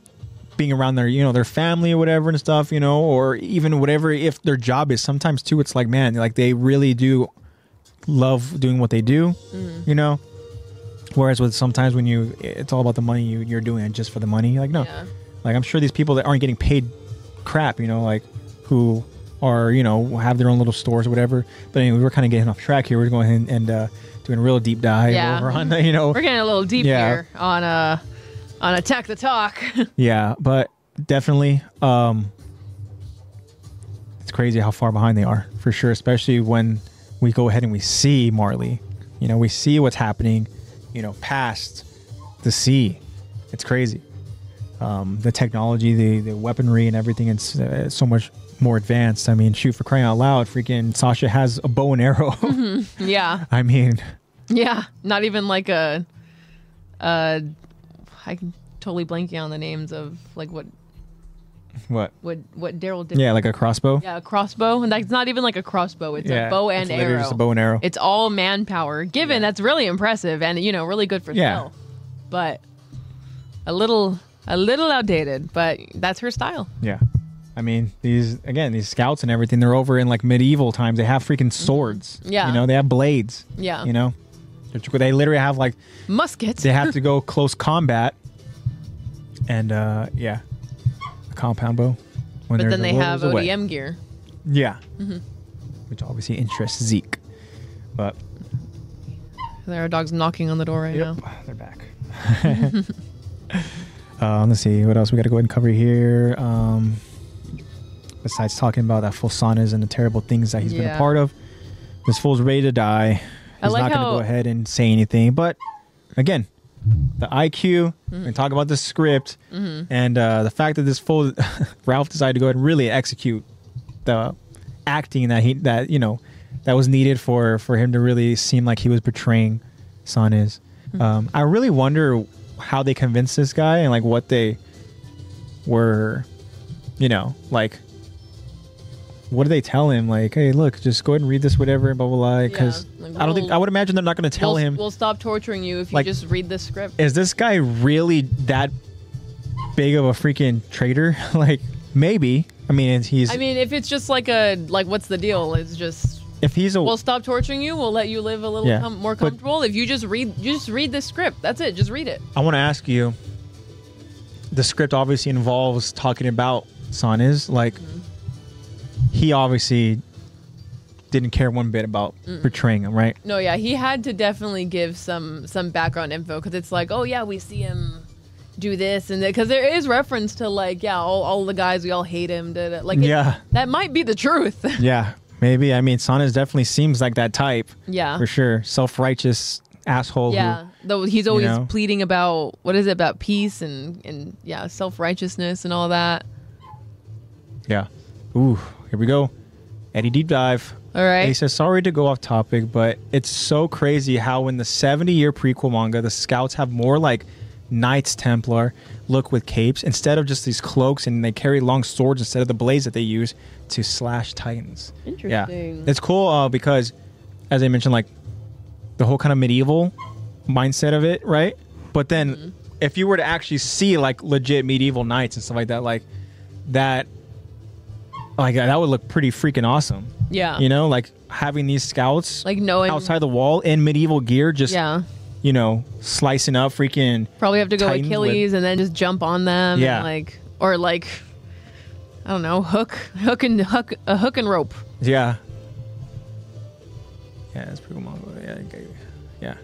A: being around their you know their family or whatever and stuff you know or even whatever if their job is sometimes too it's like man like they really do love doing what they do
B: Mm.
A: you know whereas with sometimes when you it's all about the money you, you're doing it just for the money like no
B: Yeah.
A: like i'm sure these people that aren't getting paid crap you know like who are you know have their own little stores or whatever but anyway we're kind of getting off track here we're going ahead and uh doing a real deep dive
B: Yeah.
A: over on you know
B: we're getting a little deep
A: Yeah.
B: here on uh on attack the talk
A: Yeah, but definitely, um, it's crazy how far behind they are for sure. Especially when we go ahead and we see Marley, you know, we see what's happening, you know, past the sea. It's crazy. Um, the technology, the the weaponry, and everything it's uh, so much more advanced. I mean, shoot for crying out loud! Freaking Sasha has a bow and arrow.
B: Mm-hmm. yeah
A: I mean,
B: yeah not even like a uh i'm totally blanking on the names of like what
A: what?
B: what what daryl did
A: Yeah, like a crossbow.
B: Yeah, a crossbow. And that's not even like a crossbow. It's
A: Yeah,
B: a bow
A: it's
B: and
A: literally
B: arrow.
A: just a bow and arrow.
B: It's all manpower. Given that's really impressive and you know really good for
A: Yeah.
B: spell, but a little a little outdated. But that's her style.
A: Yeah. I mean, these again, these scouts and everything, they're over in like medieval times. They have freaking swords.
B: Mm-hmm. Yeah.
A: You know, they have blades.
B: Yeah.
A: You know? They're- They literally have like
B: Muskets.
A: they have to go close combat. And uh yeah. A compound bow. When
B: but
A: they're
B: then
A: the
B: they have
A: wolves away.
B: ODM gear.
A: Yeah.
B: Mm-hmm.
A: Which obviously interests Zeke. But
B: There are dogs knocking on the door right now.
A: they're back. um, let's see what else we got to go ahead and cover here. Um, besides talking about that Fulsanas and the terrible things that he's been a
B: Yeah.
A: part of, this fool's ready to die.
B: I
A: He's
B: like
A: not going to
B: how-
A: go ahead and say anything, but again, the IQ. We
B: Mm-hmm.
A: talk about the script and uh, the fact that this fool Ralph decided to go ahead and really execute the acting that he that you know that was needed for for him to really seem like he was portraying Son is.
B: Hmm.
A: Um, I really wonder how they convinced this guy and like what they were, you know, like what do they tell him? Like, hey, look, just go ahead and read this, whatever, blah blah blah. Because
B: Yeah, like,
A: I don't think
B: we'll-
A: I would imagine they're not going to tell
B: we'll,
A: him.
B: We'll stop torturing you if you
A: Like-
B: just read this script.
A: is this guy really that big of a freaking traitor? like, maybe. I mean, it's- he's
B: I mean, if it's just like a like, what's the deal? It's just
A: if he's a
B: we'll stop torturing you. We'll let you live a little
A: Yeah.
B: com- more
A: But-
B: comfortable if you just read you just read this script. That's it. Just read it.
A: I want to ask you. The script obviously involves talking about Son is like
B: Mm-hmm.
A: he obviously didn't care one bit about betraying him, right?
B: No, yeah, he had to definitely give some some background info because it's like, oh yeah, we see him do this and because there is reference to like, yeah, all, all the guys we all hate him. Da, da. Like, it-
A: Yeah.
B: that might be the truth.
A: Yeah, maybe. I mean, Son is definitely seems like that type
B: yeah,
A: for sure. Self righteous asshole. who-
B: yeah. Though he's always
A: know?
B: pleading about what is it about peace and and yeah, self righteousness and all that.
A: yeah. Ooh, here we go. Eddie Deep Dive.
B: All right.
A: They said, sorry to go off topic, but it's so crazy how in the 70 year prequel manga, the scouts have more like Knights Templar look with capes instead of just these cloaks and they carry long swords instead of the blades that they use to slash titans.
B: Interesting.
A: Yeah. It's cool uh, because, as I mentioned, like the whole kind of medieval mindset of it, right? But then
B: Mm-hmm.
A: if you were to actually see like legit medieval knights and stuff like that, like that. Like that would look pretty freaking awesome
B: Yeah.
A: you know like having these scouts
B: like knowing.
A: outside the wall in medieval gear just
B: Yeah.
A: you know slicing up freaking
B: Probably have to go
A: Titan
B: Achilles and then just jump on them.
A: Yeah.
B: And like or like, I don't know, hook, hook and hook a hook and rope.
A: yeah yeah that's pretty cool Mongol. yeah okay. yeah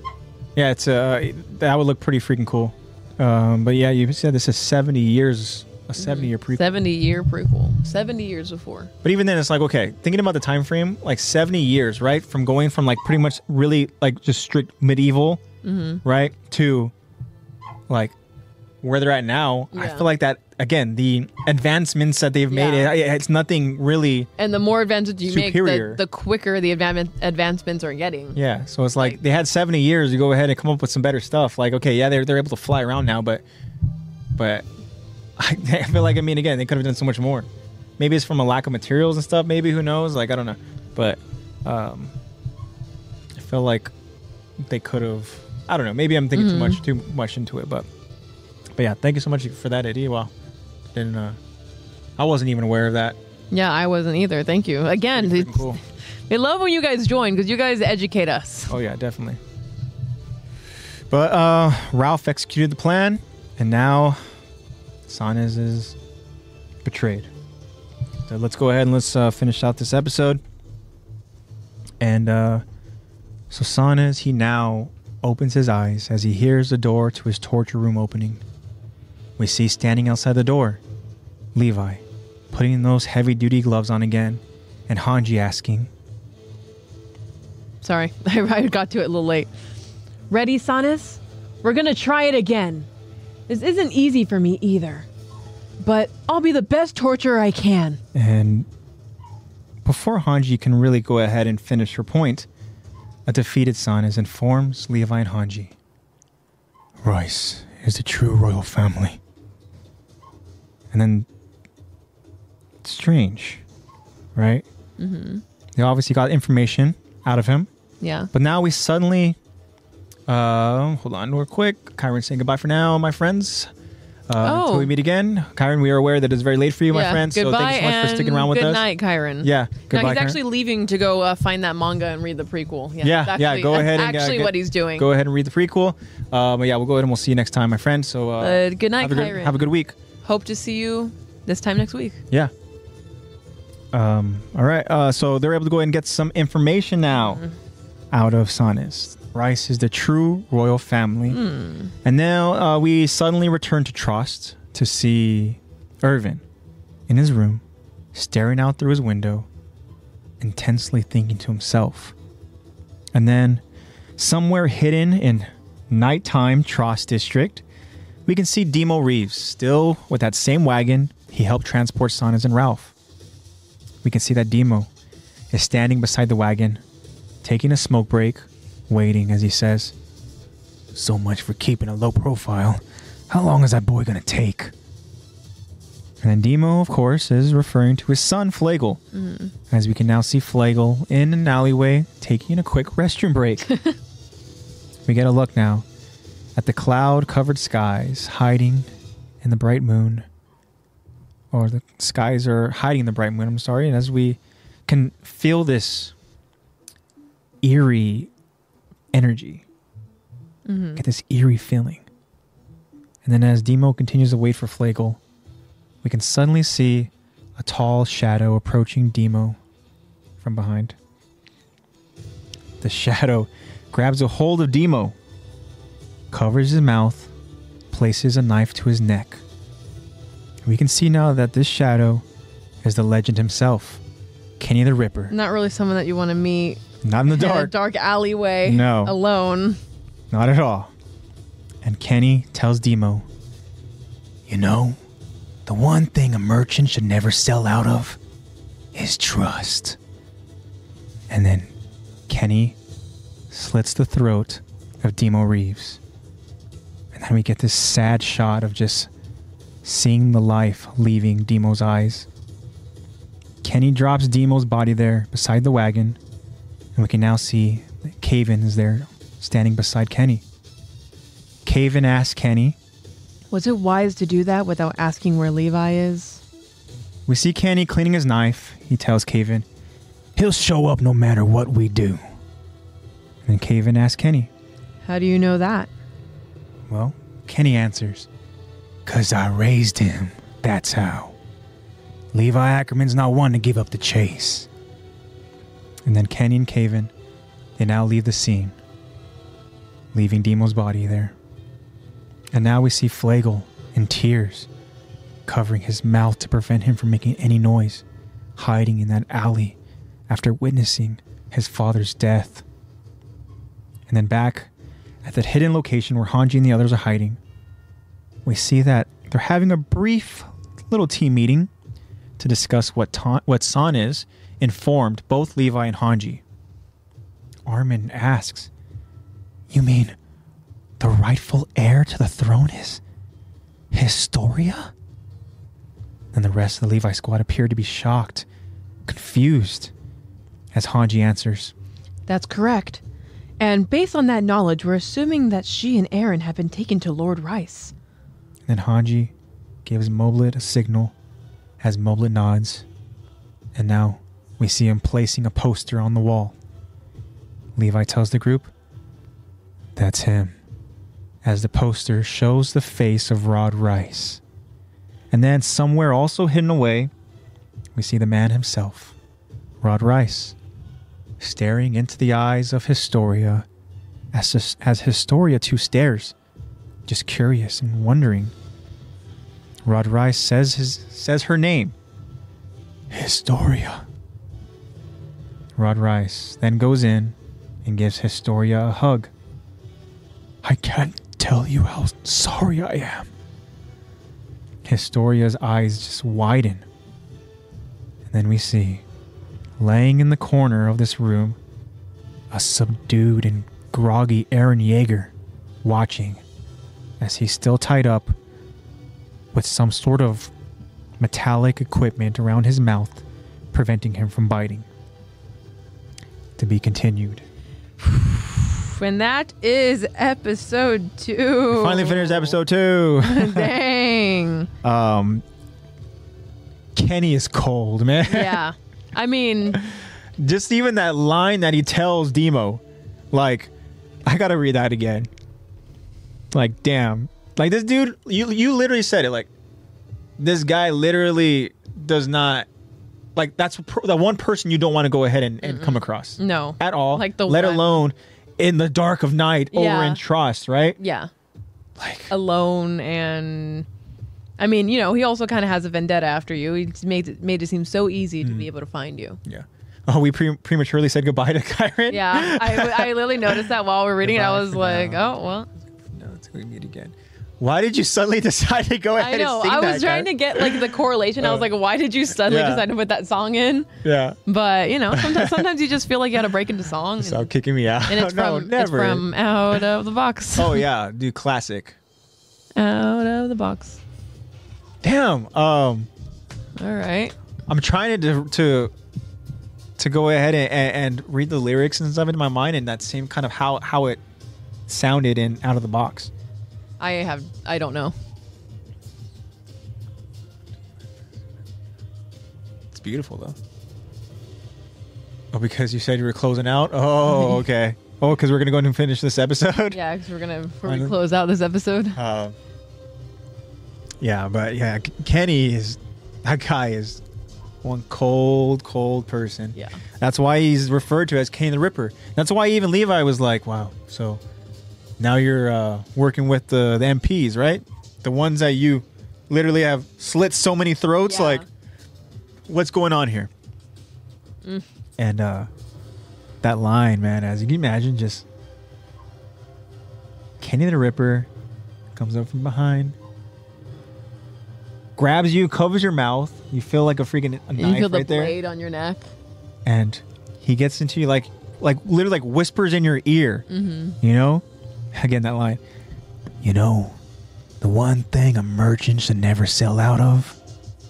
A: yeah it's uh that would look pretty freaking cool um but yeah you said this is 70 years a 70 year prequel
B: Seventy year prequel. Seventy years before.
A: But even then, it's like okay, thinking about the time frame, like seventy years, right, from going from like pretty much really like just strict medieval,
B: Mm-hmm.
A: right, to like where they're at now. I
B: Yeah.
A: feel like that again, the advancements that they've made,
B: Yeah.
A: it, it's nothing really.
B: And the more advances you
A: Superior.
B: make, the, the quicker the advan- advancements are getting.
A: Yeah, so it's like they had seventy years to go ahead and come up with some better stuff. Like okay, yeah, they're they're able to fly around now, but but I, I feel like I mean again, they could have done so much more. Maybe it's from a lack of materials and stuff. Maybe who knows? Like I don't know, but um, I feel like they could have. I don't know. Maybe I'm thinking too much too much into it, but but yeah, thank you so much for that, Eddie. Wow, didn't uh, I wasn't even aware of that.
B: Yeah, I wasn't either. Thank you. Again,
A: Pretty
B: they,
A: freaking cool.
B: they love when you guys join because you guys educate us.
A: Oh yeah, definitely. But uh, Ralph executed the plan, and now Sanez is betrayed. So let's go ahead and let's uh, finish out this episode. And uh, so Sanez, he now opens his eyes as he hears the door to his torture room opening. We see standing outside the door, Levi, putting those heavy-duty gloves on again, and Hanji asking,
B: Sorry, I I got to it a little late. Ready, Sanis? We're gonna try it again. This isn't easy for me either, but I'll be the best torturer I can.
A: And before Hanji can really go ahead and finish her point, a defeated Sanez informs Levi and Hanji.
C: Rice is the true royal family.
A: And then, it's strange, right? Mm-hmm. They obviously got information out of him,
B: Yeah.
A: but now we suddenly. Uh, hold on, real quick. Kyron saying goodbye for now, my friends. Uh, Until
B: Oh.
A: we meet again, Kyron, we are aware that it's very late for you, my
B: yeah.
A: friends. so
B: Goodbye
A: thank you so much for sticking
B: and
A: around with
B: good
A: us.
B: night, Kyron.
A: Yeah,
B: No,
A: goodbye.
B: he's
A: Kyron.
B: actually leaving to go uh, find that manga and read the prequel. Yeah,
A: Yeah,
B: that's
A: yeah,
B: actually-
A: go
B: that's
A: ahead and, uh,
B: actually
A: get-
B: what he's doing.
A: go ahead and read the prequel. Uh, but yeah, we'll go ahead and we'll see you next time, my friend. So uh,
B: Uh, good night,
A: have a good,
B: Kyron.
A: have a good week.
B: Hope to see you this time next week.
A: Yeah. Um. All right. Uh. So they're able to go ahead and get some information now out of Sanis. Rice is the true royal family, and now uh, we suddenly return to Trost to see Irvin in his room, staring out through his window, intensely thinking to himself. And then, somewhere hidden in nighttime Trost district, we can see Demo Reeves still with that same wagon he helped transport Sanas and Ralph. We can see that Demo is standing beside the wagon, taking a smoke break, waiting as he says,
C: So much for keeping a low profile. How long is that boy gonna take?
A: And then Demo, of course, is referring to his son Flagel, as we can now see Flagel in an alleyway taking a quick restroom break. we get a look now at the cloud-covered skies hiding in the bright moon, or the skies are hiding the bright moon. I'm sorry, and as we can feel this eerie energy,
B: Mm-hmm.
A: Mm-hmm. get this eerie feeling, and then as Demo continues to wait for Flagel we can suddenly see a tall shadow approaching Demo from behind. The shadow grabs a hold of Demo, covers his mouth, places a knife to his neck. We can see now that this shadow is the legend himself, Kenny the Ripper.
B: Not really someone that you want to meet
A: Not in the
B: in a
A: dark,
B: dark alleyway.
A: No.
B: Alone.
A: not at all. And Kenny tells Demo,
C: You know, the one thing a merchant should never sell out of is trust.
A: And then Kenny slits the throat of Demo Reeves. And then we get this sad shot of just seeing the life leaving Demo's eyes. Kenny drops Demo's body there beside the wagon, and we can now see that Caven is there standing beside Kenny. Caven asks Kenny,
B: Was it wise to do that without asking where Levi is?
A: We see Kenny cleaning his knife. He tells Caven,
C: He'll show up no matter what we do.
A: and then Caven asks Kenny.
B: How do you know that?
A: Well, Kenny answers.
C: Cause I raised him. That's how. Levi Ackerman's not one to give up the chase.
A: And then Kenny and Caven, they now leave the scene, leaving Demo's body there. And now we see Flagel in tears, covering his mouth to prevent him from making any noise, hiding in that alley after witnessing his father's death. And then back at that hidden location where Hanji and the others are hiding, we see that they're having a brief little team meeting to discuss what ta- what San is informed both Levi and Hanji. Armin asks,
C: You mean the rightful heir to the throne is Historia?
A: and the rest of the Levi squad appear to be shocked, confused, as Hanji answers.
B: That's correct. And based on that knowledge, we're assuming that she and Aaron have been taken to Lord Rice.
A: And then Hanji gives Moblet a signal as Moblet nods, and now we see him placing a poster on the wall. Levi tells the group, That's him, as the poster shows the face of Rod Rice. And then, somewhere also hidden away, we see the man himself, Rod Rice, staring into the eyes of Historia as, as Historia too stares, just curious and wondering. Rod Rice says his says her name.
C: Historia.
A: Rod Rice then goes in and gives Historia a hug.
C: I can't tell you how sorry I am.
A: Historia's eyes just widen. And then we see, laying in the corner of this room, a subdued and groggy Aaron Yeager watching as he's still tied up with some sort of metallic equipment around his mouth, preventing him from biting. To be continued.
B: And that is episode two.
A: Finally finished episode two.
B: Dang.
A: um, Kenny is cold, man.
B: yeah. I mean,
A: just even that line that he tells Demo, like, I gotta read that again. Like, damn, like this dude, you you literally said it. Like, this guy literally does not, like, that's pr- the one person you don't want to go ahead and, and come across
B: no.
A: at all.
B: Like the
A: let
B: one-
A: alone in the dark of night over
B: Yeah.
A: in trust, right?
B: Yeah.
A: Like,
B: alone and I mean, you know, he also kind of has a vendetta after you. He made it made it seem so easy to be
A: Mm.
B: able to find you.
A: yeah. Oh, we pre- prematurely said goodbye to Kyron.
B: Yeah, I, I literally noticed that while we we're reading. it. I
A: Goodbye
B: was
A: for
B: like,
A: now.
B: oh well.
A: No, it's gonna meet again. Why did you suddenly decide to go ahead
B: I know.
A: and sing
B: I
A: that,
B: was trying
A: Kyron?
B: to get like the correlation. I was like, why did you suddenly
A: Yeah.
B: decide to put that song in?
A: Yeah.
B: But you know, sometimes sometimes you just feel like you got to break into song.
A: So
B: And,
A: kicking me out.
B: and it's
A: no,
B: from it's
A: never.
B: from out of the box.
A: oh yeah, dude, classic.
B: Out of the box.
A: Damn. Um,
B: All right.
A: I'm trying to to to go ahead and, and, and read the lyrics and stuff in my mind, and that same kind of how how it sounded in out of the box.
B: I have. I don't know.
A: It's beautiful though. Oh, because you said you were closing out. Oh, okay. Oh, because we're gonna go and finish this episode.
B: Yeah, because we're gonna before we
A: Finally.
B: close out this episode.
A: Um, yeah, but yeah, K- Kenny is that guy is one cold, cold person.
B: Yeah.
A: that's why he's referred to as Kenny the Ripper. That's why even Levi was like, "Wow, so now you're uh, working with the, the MPs, right? The ones that you literally have slit so many throats.
B: Yeah.
A: Like, what's going on here?"
B: Mm.
A: And uh, that line, man, as you can imagine, just Kenny the Ripper comes up from behind, grabs you, covers your mouth. You feel like a freaking a
B: And
A: knife
B: you feel the
A: right there,
B: blade on your neck.
A: and He gets into you like, like literally like whispers in your ear. You know, again that line.
C: You know, the one thing a merchant should never sell out of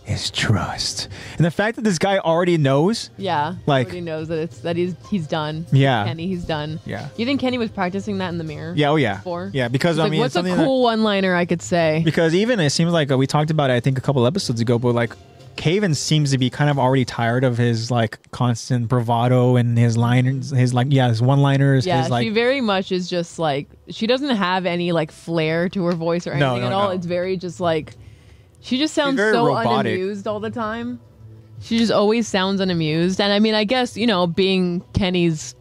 C: is trust.
A: And the fact that this guy already knows,
B: Yeah.
A: Like-
B: everybody knows that it's that he's he's done.
A: Yeah.
B: Kenny, he's done.
A: Yeah.
B: You think Kenny was practicing that in the mirror?
A: yeah, oh yeah,
B: Before?
A: yeah, because
B: He's
A: I
B: like,
A: mean, it's
B: what's a
A: something that-
B: cool one-liner I could say?
A: because even it seems like uh, we talked about it, I think a couple episodes ago, but like Caven seems to be kind of already tired of his like constant bravado and his liners, his like yeah, his one liners,
B: Yeah,
A: his like
B: she very much is just like she doesn't have any like flair to her voice or
A: No,
B: anything at
A: no,
B: all.
A: no.
B: It's very just like she just sounds
A: very
B: so
A: robotic.
B: unamused all the time. She just always sounds unamused, and I mean, I guess you know, being Kenny's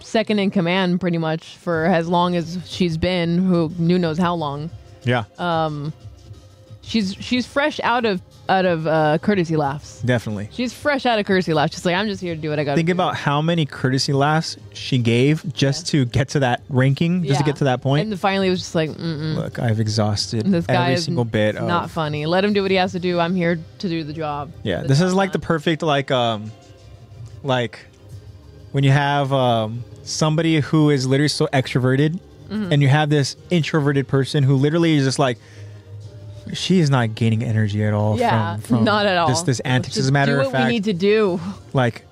B: second in command, pretty much for as long as she's been, who knew knows how long.
A: yeah,
B: uh, She's she's fresh out of out of uh, courtesy laughs.
A: definitely.
B: She's fresh out of courtesy laughs. She's like, I'm just here to do what I got.
A: Think about how many courtesy laughs she gave just to get to that ranking, just to get to that point.
B: And finally, it was just like, mm-mm.
A: Look, I've exhausted
B: This guy
A: every
B: is
A: single bit of
B: not funny. Let him do what he has to do. I'm here to do the job.
A: Yeah, this is like the perfect like um like when you have um somebody who is literally so extroverted
B: Mm-hmm.
A: and you have this introverted person who literally is just like she is not gaining energy at all
B: yeah,
A: from, from
B: not at all.
A: this this
B: Let's
A: antics as
B: just
A: a matter
B: do
A: of
B: what
A: fact
B: we need to do.
A: like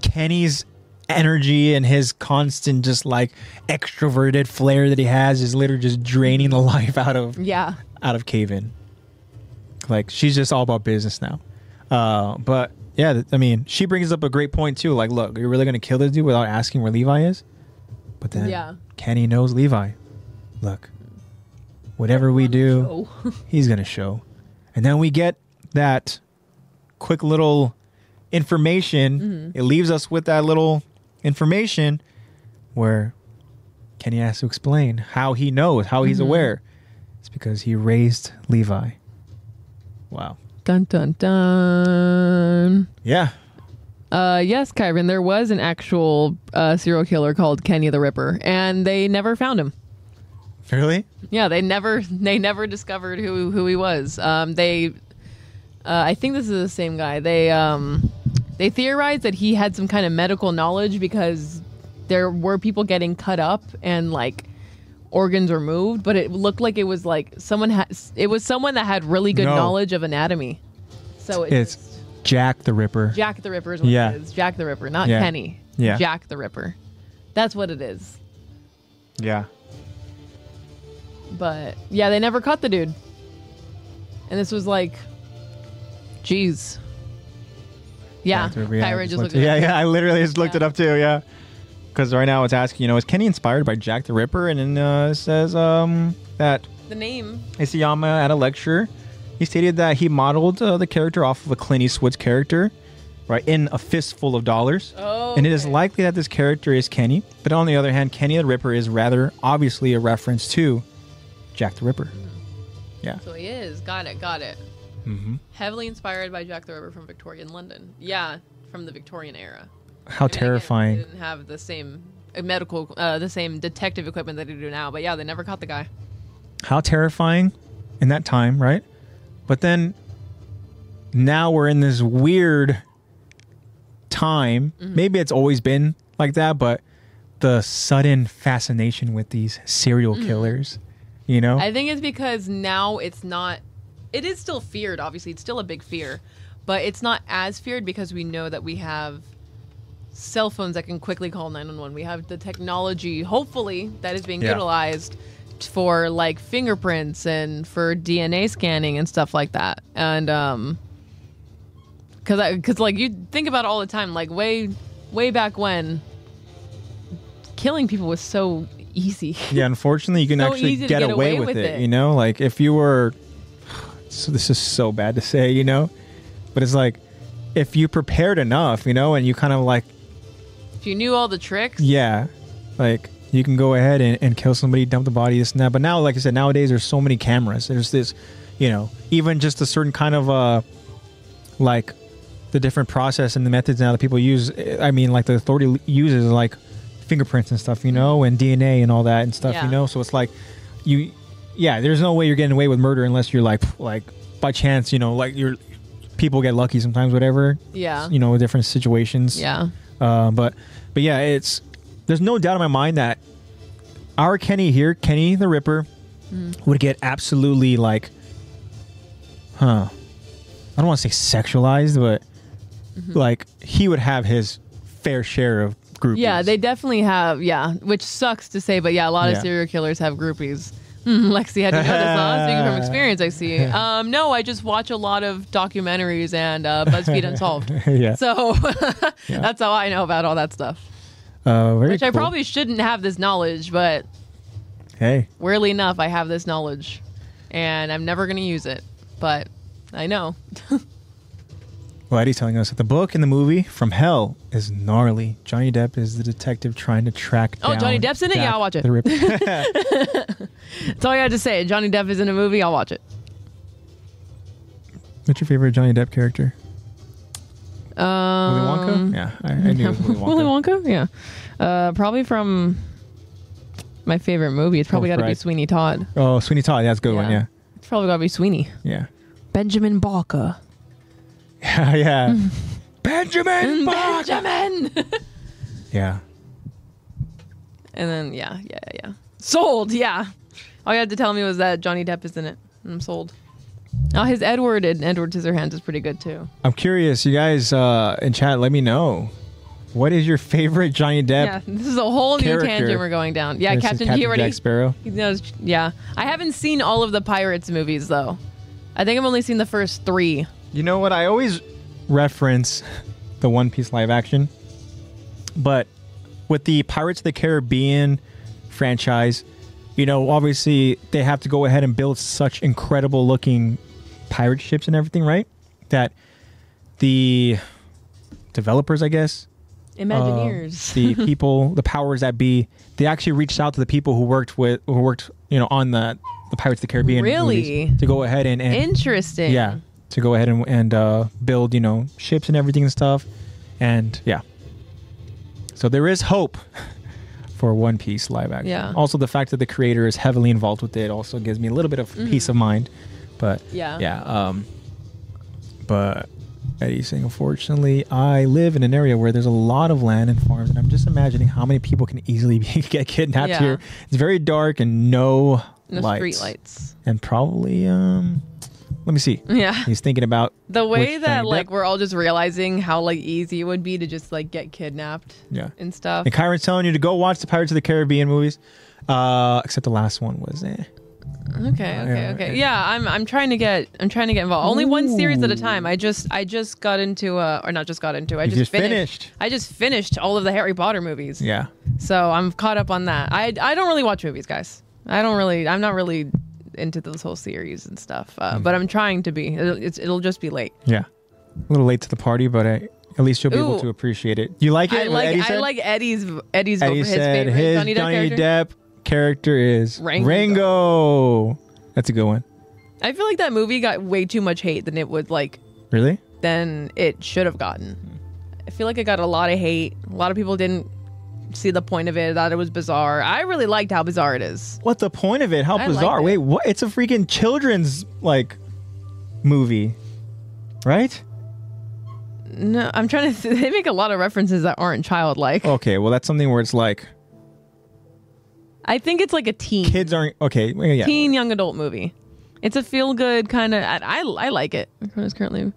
A: Kenny's energy and his constant just like extroverted flair that he has is literally just draining the life out of
B: Yeah,
A: out of Caven. Like she's just all about business now. Uh, but yeah, th- I mean, she brings up a great point too. Like, look, you're really gonna kill this dude without asking where Levi is. But then,
B: Yeah.
A: Kenny knows Levi. Look, whatever we do,
B: Oh.
A: he's gonna show. And then we get that quick little information.
B: Mm-hmm.
A: It leaves us with that little information where Kenny has to explain how he knows, how
B: Mm-hmm.
A: he's aware. It's because he raised Levi. Wow.
B: dun dun dun.
A: Yeah.
B: Uh, yes, Kyron, there was an actual uh, serial killer called Kenny the Ripper, and they never found him.
A: Really?
B: Yeah, they never they never discovered who who he was. Um, they, uh, I think this is the same guy. They um, they theorized that he had some kind of medical knowledge because there were people getting cut up and like organs removed, but it looked like it was like someone had it was someone that had really good
A: No.
B: knowledge of anatomy. So it
A: It's-
B: just-
A: Jack the Ripper.
B: Jack the Ripper is what
A: Yeah.
B: it is. Jack the Ripper, not
A: Yeah.
B: Kenny.
A: Yeah.
B: Jack the Ripper. That's what it is.
A: Yeah.
B: But yeah, they never caught the dude. And this was like, jeez. Yeah,
A: That's what we- I
B: Kyra just looked.
A: yeah,
B: it up.
A: yeah. I literally just looked
B: Yeah.
A: it up too. Yeah. Because right now it's asking, you know, is Kenny inspired by Jack the Ripper? And then uh, it says um, that
B: The name.
A: Isayama at a lecture. He stated that he modeled uh, the character off of a Clint Eastwood's character, right, in A Fistful of Dollars.
B: Oh,
A: and it is
B: okay.
A: likely that this character is Kenny, but on the other hand, Kenny the Ripper is rather obviously a reference to Jack the Ripper.
B: So he is. Got it. Got it.
A: Mm-hmm.
B: Heavily inspired by Jack the Ripper from Victorian London. Yeah, from the Victorian era.
A: How
B: I mean, again,
A: terrifying.
B: They didn't have the same uh, medical, uh, the same detective equipment that they do now. But yeah, they never caught the guy.
A: How terrifying in that time, right? But then now we're in this weird time.
B: Mm-hmm.
A: Maybe it's always been like that, but the sudden fascination with these serial killers, you know?
B: Mm-hmm. I think it's because now it's not. It is still feared, obviously. It's still a big fear, but it's not as feared because we know that we have cell phones that can quickly call 911. We have the technology, hopefully, that is being
A: Yeah.
B: utilized for like fingerprints and for DNA scanning and stuff like that. And, um, cause I, cause like you think about it all the time, like way, way back when killing people was so easy.
A: yeah, unfortunately, you can
B: so
A: actually
B: easy to
A: get,
B: get
A: away, with, it, you know? Like if you were so this is so bad to say, you know? But it's like if you prepared enough, you know, and you kind of like
B: if you knew all the tricks,
A: Yeah. Like you can go ahead and, and kill somebody, dump the body, this and that. But now, like I said, nowadays there's so many cameras. There's this, you know, even just a certain kind of uh like the different process and the methods now that people use eh, I mean like the authority uses like fingerprints and stuff, you know, and DNA and all that and stuff,
B: Yeah.
A: you know. So it's like you yeah, there's no way you're getting away with murder unless you're like like by chance, you know, like you're people get lucky sometimes, whatever.
B: Yeah.
A: You know, different situations.
B: Yeah.
D: Uh, but but yeah, it's
A: There's no doubt in my mind that our Kenny here, Kenny the Ripper,
B: Mm-hmm.
A: would get absolutely like, huh? I don't want to say sexualized, but
B: Mm-hmm.
A: like he would have his fair share of groupies.
B: Yeah, they definitely have. Yeah, which sucks to say, but yeah, a lot
A: Yeah.
B: of serial killers have groupies. Hmm, Lexi, had you noticed that? Speaking from experience, I see. Um, no, I just watch a lot of documentaries and uh, BuzzFeed Unsolved.
A: yeah.
B: So that's how I know about all that stuff.
A: Uh, very
B: Which I
A: cool.
B: probably shouldn't have this knowledge, but
A: hey.
B: weirdly enough, I have this knowledge, and I'm never gonna use it. But I know.
A: Well, Eddie's telling us that the book and the movie from Hell is gnarly. Johnny Depp is the detective trying to track
B: Oh,
A: down.
B: Johnny Depp's in it? Yeah,
A: Jack
B: I'll watch it.
A: the Ripper.
B: That's all I had to say. Johnny Depp is in a movie. I'll watch it.
A: What's your favorite Johnny Depp character? Willy
B: Um,
A: Wonka? yeah, I, I knew it was Willy Wonka.
B: Willy Wonka, yeah. Uh, probably from my favorite movie. It's probably
A: Oh,
B: got to be
A: right.
B: Sweeney Todd.
A: Oh, Sweeney Todd. That's a good one. Yeah,
B: Yeah. It's probably got to be Sweeney.
A: yeah,
B: Benjamin Barker.
A: yeah, yeah. Benjamin Bach.
B: Benjamin. and
A: Yeah.
B: then yeah, yeah, yeah. Sold. Yeah. All you had to tell me was that Johnny Depp is in it. And I'm sold. Oh, his Edward and Edward Scissorhands is pretty good too.
A: I'm curious, you guys uh, in chat. Let me know what is your favorite Johnny Depp?
B: Yeah, this is a whole
A: Character.
B: new tangent we're going down. Yeah,
A: versus
B: Captain, He already
A: Jack Sparrow.
B: He knows. Yeah, I haven't seen all of the Pirates movies though. I think I've only seen the first three.
A: You know what? I always reference the One Piece live action, but with the Pirates of the Caribbean franchise, you know, obviously they have to go ahead and build such incredible looking pirate ships and everything, right? That the developers, I guess, uh,
B: Imagineers.
A: the people, the powers that be, they actually reached out to the people who worked with, who worked, you know, on the the Pirates of the Caribbean
B: Really?
A: movies to go ahead and, and
B: Interesting.
A: yeah to go ahead and, and uh, build you know ships and everything and stuff and yeah so there is hope for one piece live action
B: Yeah.
A: also the fact that the creator is heavily involved with it also gives me a little bit of peace of mind but
B: Mm. Yeah.
A: yeah um but Eddie's saying unfortunately I live in an area where there's a lot of land and farms and I'm just imagining how many people can easily be, get kidnapped
B: Yeah.
A: here it's very dark and no,
B: No
A: lights
B: street lights.
A: and probably um let me see
B: Yeah.
A: He's thinking about
B: The way
A: Which
B: that
A: Johnny
B: like
A: Depp?
B: we're all just realizing how like easy it would be to just like get kidnapped
A: yeah.
B: and stuff.
A: And Kyron's telling you to go watch the Pirates of the Caribbean movies, uh, except the last one was eh.
B: Okay, okay,
A: yeah, yeah.
B: okay. Yeah, I'm I'm trying to get I'm trying to get involved. Only one series at a time. I just I just got into uh or not just got into. I
A: You
B: just,
A: just
B: finished,
A: finished.
B: I just finished all of the Harry Potter movies.
A: yeah.
B: So I'm caught up on that. I I don't really watch movies, guys. I don't really. I'm not really into this whole series and stuff.
A: Mm.
B: Uh, But I'm trying to be. It'll, it's, it'll just be late.
A: Yeah, a little late to the party, but uh at least you'll be able
B: Ooh.
A: to appreciate it. You like it?
B: I
A: what
B: like
A: Eddie
B: I
A: said?
B: like Eddie's Eddie's vote
A: Eddie
B: for his
A: said
B: favorite
A: his
B: Johnny Depp character.
A: Depp character is
B: Rango.
A: Rango. That's a good one.
B: I feel like that movie got way too much hate than it would like
A: Really?
B: than it should have gotten. I feel like it got a lot of hate. A lot of people didn't see the point of it. Thought it was bizarre. I really liked how bizarre it is.
A: What's the point of it? How
B: I
A: bizarre!
B: liked it.
A: Wait, what? It's a freaking children's like movie, right?
B: No, I'm trying to. They make a lot of references that aren't childlike.
A: Okay, well that's something where it's like
B: I think it's like a teen.
A: kids aren't okay. well, Yeah,
B: teen young adult movie. It's a feel good kind of. I, I I like it. Everyone's currently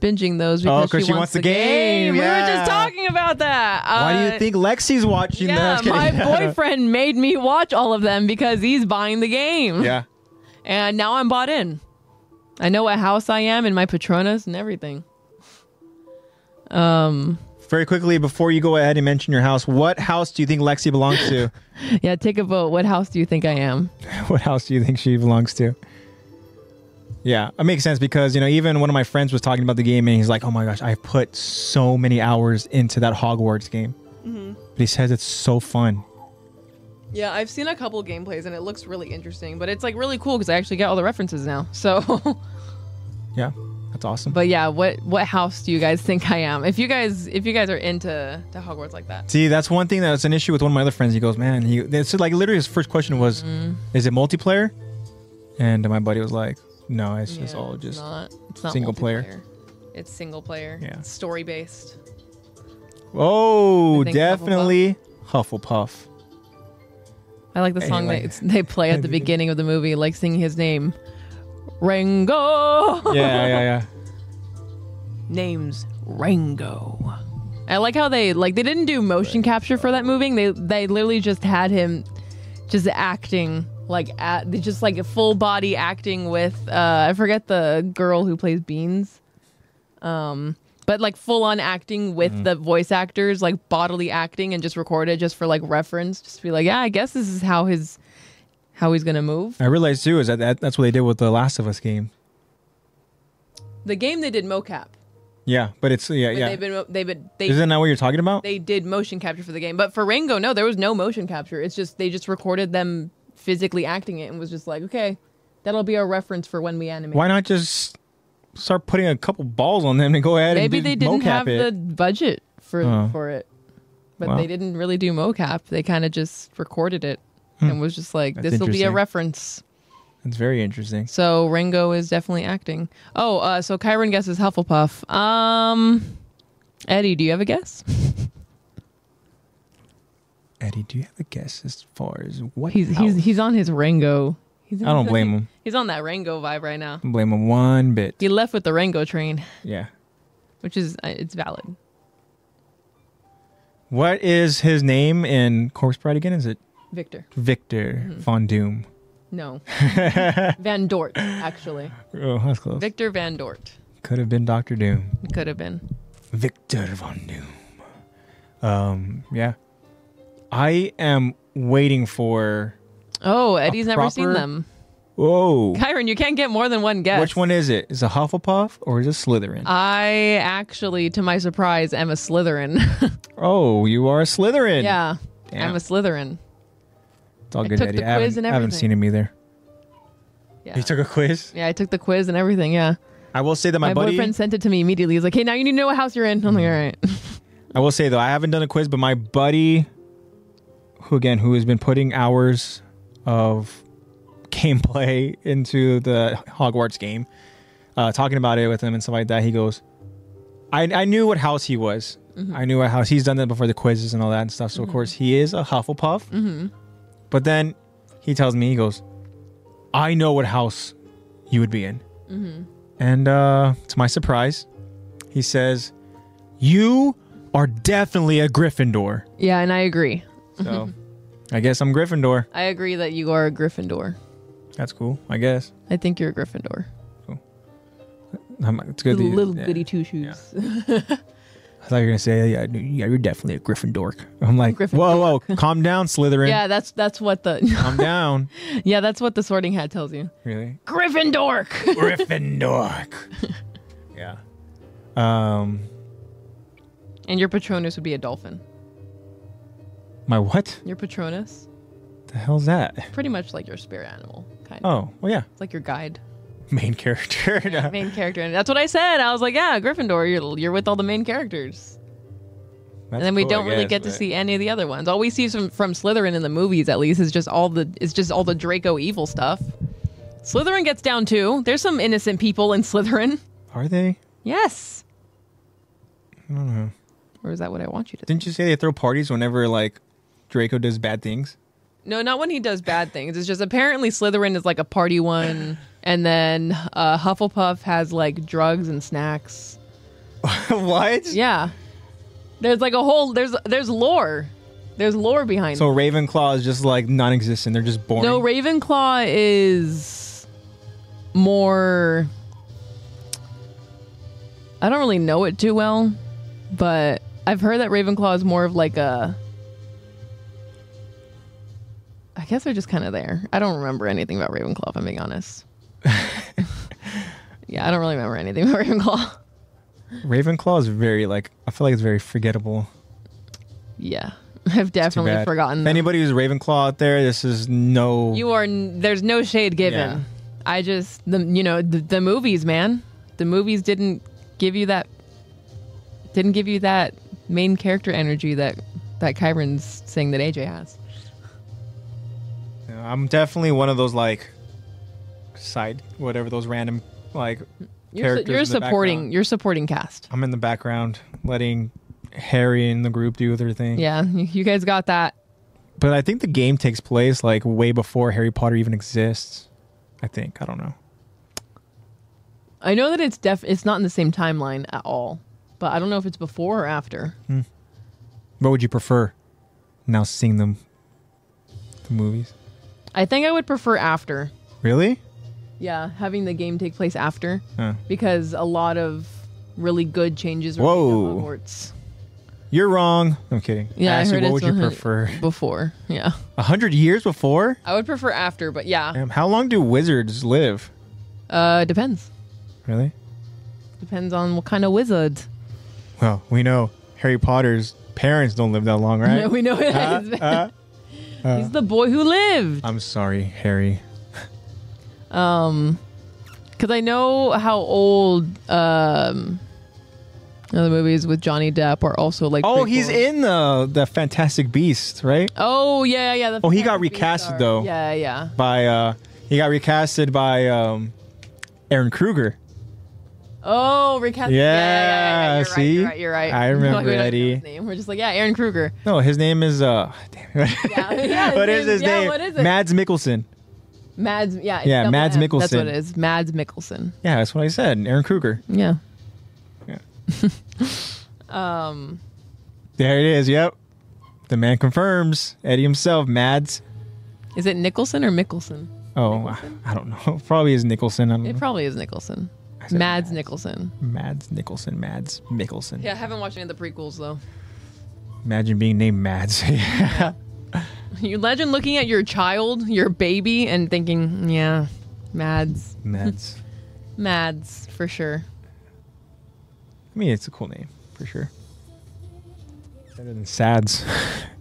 B: binging those because
A: Oh, 'cause
B: she, wants, the game. We were
A: yeah.
B: just talking about that.
A: Why do
B: Uh,
A: you think Lexi's watching
B: Yeah,
A: that?
B: my boyfriend made me watch all of them because he's buying the game.
A: Yeah.
B: and now I'm bought in. I know what house I am and my Patronas and everything. Um,
A: Very quickly, before you go ahead and mention your house, what house do you think Lexi belongs to?
B: Yeah, take a vote. What house do you think I am?
A: what house do you think she belongs to? Yeah, it makes sense because, you know, even one of my friends was talking about the game and he's like, oh my gosh, I've put so many hours into that Hogwarts game.
B: Mm-hmm.
A: But he says it's so fun.
B: Yeah, I've seen a couple gameplays and it looks really interesting, but it's like really cool because I actually get all the references now. So
A: Yeah, that's awesome.
B: But yeah, what what house do you guys think I am? If you guys if you guys are into to Hogwarts like that,
A: See, that's one thing that's an issue with one of my other friends. He goes, "Man, he, it's like literally his first question was,
B: Mm-hmm.
A: is it multiplayer?" And my buddy was like, "No, it's just
B: Yeah,
A: all
B: it's
A: just
B: not, it's not
A: single player.
B: multiplayer. It's single player.
A: Yeah.
B: It's story based.
A: Oh,
B: I think
A: definitely Hufflepuff.
B: I like the song
A: Anyway.
B: that it's, they play at the beginning of the movie, like singing his name. Rango!
A: Yeah, yeah, yeah.
B: Name's Rango. I like how they like they didn't do motion capture for that moving. They they literally just had him just acting like at they just like full body acting with uh I forget the girl who plays Beans. Um but like full on acting with the voice actors, like bodily acting and just record it just for like reference. Just be like, yeah, I guess this is how his how he's gonna move.
A: I realized too is that, that that's what they did with the Last of Us game.
B: The game they did mocap.
A: Yeah, but it's yeah,
B: But
A: yeah.
B: they've been mo- they've been they
A: Isn't that what you're talking about?
B: they did motion capture for the game. But for Rango, no, there was no motion capture. It's just they just recorded them physically acting it and was just like, okay, that'll be our reference for when we animate.
A: Why not just start putting a couple balls on them and go ahead
B: Maybe
A: and do
B: they didn't
A: mocap
B: have
A: it?
B: the budget for
A: Oh.
B: for it, but
A: Wow.
B: they didn't really do mocap. They kind of just recorded it and was just like,
A: Hmm. That's
B: this will be a
A: interesting.
B: reference.
A: It's very interesting.
B: So Rango is definitely acting. Oh, uh, so Kyron guesses Hufflepuff. Um, Eddie, do you have a guess?
A: Eddie, do you have a guess as far as what
B: He's he's
A: else?
B: he's on his Rango. He's
A: I don't blame him.
B: He's on that Rango vibe right now.
A: I don't blame him one bit.
B: He left with the Rango train,
A: Yeah.
B: which is uh, it's valid.
A: What is his name in Corpse Bride again? Is it
B: Victor,
A: Victor
B: Mm-hmm.
A: Von Doom?
B: no, Van Dort actually.
A: Oh, that's close.
B: Victor Van Dort
A: Could have been Doctor Doom.
B: It could have been.
A: Victor Von Doom. Um, yeah. I am waiting for.
B: Oh, Eddie's never seen
A: proper-
B: them.
A: Whoa.
B: Kyron, you can't get more than one guess.
A: Which one is it? Is it Hufflepuff or is it Slytherin?
B: Uh, I actually, to my surprise, am a Slytherin.
A: oh, you are a Slytherin.
B: yeah,
A: Damn.
B: I'm a Slytherin.
A: It's all
B: I
A: good,
B: took
A: Eddie.
B: the
A: I,
B: quiz
A: haven't,
B: and
A: I haven't
B: everything.
A: seen him either.
B: Yeah.
A: You took a quiz?
B: yeah, I took the quiz and everything. Yeah,
A: I will say that
B: my,
A: my, buddy. Mm.
B: boyfriend sent it to me immediately. He's like, "Hey, now you need to know what house you're in." I'm like, "All right."
A: I will say though, I haven't done a quiz, but my buddy, who again, who has been putting hours of gameplay into the Hogwarts game, uh, talking about it with him and stuff like that, he goes, I, I knew what house he was. I knew what house he's done that before the quizzes and all that and stuff. So of course he is a Hufflepuff. But then he tells me he goes, I know what house you would be in. And uh, to my surprise, he says, "You are definitely a Gryffindor."
B: yeah, and I agree.
A: So
B: Mm-hmm.
A: I guess I'm Gryffindor.
B: I agree that you are a Gryffindor.
A: That's cool. I guess
B: I think you're a Gryffindor.
A: I'm, it's good. that you-
B: little
A: yeah.
B: goody two shoes.
A: I thought you were gonna say, "Yeah, yeah you're definitely a Gryffindor." I'm like, "Whoa, whoa, calm down, Slytherin.
B: Yeah, that's that's what the
A: Calm down."
B: yeah that's what the Sorting Hat tells you.
A: really,
B: Gryffindor.
A: Gryffindor. yeah. Um,
B: and your Patronus would be a dolphin.
A: my what?
B: Your Patronus,
A: The hell's that?
B: pretty much like your spirit animal, kind of.
A: Oh, well, yeah,
B: It's like your guide,
A: main character.
B: yeah, main character. And that's what I said. I was like, yeah, Gryffindor. You're you're with all the main characters.
A: That's
B: and then we
A: cool, I
B: don't really
A: guess,
B: get to
A: but-
B: see any of the other ones. All we see from from Slytherin in the movies, at least, is just all the is just all the Draco evil stuff. Slytherin gets down too. There's some innocent people in Slytherin.
A: Are they?
B: Yes. Or is that what I want you to?
A: Didn't you say they throw parties whenever like Draco does bad things?
B: No, not when he does bad things. It's just apparently Slytherin is like a party one, and then uh, Hufflepuff has like drugs and snacks.
A: what?
B: Yeah, there's like a whole there's there's lore, there's lore behind.
A: So
B: it.
A: Ravenclaw is just like non-existent. They're just boring.
B: No, Ravenclaw is more. I don't really know it too well, but I've heard that Ravenclaw is more of like a. I guess they're just kind of there. I don't remember anything about Ravenclaw, if I'm being honest. yeah, I don't really remember anything about Ravenclaw.
A: Ravenclaw is very like I feel like it's very forgettable.
B: Yeah, I've
A: Too
B: definitely
A: bad.
B: forgotten.
A: If
B: them.
A: Anybody who's Ravenclaw out there, this is no.
B: You are. n- There's no shade given.
A: Yeah.
B: I just the you know the, the movies, man. The movies didn't give you that. Didn't give you that main character energy that that Kyron's saying that AJ has.
A: I'm definitely one of those like side whatever those random like
B: You're, su-
A: characters.
B: you're
A: in the
B: supporting.
A: background.
B: You're supporting cast.
A: I'm in the background letting Harry and the group do their thing.
B: Yeah, you you guys got that.
A: But I think the game takes place like way before Harry Potter even exists. I think. I don't know.
B: I know that it's def it's not in the same timeline at all, but I don't know if it's before or after.
A: What would you prefer? Now seeing them the movies.
B: I think I would prefer after.
A: Really?
B: Yeah, having the game take place after
A: Huh.
B: because a lot of really good changes were made
A: Whoa.
B: at Hogwarts
A: You're wrong. I'm kidding.
B: Yeah, I
A: Ashley,
B: heard
A: what
B: it's
A: would you
B: 100
A: prefer?
B: before. Yeah.
A: A hundred years before?
B: I would prefer after, but yeah.
A: Damn, how long do wizards live?
B: Uh depends.
A: Really?
B: Depends on what kind of wizard.
A: Well, we know Harry Potter's parents don't live that long, right?
B: we know it.
A: Uh, uh,
B: He's the boy who lived.
A: I'm sorry, Harry.
B: Um, because I know how old um other movies with Johnny Depp are also like.
A: Oh, he's
B: prequels.
A: in the the Fantastic Beast, right?
B: Oh yeah, yeah. the
A: Oh, he got
B: Fantastic Beasts
A: recasted,
B: are-
A: though.
B: Yeah, yeah.
A: By uh he got recasted by um Aaron Kruger.
B: Oh, recast. Yeah, yeah, yeah, yeah, yeah.
A: Yeah,
B: You're
A: see?
B: Right, you're right.
A: I
B: You're right. Like, we
A: remember,
B: don't know his
A: Eddie.
B: name. We're just like, yeah, Aaron Kruger.
A: No, his name is uh damn it.
B: Yeah, yeah, his
A: what is
B: name-
A: his
B: yeah,
A: name?
B: what is it?
A: Mads Mikkelsen.
B: Mads. Yeah. it's
A: Yeah,
B: double
A: Mads
B: M. That's what
A: Mikkelsen.
B: it is. Mads Mickelson.
A: Yeah, that's what I said. Aaron Kruger.
B: Yeah.
A: Yeah.
B: um.
A: There it is. Yep. The man confirms. Eddie himself, Mads.
B: Is it Nicholson or Mickelson?
A: Oh, I, I don't know. Probably is Nicholson. I don't
B: It
A: know.
B: probably is Nicholson.
A: Mm-hmm.
B: Mads,
A: said
B: Nicholson.
A: Mads Nicholson. Mads Mickelson.
B: Yeah, I haven't watched any of the prequels though.
A: Imagine being named Mads. yeah.
B: You legend looking at your child, your baby, and thinking, yeah, Mads,
A: Mads.
B: Mads for sure.
A: I mean, it's a cool name for sure. Better than Sads.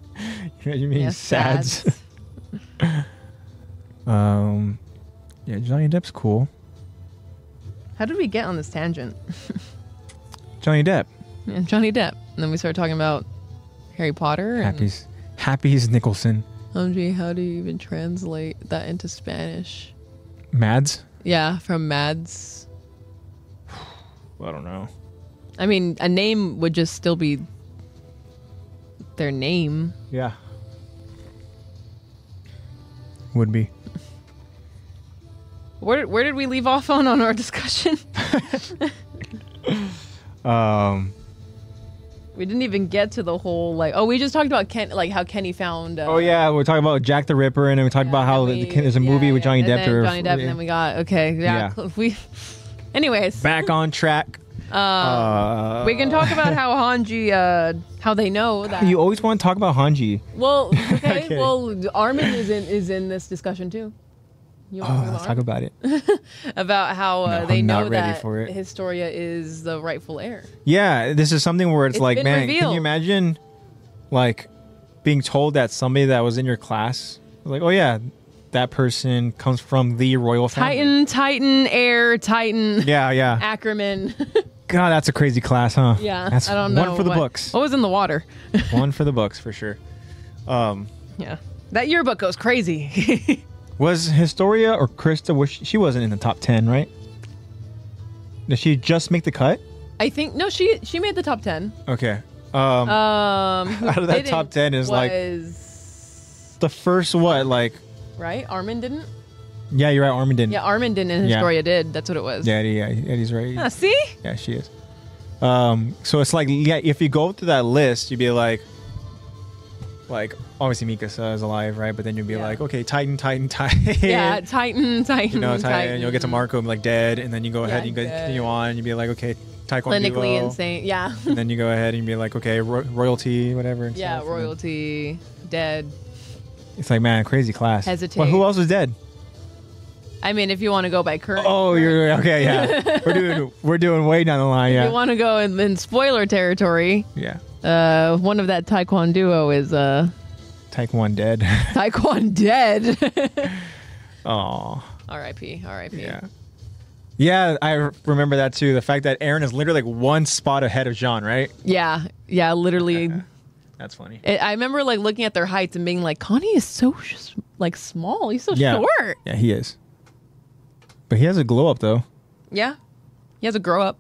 A: Imagine being
B: Yeah,
A: Sads. um, yeah, Johnny Depp's cool.
B: How did we get on this tangent?
A: Johnny Depp.
B: Yeah, Johnny Depp, and then we started talking about Harry Potter. And,
A: Happy's Happy's Nicholson.
B: Oh, gee, how do you even translate that into Spanish?
A: Mads.
B: Yeah, from Mads.
A: I don't know.
B: I mean, a name would just still be their name.
A: Yeah. Would be.
B: Where where did we leave off on on our discussion?
A: Um.
B: We didn't even get to the whole like. Oh, we just talked about Ken, like how Kenny found. Uh,
A: Oh yeah, we're talking about Jack the Ripper, and then we talked about how
B: Kenny-
A: the- there's a movie
B: yeah,
A: with
B: yeah.
A: Johnny
B: and
A: Depp.
B: Then
A: or-
B: Johnny Depp, and then we got okay. Yeah,
A: Yeah.
B: cl- we. Anyways,
A: back on track. Uh,
B: we can talk about how Hanji, uh, how they know that.
A: You always want to talk about Hanji.
B: well, okay,
A: Okay.
B: Well, Armin is in is in this discussion too. You want
A: Oh,
B: to
A: let's talk about it.
B: about how uh,
A: No,
B: they
A: I'm
B: know
A: not ready
B: that
A: for it.
B: Historia is the rightful heir.
A: Yeah, this is something where it's,
B: It's
A: like,
B: been
A: man, can
B: revealed.
A: you imagine, like, being told that somebody that was in your class, like, oh yeah, that person comes from the royal family.
B: Titan, Titan, heir, Titan,
A: Yeah, yeah.
B: Ackerman.
A: God, that's a crazy class, huh?
B: yeah,
A: that's
B: I don't know
A: one for the
B: what-
A: books.
B: What was in the water?
A: One for the books for sure. Um,
B: Yeah. That yearbook goes crazy.
A: Was Historia or Krista? Was she, she wasn't in the top ten, right? Did she just make the cut?
B: I think no, she she made the top ten.
A: Okay. Um,
B: Um, who
A: Out of that
B: didn't
A: top 10 is, like-
B: was-
A: the first what? Like,
B: right. Armin didn't.
A: yeah, you're right. Armin didn't.
B: Yeah, Armin didn't, and
A: Yeah.
B: Historia did. That's what it was.
A: Yeah, Eddie, yeah, Eddie's right.
B: Huh, see,
A: Yeah, she is. Um, so it's like, yeah, if you go through that list, you'd be like, like obviously Mikasa is alive, right? But then you'd be
B: Yeah.
A: like, okay, Titan, Titan, Titan.
B: yeah, Titan, Titan,
A: You know, Titan.
B: Titan.
A: You'll get to Marco and like dead, and then you go ahead
B: Yeah,
A: and you
B: dead.
A: continue on, and you'd be like, okay, Taekwondo.
B: Clinically insane. Yeah,
A: and then you go ahead and be like, okay, ro- royalty, whatever. and
B: yeah,
A: stuff, and then-
B: royalty, dead.
A: It's like, man, crazy class.
B: Hesitate.
A: Well, who else was dead?
B: I mean, if you want to go by current,
A: Oh, you're okay. Yeah, we're doing we're doing way down the line.
B: if
A: Yeah,
B: you want to go in, in spoiler territory,
A: yeah.
B: uh, one of that Taekwondo is uh
A: Take one dead.
B: Taekwondo dead.
A: Oh,
B: R.I.P. R.I.P.
A: yeah. Yeah, I r- remember that too. The fact that Aaron is literally like one spot ahead of Jean, right?
B: Yeah, yeah, literally.
A: That's funny.
B: It, I remember like looking at their heights and being like, Connie is so sh- like small. He's so
A: Yeah.
B: short.
A: Yeah, he is. But he has a glow up though.
B: Yeah, he has a grow up.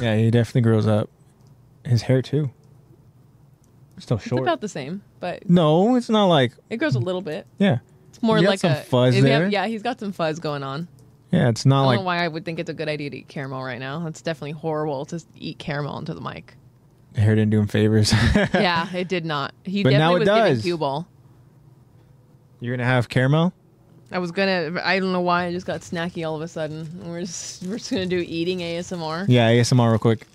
A: yeah, he definitely grows up. His hair too. still
B: It's
A: short.
B: about the same, but
A: no, it's not like
B: it grows a little bit.
A: yeah,
B: It's more
A: You got
B: like
A: some
B: a
A: fuzz
B: yeah,
A: there.
B: Yeah, he's got some fuzz going on.
A: yeah. It's
B: I
A: not
B: don't
A: like
B: know why I would think it's a good idea to eat caramel right now. That's definitely horrible to eat caramel into the mic.
A: hair didn't do him favors.
B: yeah, it did not. He
A: But now it
B: definitely
A: does.
B: was giving cue ball.
A: You're gonna have caramel.
B: I was gonna. I don't know why I just got snacky all of a sudden. We're just we're just gonna do eating ASMR.
A: Yeah, ASMR real quick.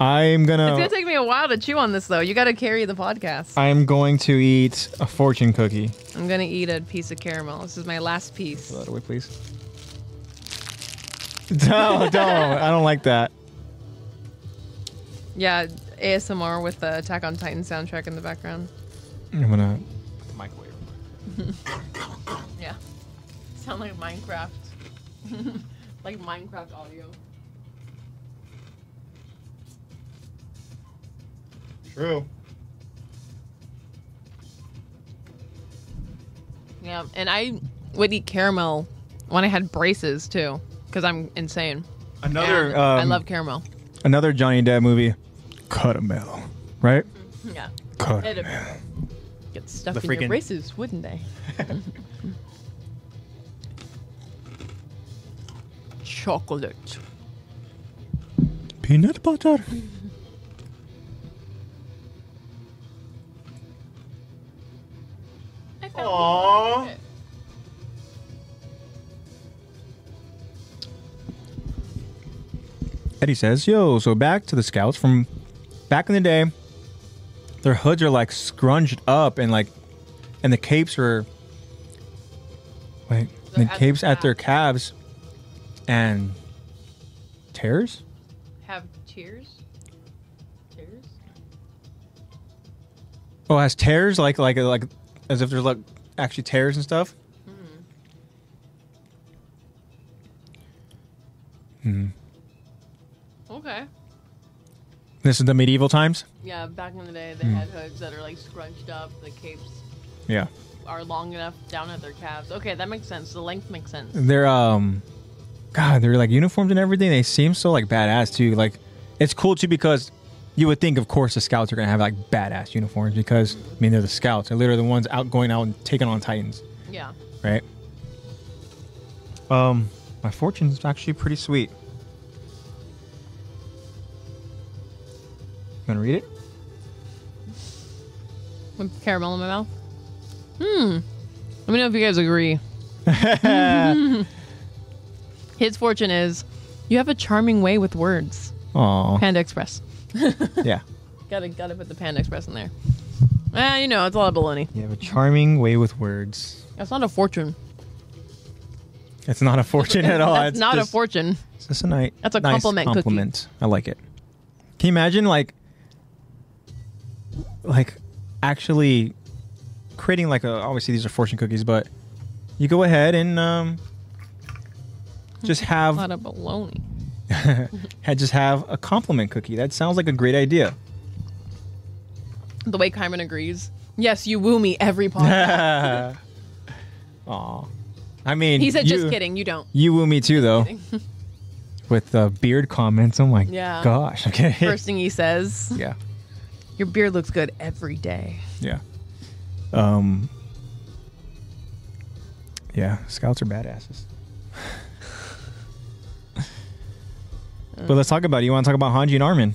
A: I'm
B: It's
A: gonna.
B: gonna take me a while to chew on this though. You gotta carry the podcast.
A: I'm going to eat a fortune cookie.
B: I'm gonna eat a piece of caramel. This is my last piece.
A: Throw that away, please. No, don't. I don't like that.
B: Yeah, ASMR with the Attack on Titan soundtrack in the background.
A: I'm gonna put the microwave.
B: Yeah. Sound like Minecraft. like Minecraft audio.
A: True.
B: Yeah, and I would eat caramel when I had braces too, because I'm insane.
A: Another.
B: And
A: um,
B: I love caramel.
A: another Johnny Depp movie,
C: Caramel.
A: right?
B: Yeah.
C: Caramel.
B: It'd get stuck
A: The
B: in your
A: freaking-
B: braces, wouldn't they? Chocolate.
C: Peanut butter.
A: Aww. Eddie says, "Yo, so back to the scouts from back in the day. Their hoods are like scrunched up, and like, and the capes are wait,
B: They're
A: the
B: at
A: capes
B: their
A: at their calves, and tears.
B: Have tears? Tears?
A: Oh, it has tears like like like as if there's like actually tears and stuff.
B: Okay.
A: This is the medieval times.
B: Yeah, back in the day,
A: Hmm.
B: they had hoods that are like scrunched up. The capes
A: Yeah."
B: are long enough down at their calves. Okay, that makes sense. The length makes sense.
A: they're um god they're like uniforms and everything they seem so like badass too like it's cool too because you would think of course the scouts are gonna have like badass uniforms because i mean they're the scouts they're literally the ones out going out and taking on titans
B: Yeah.
A: right um my fortune's actually pretty sweet you gonna read it
B: With caramel in my mouth. Hmm. Let me know if you guys agree. His fortune is you have a charming way with words.
A: oh
B: Panda Express.
A: yeah
B: Gotta gotta put the Panda Express in there. Ah, you know, it's a lot of baloney.
A: you have a charming way with words
B: That's not a fortune.
A: it's not a fortune at all
B: That's
A: Oh, It's
B: not
A: just-
B: a fortune.
A: It's just a nice.
B: That's a
A: nice
B: compliment cookie.
A: I like it. Can you imagine like, like, actually creating like a? Obviously, these are fortune cookies, but you go ahead and um, just
B: A
A: have
B: lot of baloney.
A: had just have a compliment cookie. That sounds like a great idea.
B: The way Kyman agrees. Yes, you woo me every podcast.
A: Aw, I mean,
B: he said,
A: you,
B: just kidding, you don't.
A: You woo me too, though. With uh, beard comments, oh my
B: Yeah.
A: gosh. Okay.
B: First thing he says.
A: yeah.
B: Your beard looks good every day.
A: Yeah. Um. Yeah, scouts are badasses. but let's talk about it. You want to talk about Hanji and Armin?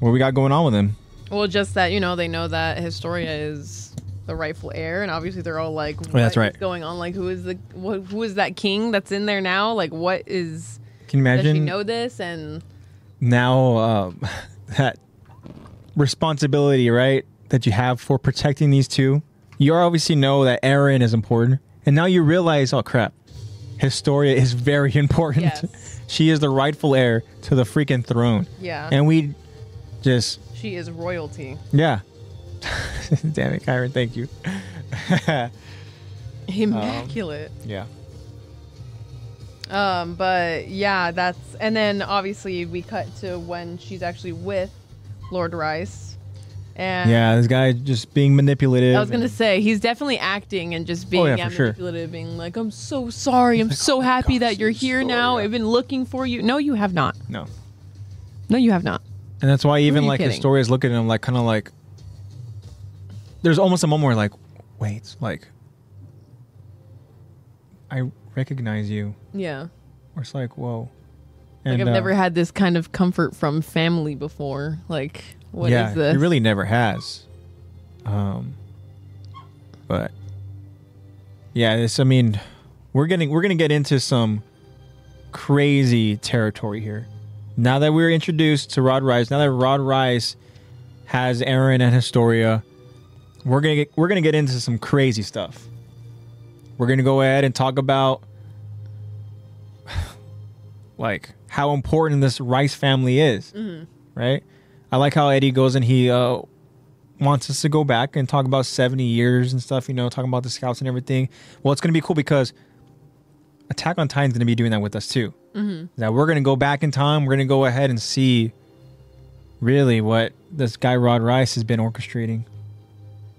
A: What we got going on with them?
B: Well, just that you know they know that Historia is the rightful heir, and obviously they're all like, "What's
A: that's right.
B: going on? Like, who is the wh- who is that king that's in there now? Like, what is
A: Can you
B: does she
A: imagine
B: know this?" And
A: now um, that responsibility, right, that you have for protecting these two? You obviously know that Aaron is important, and now you realize, oh crap, Historia is very important.
B: Yes.
A: she is the rightful heir to the freaking throne.
B: yeah,
A: and we just
B: she is royalty.
A: yeah damn it kyron thank you
B: Immaculate.
A: yeah
B: Um, but yeah, that's and then obviously we cut to when she's actually with Lord Rice. And
A: yeah this guy just being manipulative
B: I was gonna
A: and-
B: say he's definitely acting and just being
A: Oh, yeah,
B: yeah,
A: for sure. "Oh
B: manipulative, being like, "I'm so sorry. I'm so happy that you're here now. I've been looking for you." No, you have not.
A: no
B: No, you have not.
A: and that's why even
B: you
A: like
B: kidding?
A: historia's looking at him like kind of like there's almost a moment where like, wait, like, I recognize you.
B: Yeah.
A: Or it's like, whoa.
B: Like
A: And,
B: I've
A: uh,
B: never had this kind of comfort from family before. Like what is
A: yeah,
B: this?
A: He really never has. Um, but yeah, this. I mean, we're getting we're gonna get into some crazy territory here. Now that we're introduced to Rod Rice, now that Rod Rice has Aaron and Historia, we're gonna get, we're gonna get into some crazy stuff. We're gonna go ahead and talk about like how important this Rice family is, right? I like how Eddie goes and he uh, wants us to go back and talk about 70 years and stuff, you know, talking about the scouts and everything. Well, it's going to be cool because Attack on Titan's going to be doing that with us too. Mm-hmm. That we're going to go back in time. We're going to go ahead and see really what this guy Rod Rice has been orchestrating.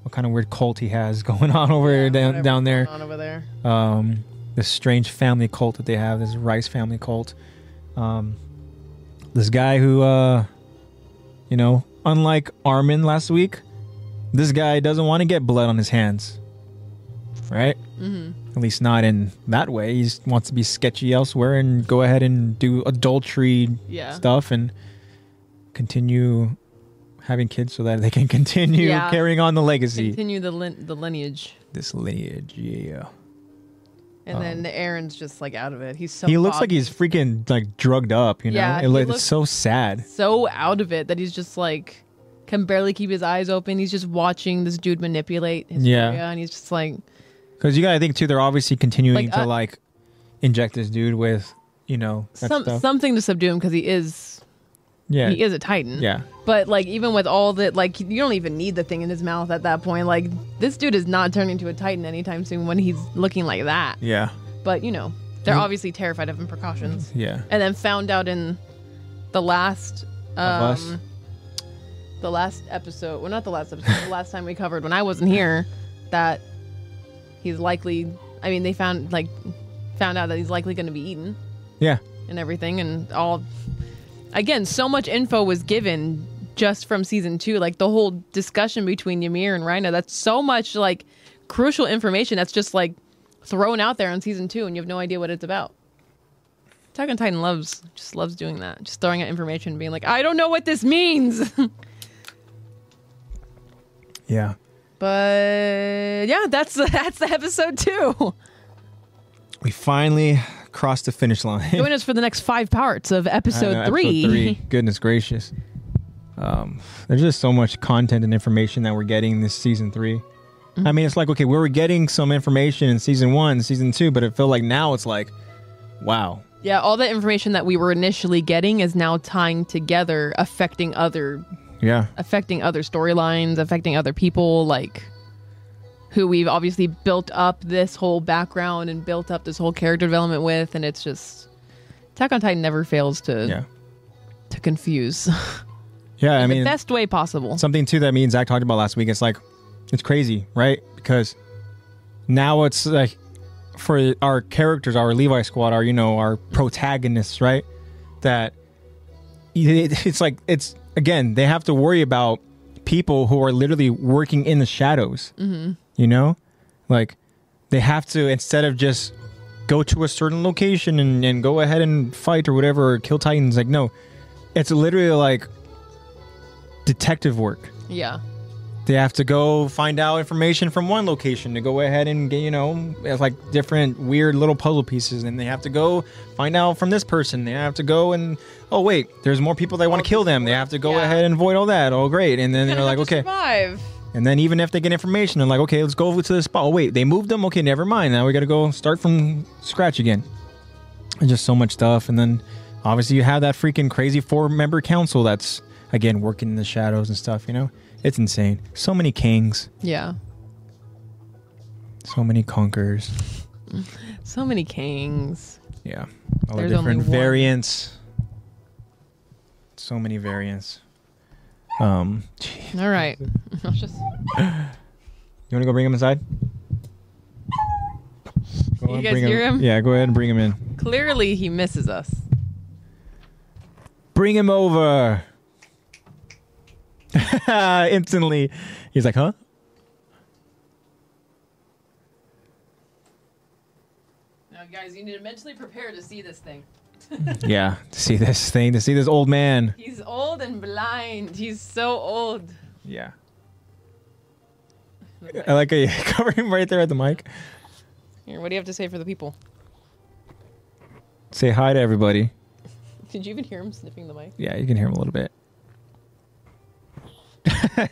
A: What kind of weird cult he has going on over
B: Yeah,
A: down,
B: whatever's
A: down there
B: going on over there.
A: um, this strange family cult that they have, this Rice family cult. Um, this guy who, uh, you know, unlike Armin last week, this guy doesn't want to get blood on his hands, right?
B: Mm-hmm.
A: At least not in that way. He just wants to be sketchy elsewhere and go ahead and do adultery
B: Yeah.
A: stuff and continue having kids so that they can continue
B: Yeah.
A: carrying on the legacy.
B: Continue the lin- the lineage.
A: This lineage, yeah.
B: And then Aaron's just like out of it. He's so
A: Oh. he looks like
B: bogged-
A: he's freaking like drugged up you know
B: Yeah,
A: it,
B: he
A: like, it's
B: looks-
A: so sad
B: so out of it that he's just like can barely keep his eyes open. He's just watching this dude manipulate his
A: Yeah.
B: area, and he's just like
A: because you gotta think too they're obviously continuing
B: Like,
A: to
B: uh,
A: like inject this dude with you know that
B: some
A: stuff.
B: something to subdue him because he is
A: yeah
B: he is a titan.
A: yeah
B: But like even with all the like you don't even need the thing in his mouth at that point. Like this dude is not turning to a titan anytime soon when he's looking like that.
A: yeah
B: But you know,
A: Mm.
B: they're obviously terrified of him precautions.
A: yeah
B: And then found out in the last
A: Of us.
B: um the last episode well not the last episode, the last time we covered when I wasn't here that he's likely I mean they found like found out that he's likely gonna be eaten
A: yeah
B: and everything and all again so much info was given just from season two like the whole discussion between ymir and rhino that's so much like crucial information that's just like thrown out there on season two and you have no idea what it's about Attack on Titan loves just loves doing that, just throwing out information, and being like, "I don't know what this means,"
A: yeah
B: but yeah, that's that's the episode two.
A: we finally crossed the finish line
B: Join us for the next five parts of
A: I know,
B: episode,
A: episode
B: three.
A: goodness gracious um there's just so much content and information that we're getting this season 3 i
B: Mm-hmm.
A: mean it's like okay we were getting some information in season one season two but it felt like now it's like wow
B: Yeah, all the information that we were initially getting is now tying together, affecting other
A: yeah
B: affecting other storylines, affecting other people, like who we've obviously built up this whole background and built up this whole character development with, and it's just Attack on Titan never fails to
A: yeah
B: to confuse
A: Yeah, I mean,
B: the best way possible.
A: something too that me and Zach talked about last week. It's like, it's crazy, right? Because now it's like for our characters, our Levi squad, our, you know, our protagonists, right? That it- it's like, it's again, they have to worry about people who are literally working in the shadows, mm-hmm. you know? Like, they have to, instead of just go to a certain location and, and go ahead and fight or whatever, or kill Titans, like, no. It's literally like detective work.
B: yeah,
A: They have to go find out information from one location to go ahead and get, you know, it's like different weird little puzzle pieces. And they have to go find out from this person. They have to go and, oh, wait, there's more people that want to kill them. They have to go
B: Yeah.
A: ahead and avoid all that. Oh, great. And then they're like, okay.
B: survive.
A: And then even if they get information, they're like, okay, let's go over to this spot. Oh, wait, they moved them. Okay, never mind. Now we got to go start from scratch again. And just so much stuff. And then obviously you have that freaking crazy four member council that's, again, working in the shadows and stuff, you know? It's insane. So many kings,
B: Yeah,
A: so many conquerors.
B: so many kings.
A: Yeah. All
B: There's
A: the
B: only
A: different
B: one.
A: variants. So many variants. Um, gee,
B: All right, I'll just
A: you want to go bring him inside? Go
B: You
A: and
B: guys
A: bring
B: hear him?
A: Yeah, go ahead and bring him in.
B: clearly he misses us.
A: bring him over. Instantly, he's like, huh?
B: guys, you need to mentally prepare to see this thing.
A: yeah, to see this thing, to see this old man.
B: He's old and blind. He's so old.
A: Yeah. I like a cover him right there at the mic.
B: Here, what do you have to say for the people?
A: Say hi to everybody.
B: Did you even hear him sniffing the mic?
A: Yeah, you can hear him a little bit.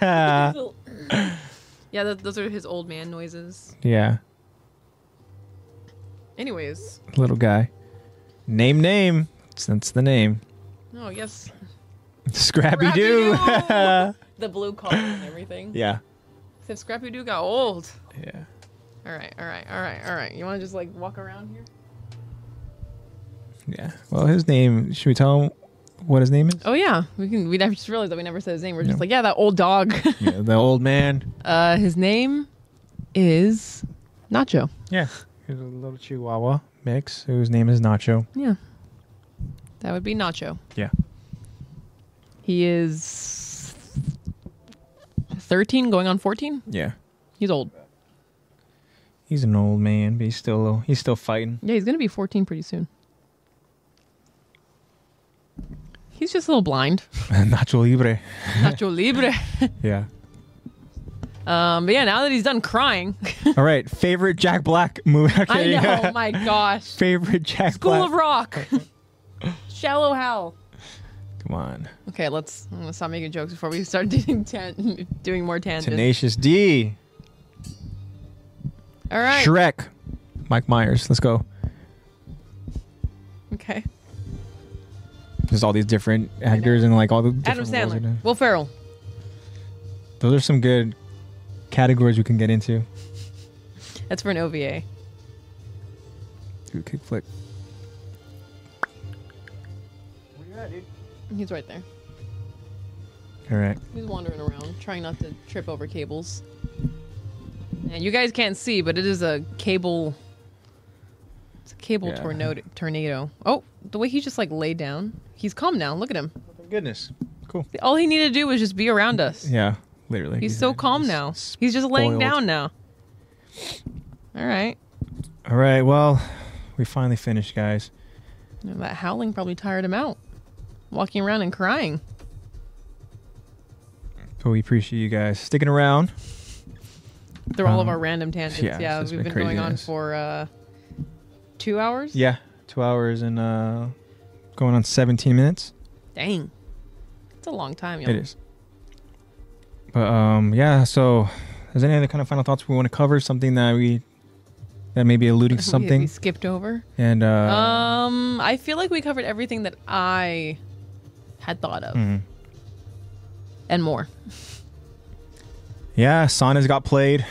B: Uh, yeah, th- those are his old man noises.
A: Yeah,
B: Anyways,
A: little guy. Name, name. That's the name.
B: oh yes,
A: Scrappy Doo.
B: Scrappy-Doo! the blue collar and everything.
A: yeah.
B: If Scrappy Doo got old.
A: Yeah.
B: All right, all right, all right, all right. You want to just like walk around here?
A: Yeah. Well, his name. Should we tell him what his name is?
B: Oh yeah, we can. We never just realized that we never said his name. We're just like, yeah, that old dog.
A: Yeah, the old man.
B: uh, his name is Nacho.
A: Yeah. He's a little Chihuahua mix whose name is Nacho.
B: Yeah, that would be Nacho.
A: Yeah.
B: He is thirteen, going on fourteen.
A: Yeah.
B: He's old.
A: He's an old man, but he's still he's still fighting.
B: Yeah, he's gonna be fourteen pretty soon. He's just a little blind.
A: Nacho libre.
B: Nacho libre.
A: Yeah.
B: Um, but yeah, now that he's done crying,
A: All right. Favorite Jack Black movie.
B: I
A: Okay.
B: know. oh My gosh.
A: Favorite Jack
B: School
A: Black.
B: of Rock. Shallow Hell.
A: Come on.
B: Okay, let's I'm gonna stop making jokes before we start doing tan- doing more tangents.
A: Tenacious D.
B: All right.
A: Shrek. Mike Myers. Let's go.
B: okay.
A: There's all these different actors and like all the
B: Adam
A: different roles they're doing.
B: Sandler. Will Ferrell.
A: Those are some good categories we can get into.
B: That's for an OVA.
A: Ooh, kick flick.
B: He's right there.
A: All right.
B: He's wandering around, trying not to trip over cables. And you guys can't see, but it is a cable. It's a cable
A: Yeah.
B: tornado. Tornado. Oh, the way he just like laid down. He's calm now. Look at him.
A: Goodness. Cool.
B: All he needed to do was just be around us.
A: Yeah. Literally.
B: He's so calm now. He's just laying
A: spoiled.
B: down now. All right.
A: All right. Well, we finally finished, guys.
B: Now that howling probably tired him out. Walking around and crying.
A: But we appreciate you guys sticking around.
B: Through all of
A: Um,
B: our random tangents.
A: yeah,
B: Yeah,
A: this has
B: we've
A: been
B: been, going on
A: craziness.
B: for uh, two hours.
A: Yeah. Two hours and uh, going on 17 minutes.
B: Dang. It's a long time, y'all.
A: It is. But um, yeah. So, is there any other kind of final thoughts we want to cover? Something that we that may be alluding to
B: We-
A: something,
B: We, skipped over.
A: and uh,
B: um, I feel like we covered everything that I had thought of
A: mhm.
B: and more.
A: yeah, Saunas got played.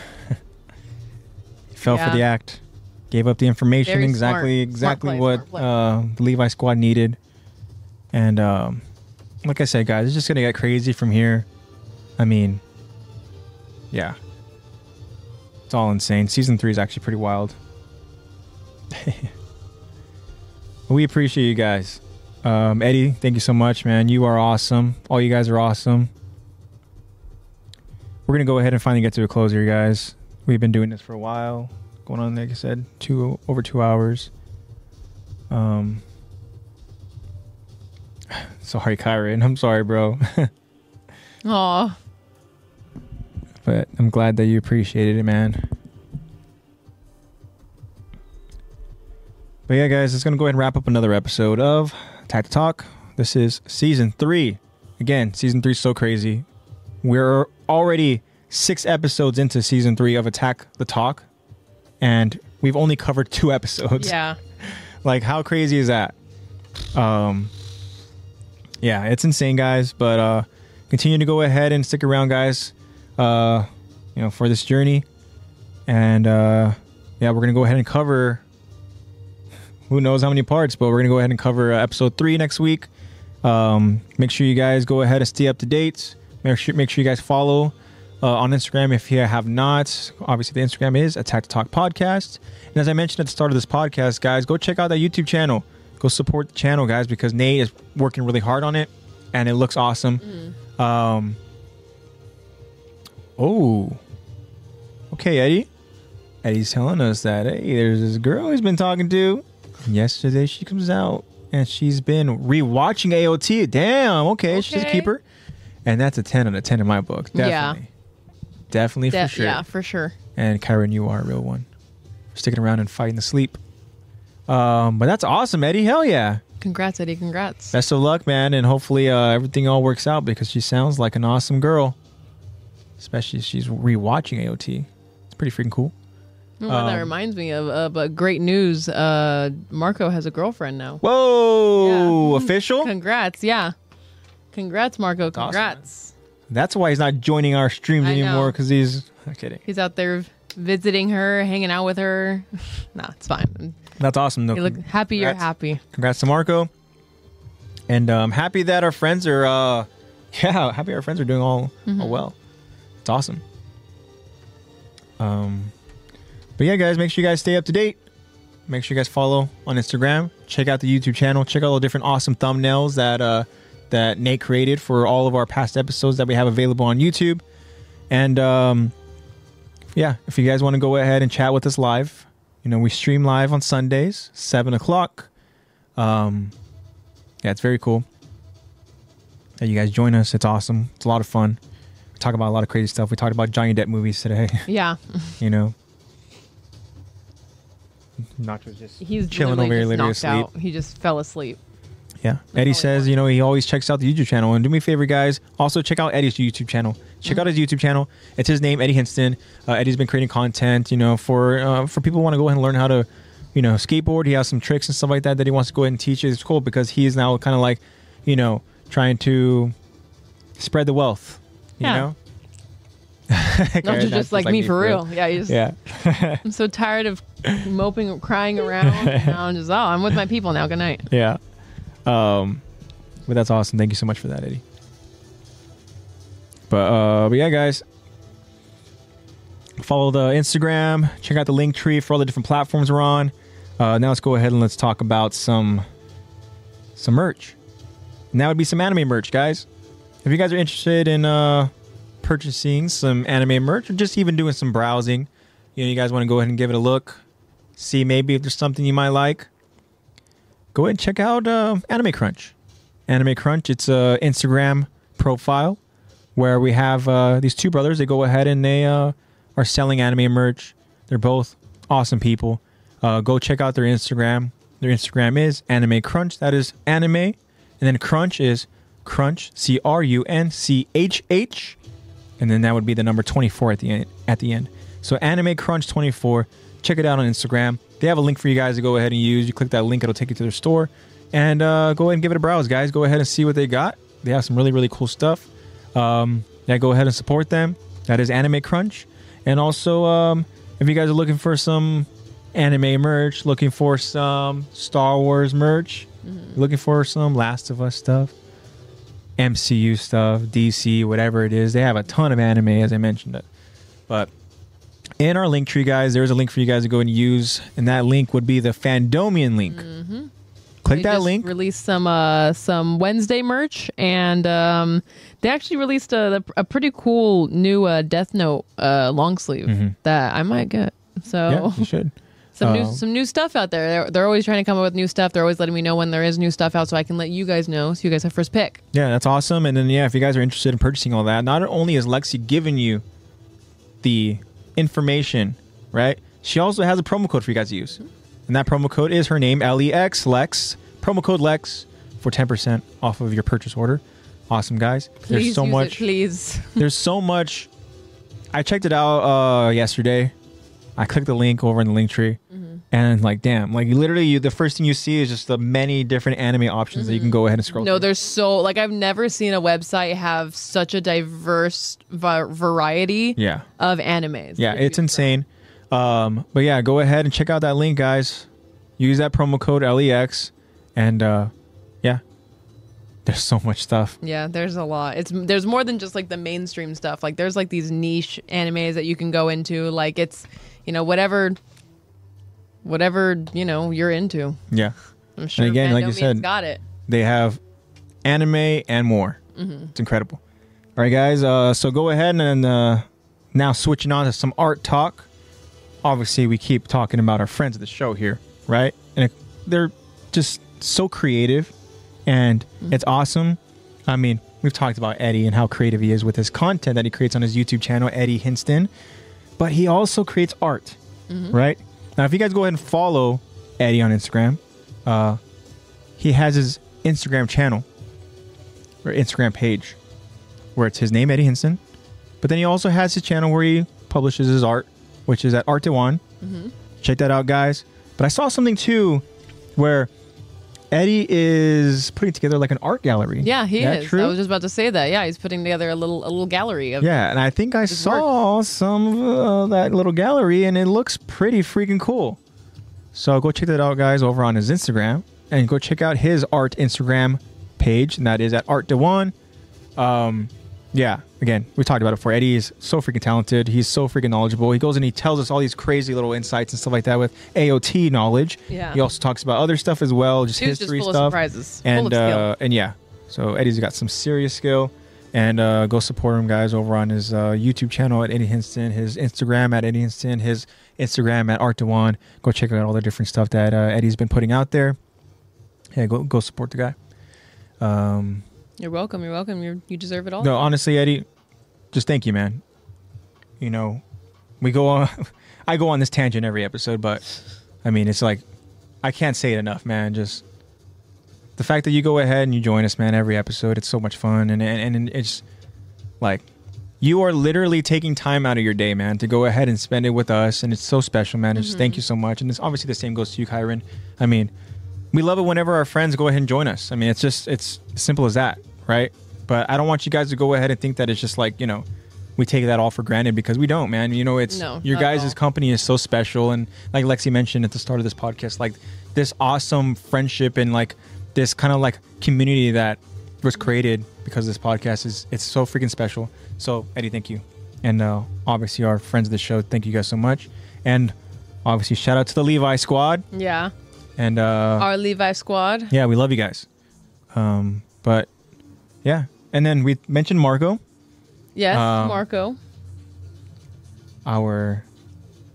A: Fell
B: Yeah.
A: for the act. Gave up the information
B: Very
A: exactly
B: smart. Smart
A: exactly
B: play,
A: what
B: smart play.
A: uh, the Levi squad needed. And um, like I said, guys, it's just gonna get crazy from here. I mean, yeah, it's all insane. Season three is actually pretty wild. we appreciate you guys. Um, Eddie, thank you so much, man. You are awesome. All you guys are awesome. We're gonna go ahead and finally get to a close here, guys. We've been doing this for a while, going on like I said, two over two hours. Um, sorry, Kyron. I'm sorry, bro.
B: Aw.
A: but I'm glad that you appreciated it, man. But yeah, guys, it's gonna go ahead and wrap up another episode of Tack to Talk. This is season three. Again, season three's so crazy. We're already six episodes into season three of Attack the Talk, and we've only covered two episodes.
B: Yeah.
A: Like, how crazy is that? Um, yeah, it's insane, guys. But uh, continue to go ahead and stick around, guys. Uh, you know, for this journey, and uh, yeah, we're gonna go ahead and cover. Who knows how many parts, but we're gonna go ahead and cover uh, episode three next week. Um, make sure you guys go ahead and stay up to date. Make sure make sure you guys follow uh, on Instagram if you have not. Obviously, the Instagram is Attack to Talk Podcast. And as I mentioned at the start of this podcast, guys, go check out that YouTube channel. Go support the channel, guys, because Nate is working really hard on it, and it looks awesome. Um. Oh. Okay, Eddie. And he's telling us that, hey, there's this girl he's been talking to. Yesterday she comes out and she's been rewatching AOT. Damn, okay, she's a
B: Okay.
A: keeper. And that's a 10 out of 10 in my book.
B: Yeah.
A: Definitely. Definitely
B: De-
A: for sure.
B: Yeah, for sure.
A: And Kyron, you are a real one. Sticking around and fighting the sleep. Um, but that's awesome, Eddie. Hell yeah.
B: Congrats, Eddie. Congrats.
A: Best of luck, man, and hopefully uh, everything all works out because she sounds like an awesome girl. Especially if she's rewatching AOT. It's pretty freaking cool.
B: Oh, wow, that
A: um,
B: reminds me of uh, but great news. Uh, Marco has a girlfriend now.
A: Whoa, official?
B: Congrats. Yeah. Congrats, Marco.
A: man.
B: Congrats.
A: That's why he's not joining our streams
B: I know.
A: anymore because he's. I'm kidding.
B: He's out there visiting her, hanging out with her. nah, it's fine.
A: That's awesome, though.
B: You look happy. You're
A: Congrats.
B: happy.
A: Congrats to Marco. And I'm um, happy that our friends are. Uh, yeah, happy our friends are doing all, all well. It's awesome. Um, but yeah, guys, make sure you guys stay up to date. Make sure you guys follow on Instagram. Check out the YouTube channel. Check out all the different awesome thumbnails that uh, that Nate created for all of our past episodes that we have available on YouTube. And um, yeah, if you guys want to go ahead and chat with us live, you know we stream live on Sundays, seven o'clock. Um, yeah, it's very cool that you guys join us. It's awesome. It's a lot of fun. We talk about a lot of crazy stuff. We talked about Johnny Depp movies today.
B: Yeah.
A: you know, Nacho's just
B: He's
A: Chilling
B: literally
A: over here,
B: just
A: literally
B: knocked
A: asleep.
B: out. He just fell asleep.
A: yeah. Eddie
B: all he
A: says
B: wants.
A: you know he always checks out the YouTube channel. And do me a favor, guys. Also check out Eddie's YouTube channel.
B: Mm-hmm.
A: Check out his YouTube channel. It's his name, Eddie Hinston. Uh, Eddie's been creating content. You know, for uh, for people who want to go ahead and learn how to. You know, skateboard. He has some tricks and stuff like that that he wants to go ahead and teach. It's cool because he is now kind of like, you know, trying to spread the wealth. You
B: Yeah.
A: know,
B: No,
A: Karen,
B: just,
A: that's
B: just like, me for real. Yeah. He's,
A: Yeah.
B: I'm so tired of moping, crying around. now I'm just oh, I'm with my people now. Good night.
A: Yeah. Um, but that's awesome. Thank you so much for that, Eddie. But uh, but yeah, guys, follow the Instagram. Check out the link tree for all the different platforms we're on. Uh, now let's go ahead and let's talk about some some merch. And that would be some anime merch, guys. If you guys are interested in uh, purchasing some anime merch or just even doing some browsing, you know, you guys want to go ahead and give it a look, see maybe if there's something you might like go ahead and check out uh, Anime Crunch. Anime Crunch, it's a Instagram profile where we have uh, these two brothers. They go ahead and they uh, are selling anime merch. They're both awesome people. Uh, go check out their Instagram. Their Instagram is Anime Crunch. That is anime, and then Crunch is Crunch C R U N C H H, and then that would be the number twenty four at the end. At the end, so Anime Crunch twenty four. Check it out on Instagram. They have a link for you guys to go ahead and use. You click that link, it'll take you to their store, and uh, go ahead and give it a browse, guys. Go ahead and see what they got. They have some really really cool stuff um, yeah, go ahead and support them. That is Anime Crunch. And also, um, if you guys are looking for some anime merch, looking for some Star Wars merch, looking for some Last of Us stuff, MCU stuff, DC, whatever it is, they have a ton of anime, as I mentioned it. But in our link tree, guys, there is a link for you guys to go and use, and that link would be the Fandomian link. Click
B: They
A: that
B: just
A: link.
B: Released some uh, some Wednesday merch, and um, they actually released a, a pretty cool new uh, Death Note uh, long sleeve that I might get.
A: Mm-hmm. yeah,
B: So
A: you should.
B: some
A: Um,
B: new some new stuff out there. They're, they're always trying to come up with new stuff. They're always letting me know when there is new stuff out, so I can let you guys know. So you guys have first pick.
A: Yeah, that's awesome. And then yeah, if you guys are interested in purchasing all that, not only is Lexi giving you the information, right? She also has a promo code for you guys to use. And that promo code is her name, LEX Lex. Promo code Lex for 10% off of your purchase order. Awesome guys. there's
B: Please
A: so
B: use it,
A: much
B: please.
A: there's so much I checked it out uh yesterday. I clicked the link over in the link tree
B: Mm-hmm.
A: and like damn, like literally you, the first thing you see is just the many different anime options that you can go ahead and scroll
B: Mm-hmm. No,
A: through.
B: there's so like I've never seen a website have such a diverse va- variety
A: Yeah.
B: of animes.
A: Yeah,
B: to choose
A: it's
B: from.
A: insane. Um, but yeah, go ahead and check out that link, guys. Use that promo code LEX, and uh, yeah, there's so much stuff.
B: Yeah, there's a lot. It's there's more than just like the mainstream stuff. Like there's like these niche animes that you can go into. Like it's, you know, whatever, whatever you know you're into.
A: Yeah,
B: I'm sure.
A: again, like you
B: Fandomian's
A: said-
B: got it.
A: they have anime and more. It's incredible. All right, guys. Uh, so go ahead and uh, now switching on to some art talk. obviously we keep talking about our friends of the show here, right? And it- they're just so creative and it's awesome. I mean, we've talked about Eddie and how creative he is with his content that he creates on his YouTube channel, Eddie Hinston, but he also creates art,
B: Mm-hmm.
A: right? Now, if you guys go ahead and follow Eddie on Instagram, uh, he has his Instagram channel or Instagram page where it's his name, Eddie Hinson. But then he also has his channel where he publishes his art, which is at Art Dewan.
B: Mm-hmm.
A: Check that out, guys. But I saw something too where Eddie is putting together like an art gallery.
B: Yeah, he
A: That
B: is.
A: True?
B: I was just about to say that. Yeah, he's putting together a little a little gallery of
A: yeah, and I think I saw some of uh, that little gallery and it looks pretty freaking cool. So go check that out, guys, over on his Instagram and go check out his art Instagram page, and that is at Art Dewan. Um, yeah, again, we talked about it before. Eddie is so freaking talented. He's so freaking knowledgeable. He goes and he tells us all these crazy little insights and stuff like that with AOT knowledge.
B: Yeah.
A: He also talks about other stuff as well, just
B: Dude's just
A: history
B: full of
A: stuff.
B: surprises, full
A: and
B: of skill.
A: Uh, and yeah, so Eddie's got some serious skill. And uh, go support him, guys, over on his uh, YouTube channel at Eddie Hinston, his Instagram at Eddie Hinston, his Instagram at Art Dewan. Go check out all the different stuff that uh, Eddie's been putting out there. Yeah, go go support the guy. Um,
B: You're welcome. You're welcome. You're, you deserve it all.
A: no, honestly, Eddie, just thank you, man. You know, we go on. I go on this tangent every episode, but I mean, it's like I can't say it enough, man. Just the fact that you go ahead and you join us, man, every episode, it's so much fun, and and, and it's like you are literally taking time out of your day, man, to go ahead and spend it with us, and it's so special, man. And Just thank you so much, and it's obviously the same goes to you, Kyron. I mean, we love it whenever our friends go ahead and join us. I mean, it's just it's simple as that, right? But I don't want you guys to go ahead and think that it's just like you know we take that all for granted because we don't, man. You know, it's
B: No,
A: your
B: not at
A: guys'
B: all.
A: company is so special, and like Lexi mentioned at the start of this podcast, like this awesome friendship and like this kind of like community that was created because this podcast is it's so freaking special. So Eddie, thank you, and uh, obviously our friends of the show, thank you guys so much, and obviously shout out to the Levi Squad
B: Yeah.
A: and uh,
B: Our Levi squad.
A: yeah, we love you guys. Um, but yeah, and then we mentioned Marco,
B: Yes,
A: Um,
B: Marco.
A: our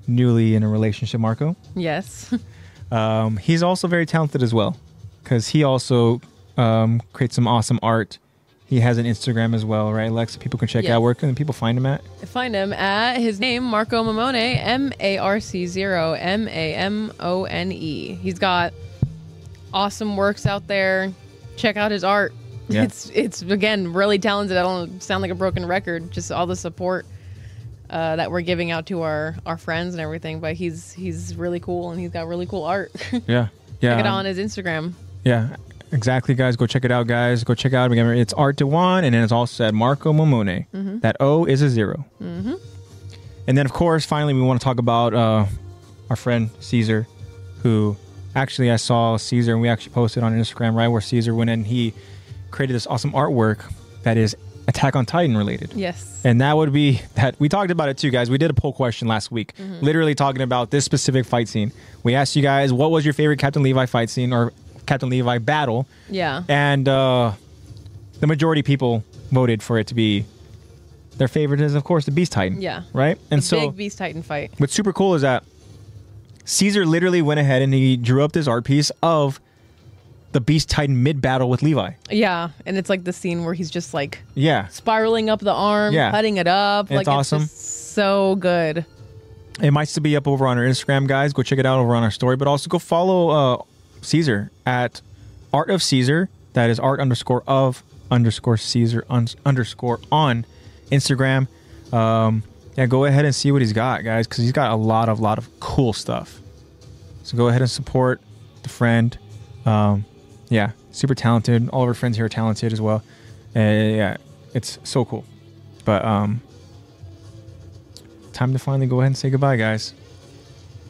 A: newly in a relationship Marco.
B: Yes.
A: Um, he's also very talented as well because he also um, creates some awesome art. He has an Instagram as well, right, Lex? People can check
B: Yes.
A: out. Where can people find him at?
B: Find him at his name, Marco Mamone, M A R C zero M A M O N E. He's got awesome works out there. Check out his art.
A: Yeah.
B: It's it's again really talented. I don't sound like a broken record. Just all the support uh, that we're giving out to our our friends and everything. But he's he's really cool and he's got really cool art. Check
A: Yeah, yeah.
B: it on his Instagram.
A: Yeah, exactly, guys. Go check it out, guys. Go check out. Remember, it's Art Dewan, and then it's also at Marco Momone. That O is a 0 Mm-hmm. And then, of course, finally, we want to talk about uh, our friend Caesar, who actually I saw Caesar, and we actually posted on Instagram right where Caesar went and he created this awesome artwork that is Attack on Titan related.
B: Yes.
A: And that would be that. We talked about it too, guys. We did a poll question last week,
B: Mm-hmm.
A: literally talking about this specific fight scene. We asked you guys, what was your favorite Captain Levi fight scene or Captain Levi battle?
B: Yeah.
A: And uh, the majority of people voted for it to be their favorite is, of course, the Beast Titan.
B: Yeah.
A: Right? And so.
B: Big Beast Titan fight.
A: What's super cool is that Caesar literally went ahead and he drew up this art piece of the Beast Titan mid battle with Levi.
B: Yeah, and it's like the scene where he's just like
A: Yeah.
B: spiraling up the arm,
A: Yeah.
B: cutting it up.
A: It's
B: like
A: awesome.
B: It's just so good.
A: It might still be up over on our Instagram, guys. Go check it out over on our story, but also go follow uh, Caesar at Art of Caesar. That is art underscore of underscore Caesar un- underscore on Instagram. Um, yeah, go ahead and see what he's got, guys, because he's got a lot of lot of cool stuff. So go ahead and support the friend. Um, yeah, super talented. All of our friends here are talented as well. Uh, yeah, it's so cool. But um, time to finally go ahead and say goodbye, guys.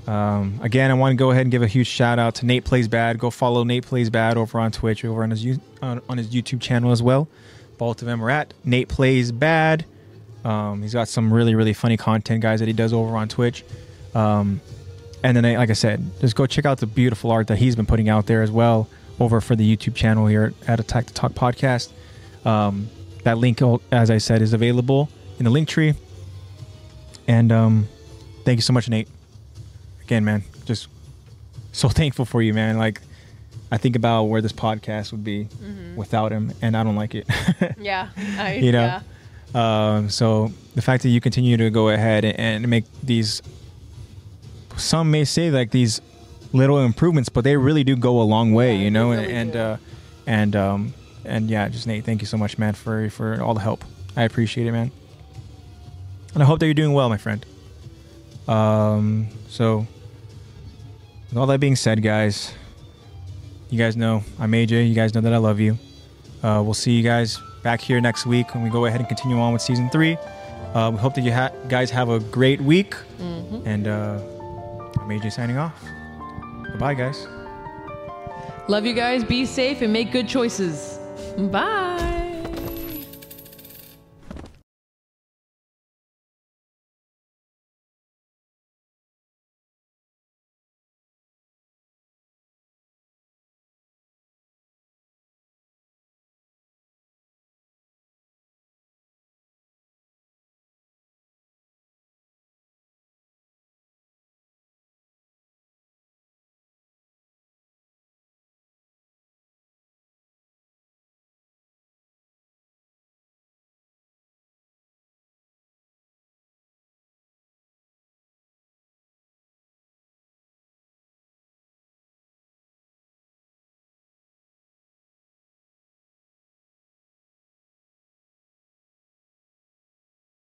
A: Um, again, I want to go ahead and give a huge shout out to Nate Plays Bad. Go follow Nate Plays Bad over on Twitch, over on his you- on, on his YouTube channel as well. Vault of Emerat, Nate Plays Bad. Um, he's got some really really funny content, guys, that he does over on Twitch. Um, and then, I- like I said, just go check out the beautiful art that he's been putting out there as well over for the YouTube channel here at Attack the Talk Podcast. Um, that link, as I said, is available in the link tree. And um, thank you so much, Nate. again, man, just so thankful for you, man. Like, I think about where this podcast would be without him, and I don't like it.
B: Yeah. I,
A: you know.
B: yeah.
A: Um, so the fact that you continue to go ahead and, and make these, some may say like these little improvements, but they really do go a long way,
B: Yeah,
A: you know.
B: they
A: and
B: really
A: and,
B: do.
A: uh, and um, and yeah, just Nate, thank you so much, man, for for all the help. I appreciate it, man. And I hope that you're doing well, my friend. Um, so with all that being said, guys, you guys know I'm AJ. You guys know that I love you. Uh, we'll see you guys back here next week when we go ahead and continue on with season three. Uh, we hope that you ha- guys have a great week. And uh, I'm AJ signing off. Goodbye, guys.
B: Love you guys. Be safe and make good choices. Bye.